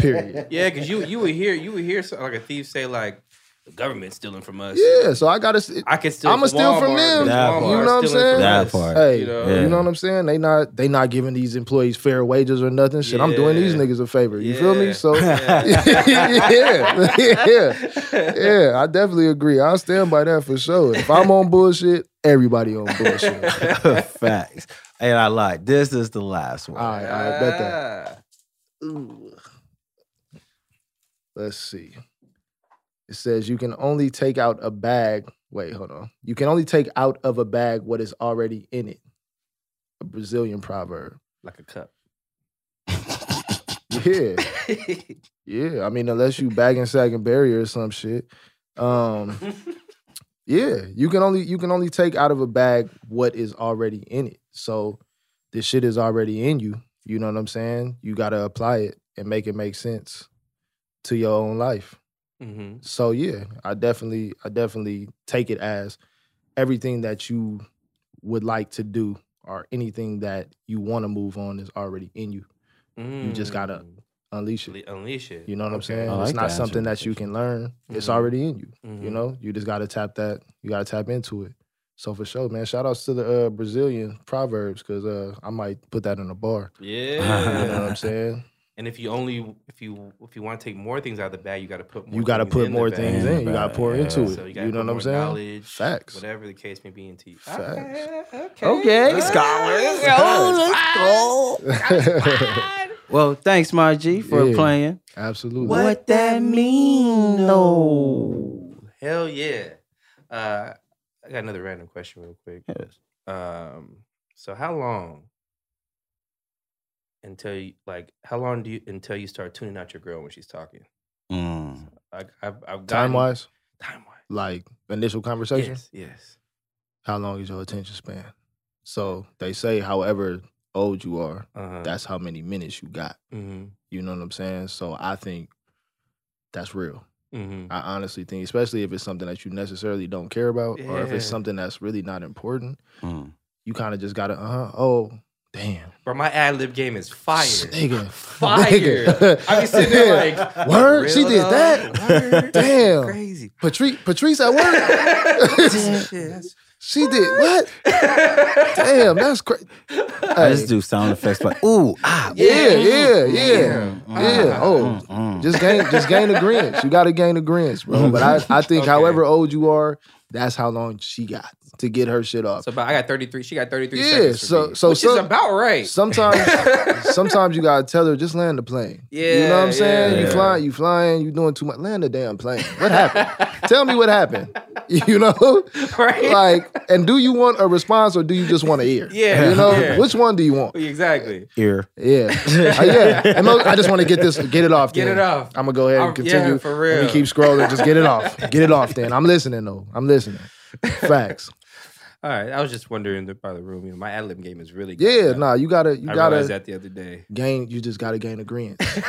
C: Period.
B: Yeah, because you you would hear you would hear some, like a thief say like the government's stealing from us.
C: Yeah, so I got to
B: I can steal.
C: I'ma
B: from
C: steal from
B: Walmart, but
C: them.
A: That
B: Walmart's
A: part. You
C: know what I'm
B: stealing
C: saying?
B: from
A: That
B: us,
A: part.
C: Hey,
B: You know,
A: Yeah.
C: You know what I'm saying? They not they not giving these employees fair wages or nothing. Shit, I'm doing these
B: Yeah.
C: niggas a favor. You feel
B: Yeah.
C: me? So yeah,
B: Yeah.
C: yeah, yeah. I definitely agree. I stand by that for sure. If I'm on bullshit, everybody on bullshit. All
A: Facts. And I lied. This is the last one.
C: right, all right, bet that.
B: Ah.
C: Let's see. It says you can only take out a bag. Wait, hold on. You can only take out of a bag what is already in it. A Brazilian proverb.
B: Like a cup.
C: Yeah. Yeah, I mean, unless you bag and sack and bury or some shit. Um, yeah, you can only you can only take out of a bag what is already in it. So this shit is already in you. You know what I'm saying? You gotta apply it and make it make sense to your own life.
B: hmm
C: So yeah, I definitely I definitely take it as everything that you would like to do or anything that you want to move on is already in you. just gotta Unleash it.
B: Mm. unleash it.
C: You know what I'm
B: Okay.
C: saying?
A: I
C: it's
A: like
C: not
A: that
C: something
A: answer.
C: that you can learn. It's
B: Mhm.
C: already in you. You
B: Mhm.
C: know, you just gotta tap that. You gotta tap into it. So for sure, man. Shout outs to the uh, Brazilian proverbs because uh, I might put that in a bar. You know
B: Yeah.
C: what I'm saying?
B: and if you only if you if you want to take more things out of the bag, you got to put more
C: you gotta
B: things
C: put
B: in
C: more
B: the
C: things
B: bag.
C: in. You gotta pour
A: Yeah.
C: into it.
B: So you,
C: you,
B: gotta
C: know
B: put
C: what I'm
B: more
C: saying?
B: Knowledge,
C: Facts.
B: Whatever the case may be into you.
C: Facts.
B: Okay.
A: Okay,
B: Ah,
A: scholars.
B: well,
A: Let's
B: fine.
A: go. Well, thanks, my G, for
C: Yeah.
A: playing.
C: Absolutely.
A: that mean though?
B: Hell yeah. Uh, I got another random question real quick.
A: Yes.
B: Um, so how long until you like how long do you until you start tuning out your girl when she's talking?
A: Mm.
B: Like I've I've
C: Time wise,
B: time wise.
C: like initial conversation.
B: Yes, yes.
C: How long is your attention span? So they say, however old you are,
B: Uh-huh.
C: that's how many minutes you got.
B: mm-hmm.
C: You know what I'm saying? So I think that's real.
B: Mm-hmm.
C: I honestly think, especially if it's something that you necessarily don't care about, or if it's
B: Yeah.
C: something that's really not important,
A: Mm.
C: you kind of just gotta, uh huh, oh, damn.
B: But my ad lib game is fire.
C: Nigga.
B: Fire.
C: Nigga.
B: I be sitting there
C: Yeah.
B: like
C: Word?
B: "For
C: She
B: real
C: did
B: though?
C: that?
B: Word?
C: Damn.
B: Crazy.
C: Patrice, Patrice at work?
B: Shit,
C: she did what?
B: that's-
C: Damn, that's crazy.
A: I just do sound effects like ooh ah
C: Yeah, yeah,
A: mm,
C: yeah.
A: mm,
C: Yeah. Oh,
A: mm, mm.
C: Just gain, just gain the grins. You gotta gain the grins, bro. But I, I think,
B: Okay.
C: however old you are, That's how long she got to get her shit off.
B: So, but I got 33. She got 33
C: Yeah,
B: seconds. for
C: so-
B: me,
C: so
B: which is
C: some-
B: about right.
C: Sometimes, sometimes you gotta tell her just land the plane. you know what I'm saying. You
A: yeah.
C: flying, you flying, you doing too much. Land the damn plane. What happened? tell me what happened. You know,
B: right?
C: like, and do you want a response or do you just want to hear?
B: Yeah,
C: you know,
B: yeah.
C: which one do you want?
B: exactly.
A: Ear.
C: Yeah, Uh, yeah. And most- I just want to get this, get it off.
B: Get
C: then.
B: it off.
C: I'm gonna go ahead
B: I'm-
C: and continue.
B: yeah, for
C: Let
B: real.
C: me keep scrolling. Just get it off. Get it off. Then I'm listening though. I'm listening. Facts.
B: All right. I was just wondering about the room. You know, my ad lib game is really good.
C: Yeah. Nah. You gotta. You
B: I
C: gotta
B: realized that the other day.
C: gain. You just gotta gain agreement.
B: and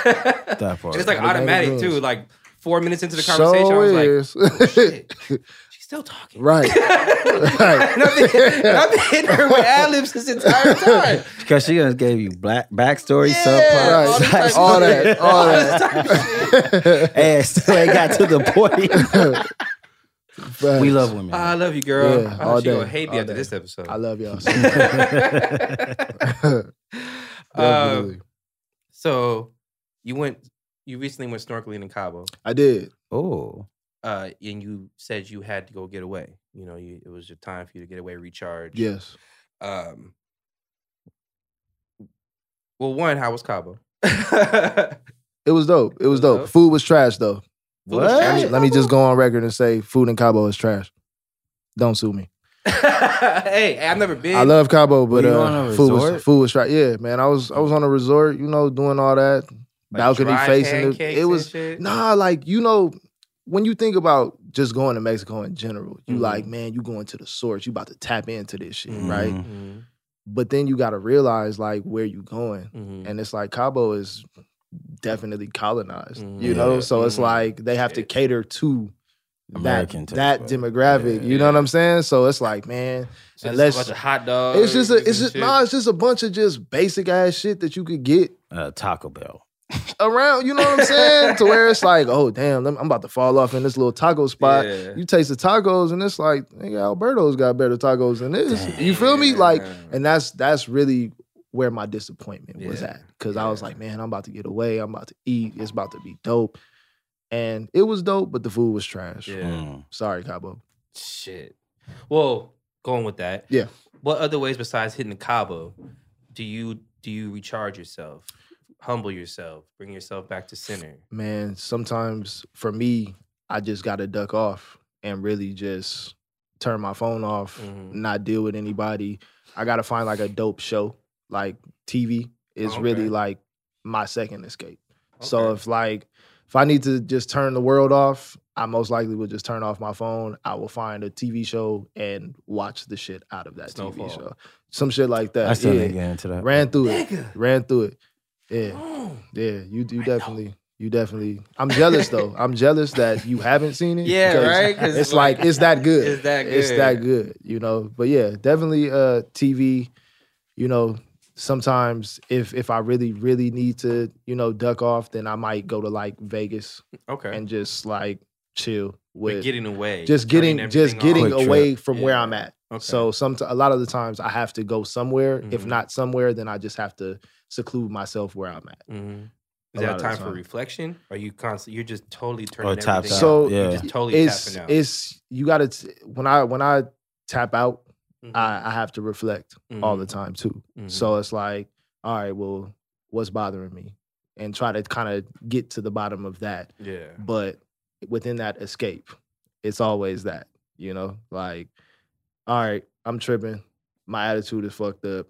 A: That part.
B: it's like
C: Gotta gain
B: automatic
C: agreement.
B: too. Like four minutes into the conversation, I was like, oh,
C: is.
B: shit. she's still talking.
C: right. Right.
B: and I've been- and I've been hitting her with ad libs this entire time.
A: Because she done gave you black backstory,
B: Yeah,
A: subplot,
B: all this type
C: Right.
B: of shit.
C: All that. All
B: this
C: that.
B: type of shit.
A: and still ain't got to the point.
C: Facts.
A: we love women.
B: I love you, girl.
C: Yeah,
B: oh,
C: all
B: she gonna
C: day,
B: hate me
C: all
B: after
C: day.
B: this episode.
C: I love y'all.
B: um,
C: Definitely.
B: so you went, you recently went snorkeling in Cabo,
C: I did.
A: oh,
B: uh, and you said you had to go get away. You know, you, it was your time for you to get away, recharge.
C: Yes.
B: Um. Well, one, how was Cabo?
C: It was dope. It was
B: It was
C: dope.
B: dope?
C: Food was trash though. Let me,
B: What?
C: let me just go on record and say food in Cabo is trash. Don't sue me.
B: hey, I've never been.
C: I love Cabo, but
A: you
C: uh,
A: on a
C: food
A: resort?
C: was food was trash. Yeah, man. I was I was on a resort, you know, doing all that. balcony
B: dry
C: facing it.
B: pancakes
C: It
B: and
C: was
B: shit.
C: Nah, like you know, when you think about just going to Mexico in general, you
A: Mm-hmm.
B: Mhm.
C: like, man, you going to the source, you about to tap into this shit,
B: Mhm,
C: right?
B: mhm,
C: But then you got to realize like where you going,
B: mhm.
C: and it's like Cabo is definitely colonized,
B: Mhm.
C: you know.
A: Yeah. Mm-hmm.
C: So it's
B: Mhm.
C: like they have to
B: Shit.
C: cater to. That,
A: American taste
C: that
A: bud.
C: demographic,
A: Yeah,
C: you know
B: yeah.
C: what I'm saying? So it's like, man,
B: So it's
C: unless-
B: a bunch of hot dogs.
C: it's just a, it's
B: and
C: just
B: shit.
C: nah, it's just a bunch of just basic ass shit that you could get
A: uh, Taco Bell.
C: around. You know what I'm saying? to where it's like, oh damn, lem- I'm about to fall off in this little taco spot.
B: Yeah.
C: You taste the tacos, and it's like, nigga, Alberto's got better tacos than this. You feel me? Like, and that's that's really where my disappointment was
B: Yeah.
C: at because I was
B: Yeah.
C: like, man, I'm about to get away. I'm about to eat. It's about to be dope. And it was dope, but the food was trash.
B: Yeah.
A: Mm.
C: Sorry, Cabo.
B: shit. Well, going with that.
C: Yeah.
B: What other ways besides hitting the Cabo do you do you recharge yourself, humble yourself, bring yourself back to center?
C: Man, sometimes for me, I just got to duck off and really just turn my phone off,
B: Mhm.
C: not deal with anybody. I got to find like a dope show. Like TV is
B: Okay.
C: really like my second escape. So
B: Okay.
C: if like if I need to just turn the world off, I most likely will just turn off my phone. I will find a TV show and watch the shit out of that
B: Snowfall.
C: TV show. Some shit like that.
A: I still
C: yeah.
A: didn't get into that.
C: Ran through it.
B: nigga,
C: Ran through it. Yeah.
B: boom.
C: Yeah. You you
B: I know.
C: definitely you definitely I'm jealous though. I'm jealous that you haven't seen it.
B: yeah,
C: because
B: right. 'Cause
C: It's like, it's that good.
B: It's that good.
C: It's that good, you know. But yeah, definitely uh TV, you know, sometimes if if I really, really need to, you know, duck off, then I might go to like Vegas
B: Okay.
C: and just like chill
B: But
C: with
B: getting away,
C: just
B: turning
C: getting
B: everything
C: just getting
B: off.
A: Quick
C: away from where
B: Yeah.
C: I'm at.
B: Okay.
C: So some a lot of the times I have to go somewhere. If
B: Mhm.
C: not somewhere, then I just have to seclude myself where I'm at.
B: Mhm.
C: a
B: Is
C: lot
B: that
C: of the
B: time for
C: time.
B: reflection? Or you constantly you're just totally turning
A: tapped
B: everything
A: Oh, out.
C: So,
B: off? You're
A: yeah.
B: just totally
C: it's
B: tapping out.
C: it's you got to when I when I tap out,
B: Mhm.
C: I, I have to reflect
B: Mm-hmm.
C: all the time too.
B: Mhm.
C: So it's like, all right, well, what's bothering me, and try to kind of get to the bottom of that.
B: yeah.
C: but within that escape it's always that you know like all right i'm tripping my attitude is fucked up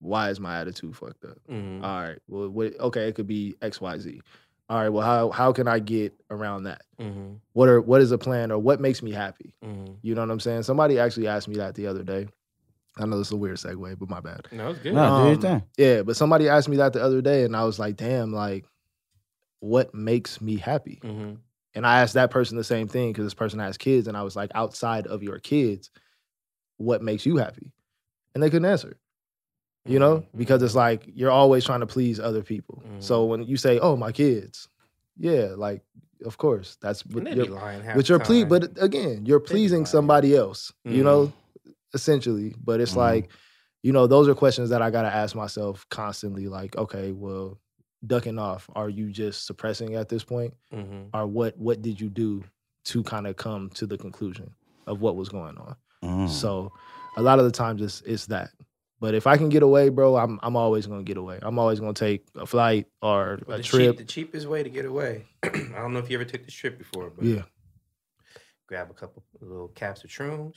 C: why is my attitude fucked up
B: Mhm.
C: all right well what, okay it could be xyz all right well how, how can i get around that
B: Mhm.
C: what are what is a plan or what makes me happy
B: Mhm.
C: you know what i'm saying somebody actually asked me that the other day i know this is a weird segue but my bad
B: No, it's good.
A: No, do your
C: Um,
A: thing.
C: yeah but somebody asked me that the other day and i was like damn like what makes me happy
B: Mhm.
C: And I asked that person the same thing because this person has kids. And I was like, outside of your kids, what makes you happy? And they couldn't answer, you know,
B: Mhm.
C: because it's like you're always trying to please other people.
B: Mm.
C: So when you say, oh, my kids, yeah, like, of course, that's
B: And
C: what
B: Mm-hmm. they be
C: you're,
B: lying half
C: what
B: the
C: you're ple-
B: time.
C: But again, you're
B: be
C: pleasing
B: lying.
C: somebody else, you
B: Mhm.
C: know, essentially. But it's
B: Mm-hmm.
A: Mhm.
C: like, you know, those are questions that I got to ask myself constantly like, okay, well, ducking off, are you just suppressing at this point?
B: Mhm.
C: or what what did you do to kind of come to the conclusion of what was going on.
B: Hmm.
A: Mm.
C: So a lot of the times it's it's that. But if I can get away, bro, I'm I'm always gonna get away. I'm always gonna take a flight or
B: Well,
C: a
B: the,
C: trip.
B: Cheap, the cheapest way to get away. I don't know if you ever took this trip before, but
C: yeah.
B: grab a couple little caps of shrooms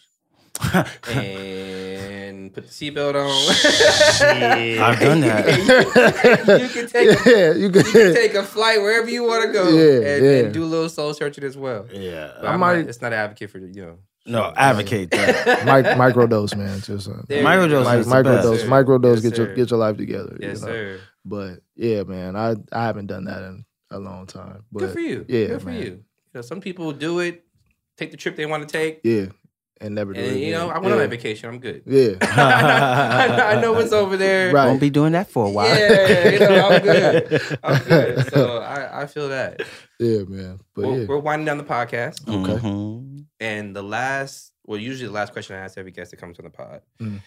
B: and put the seatbelt on.
A: Shit. I've done that.
B: you, you can take. A,
C: yeah, you
B: you
C: could.
B: can take a flight wherever you want to go
C: Yeah,
B: and,
C: yeah.
B: and do a little soul searching as well. But
A: yeah.
B: I'm,
C: might-
B: not, it's not an advocate for you know.
A: No, advocate that.
C: Mic- microdose, man. Just uh,
B: There you
A: Microdose
B: go.
A: is
C: mic-
A: That's the best.
C: microdose,
B: Yes, sir.
C: microdose.
B: Yes,
C: Get your
B: sir.
C: get your life together. you
B: Yes,
C: know?
B: sir.
C: But yeah, man, I I haven't done that in a long time. But
B: Good for you.
C: yeah,
B: Good for
C: man.
B: you. You know, some people do it, take the trip they want to take,
C: yeah, and never do it.
B: and you
C: again.
B: know, I went
C: yeah.
B: on that vacation. I'm good.
C: Yeah,
B: I, know, I know what's over there.
C: Right.
A: Won't be doing that for a while.
B: Yeah, you know, I'm good. I'm good. So I, I feel that.
C: yeah, man. But
B: we're,
C: yeah,
B: we're winding down the podcast,
A: Okay. Mm-hmm.
B: and the last, well, usually the last question I ask every guest that comes on the pod
C: Mm.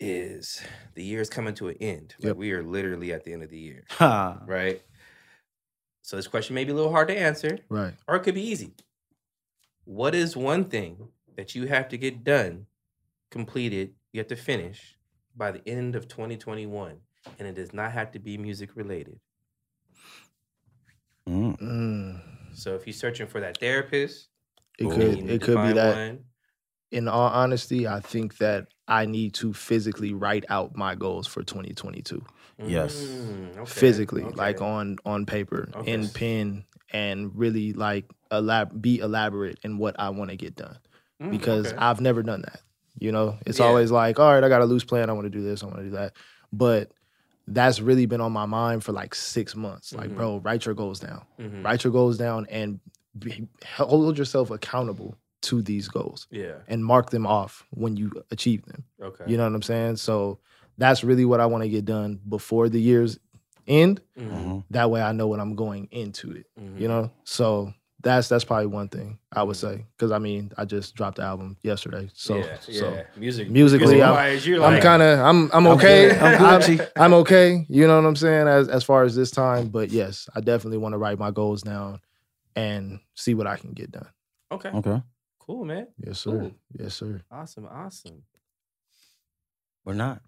B: is: the year is coming to an end. Like
C: Yep.
B: we are literally at the end of the year,
A: Ha.
B: right? So this question may be a little hard to answer.
C: right.
B: or it could be easy. What is one thing that you have to get done, completed, you have to finish by the end of 2021? And it does not have to be music related.
A: Mm.
C: Mm.
B: So if you're searching for that therapist,
C: It
A: Ooh.
B: and you
C: could
B: need
C: it
B: to
C: could be
B: find
C: that.
B: one,
C: In all honesty, I think that I need to physically write out my goals for 2022.
A: Yes.
B: Mm, okay,
C: physically,
B: okay.
C: like on on paper,
B: Okay.
C: in pen, and really like elab- be elaborate in what I want to get done
B: Mm,
C: because
B: okay.
C: I've never done that. You know, it's
B: Yeah.
C: always like, all right, I got a loose plan. I want to do this. I want to do that, but that's really been on my mind for like six months. Like,
B: Mhm.
C: bro, write your goals down.
B: Mhm.
C: Write your goals down and be, hold yourself accountable to these goals
B: Yeah.
C: and mark them off when you achieve them.
B: Okay.
C: You know what I'm saying? So that's really what I want to get done before the year's end
B: Mhm,
A: Mhm.
C: that way I know what I'm going into it.
B: mhm.
C: uh-huh. You know, so that's that's probably one thing I would
B: Mhm.
C: say because I mean I just dropped the album yesterday, so
B: yeah,
C: so
B: yeah. music.
C: musically, I'm-
B: wise, you're
C: I'm
B: like-
C: kind of I'm I'm okay.
A: good. I'm
C: I'm,
A: Gucci.
C: I'm okay. You know what I'm saying as as far as this time, but yes, I definitely want to write my goals down and see what I can get done.
B: Okay.
A: Okay.
B: Cool, man.
C: Yes sir.
B: Ooh.
C: Yes sir.
B: Awesome. Awesome.
A: We're not.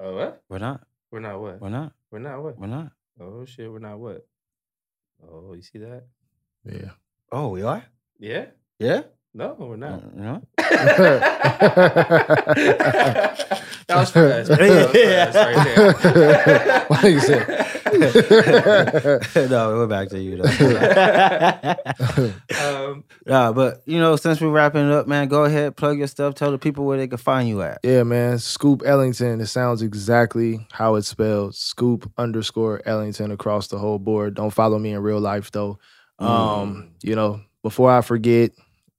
B: Oh, what?
A: We're not.
B: We're not what?
A: We're not.
B: We're not what?
A: We're not.
B: Oh shit, we're not what? Oh, you see that?
C: Yeah.
A: Oh, we are?
B: Yeah?
A: Yeah? Mm,
B: No, we're not.
A: No.
B: that was for us. bro. That was for us right there.
C: What you
A: no, we're back to you though.
B: um,
A: nah, but you know, since we're wrapping it up, man, go ahead, plug your stuff, tell the people where they can find you at.
C: Yeah, man. Scoop Ellington. It sounds exactly how it's spelled. Scoop underscore Ellington across the whole board. Don't follow me in real life though.
A: Mm.
C: Um, you know, before I forget,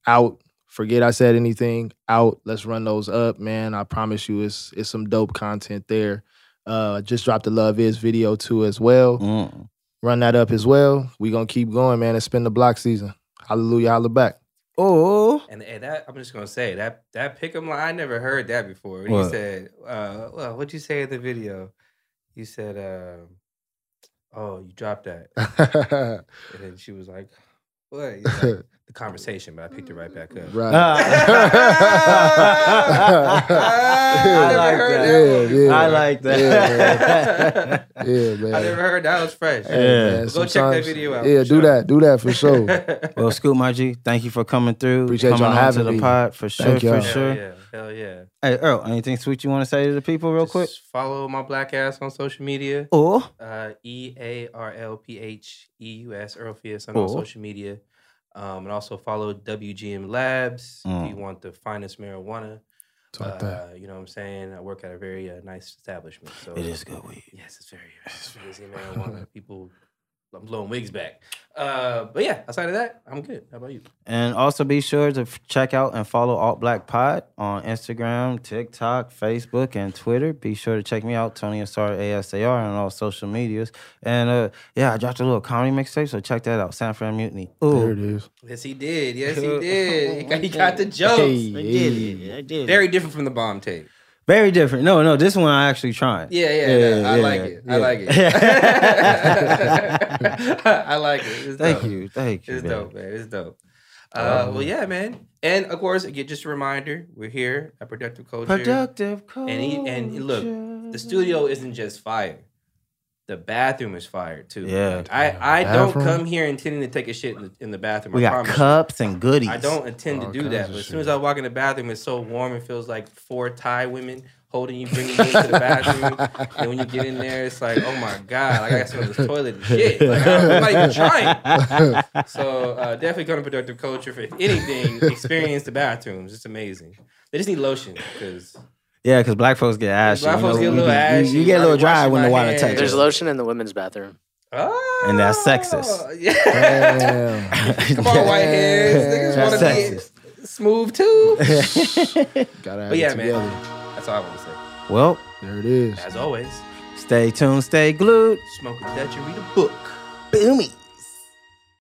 C: out. Forget I said anything. Out. Let's run those up, man. I promise you, it's it's some dope content there. Uh, just dropped the Love Is video too as well.
A: Mm.
C: Run that up as well. We gonna keep going, man. It's been the block season. Hallelujah, holla back.
A: Oh,
B: and, and that I'm just gonna say that that pick'em line I never heard that before. When
A: What?
B: You said, uh, well, what'd you say in the video? You said, um, "Oh, you dropped that," and then she was like, "What?" He's like, the conversation, but I picked it right back up.
A: I
B: I
A: like
B: never heard
A: that.
B: that one.
C: Yeah, yeah.
A: I like that.
B: I
C: yeah, man.
B: never heard that. It was fresh.
A: Yeah.
B: Go check that
C: sometimes-
B: video out,
C: Yeah,
B: for
C: do
B: sure.
C: that. Do that for sure.
A: well, Scoop, my G, thank you for coming through.
C: Appreciate
A: coming
C: y'all
A: on
C: having
A: to the
C: me.
A: pod for sure,
C: Thank
A: for
C: y'all.
B: Hell
A: sure.
B: yeah. Hell yeah.
A: Hey, Earl, anything sweet you want to say to the people, real quick?
B: Just follow my black ass on social media.
A: Oh,
B: Uh, e A R L P H E U S Earl Fearson
A: Cool.
B: on social media. Um, and also follow WGM Labs
A: Mm.
B: if you want the finest marijuana.
C: Talk that.
B: Uh, you know what I'm saying? I work at a very uh, nice establishment. So
A: it is good weed.
B: Yes, it's very amazing marijuana. People, I'm blowing wigs back. Uh, but yeah, outside of that, I'm good. How about you?
A: And also be sure to f- check out and follow Alt Black Pod on Instagram, TikTok, Facebook, and Twitter. Be sure to check me out, Tony Asar ASAR, on all social medias. And uh, yeah, I dropped a little comedy mixtape, so check that out. San Fran Mutiny.
C: There
A: Ooh.
C: it is.
B: Yes, he did. Yes, he did. He got, he got the jokes.
C: Hey.
A: I did it. I did it.
B: Very different from the bomb tape.
A: Very different. No, no, this one I actually tried.
B: Yeah, yeah,
A: Yeah,
B: no, I
A: yeah,
B: like it. I
A: yeah.
B: like it. I like it. It's
A: Thank
B: dope.
A: you. Thank you.
B: It's
A: man.
B: dope, man. It's dope. Uh, well, yeah, man. And of course, again, just a reminder, we're here at Productive Culture.
A: Productive culture.
B: And he- and look, The studio isn't just fire. The bathroom is fire too.
A: Yeah.
B: Like, I, I don't
C: Bathroom?
B: come here intending to take a shit in the, in the bathroom.
A: We
B: I
A: got
B: promise you.
A: cups and goodies.
B: I don't intend to
F: All
B: do
F: kinds
B: that.
F: of
B: But as
F: shit.
B: soon as I walk in the bathroom, it's so warm. It feels like four Thai women holding you, bringing you into the bathroom. and when you get in there, it's like, oh my god, like I got to smell this toilet and shit. Like I'm not even trying. So uh, definitely go to productive culture for if anything. Experience the bathrooms. It's amazing. They just need lotion because
A: yeah, because black folks get ashy.
B: Black
A: you know,
B: folks get a
A: we
B: little
A: be- you-
B: ashy.
A: You, get a
B: I
A: little
B: be
A: dry
B: washing
A: when the
B: my
A: water
B: hands.
A: touches.
D: There's
A: you.
D: lotion in the women's bathroom.
B: oh,
A: And that's sexist.
B: Yeah.
C: Damn.
B: Come on, white hairs. Niggas
A: That's
B: want to
A: sexist.
B: be smooth too.
C: Gotta have
B: But yeah,
C: it
B: man.
C: together.
B: That's all I want to say.
A: well,
C: There it is.
B: As always,
A: stay tuned, stay glued.
B: smoke a Dutch and read a book.
A: Boomy.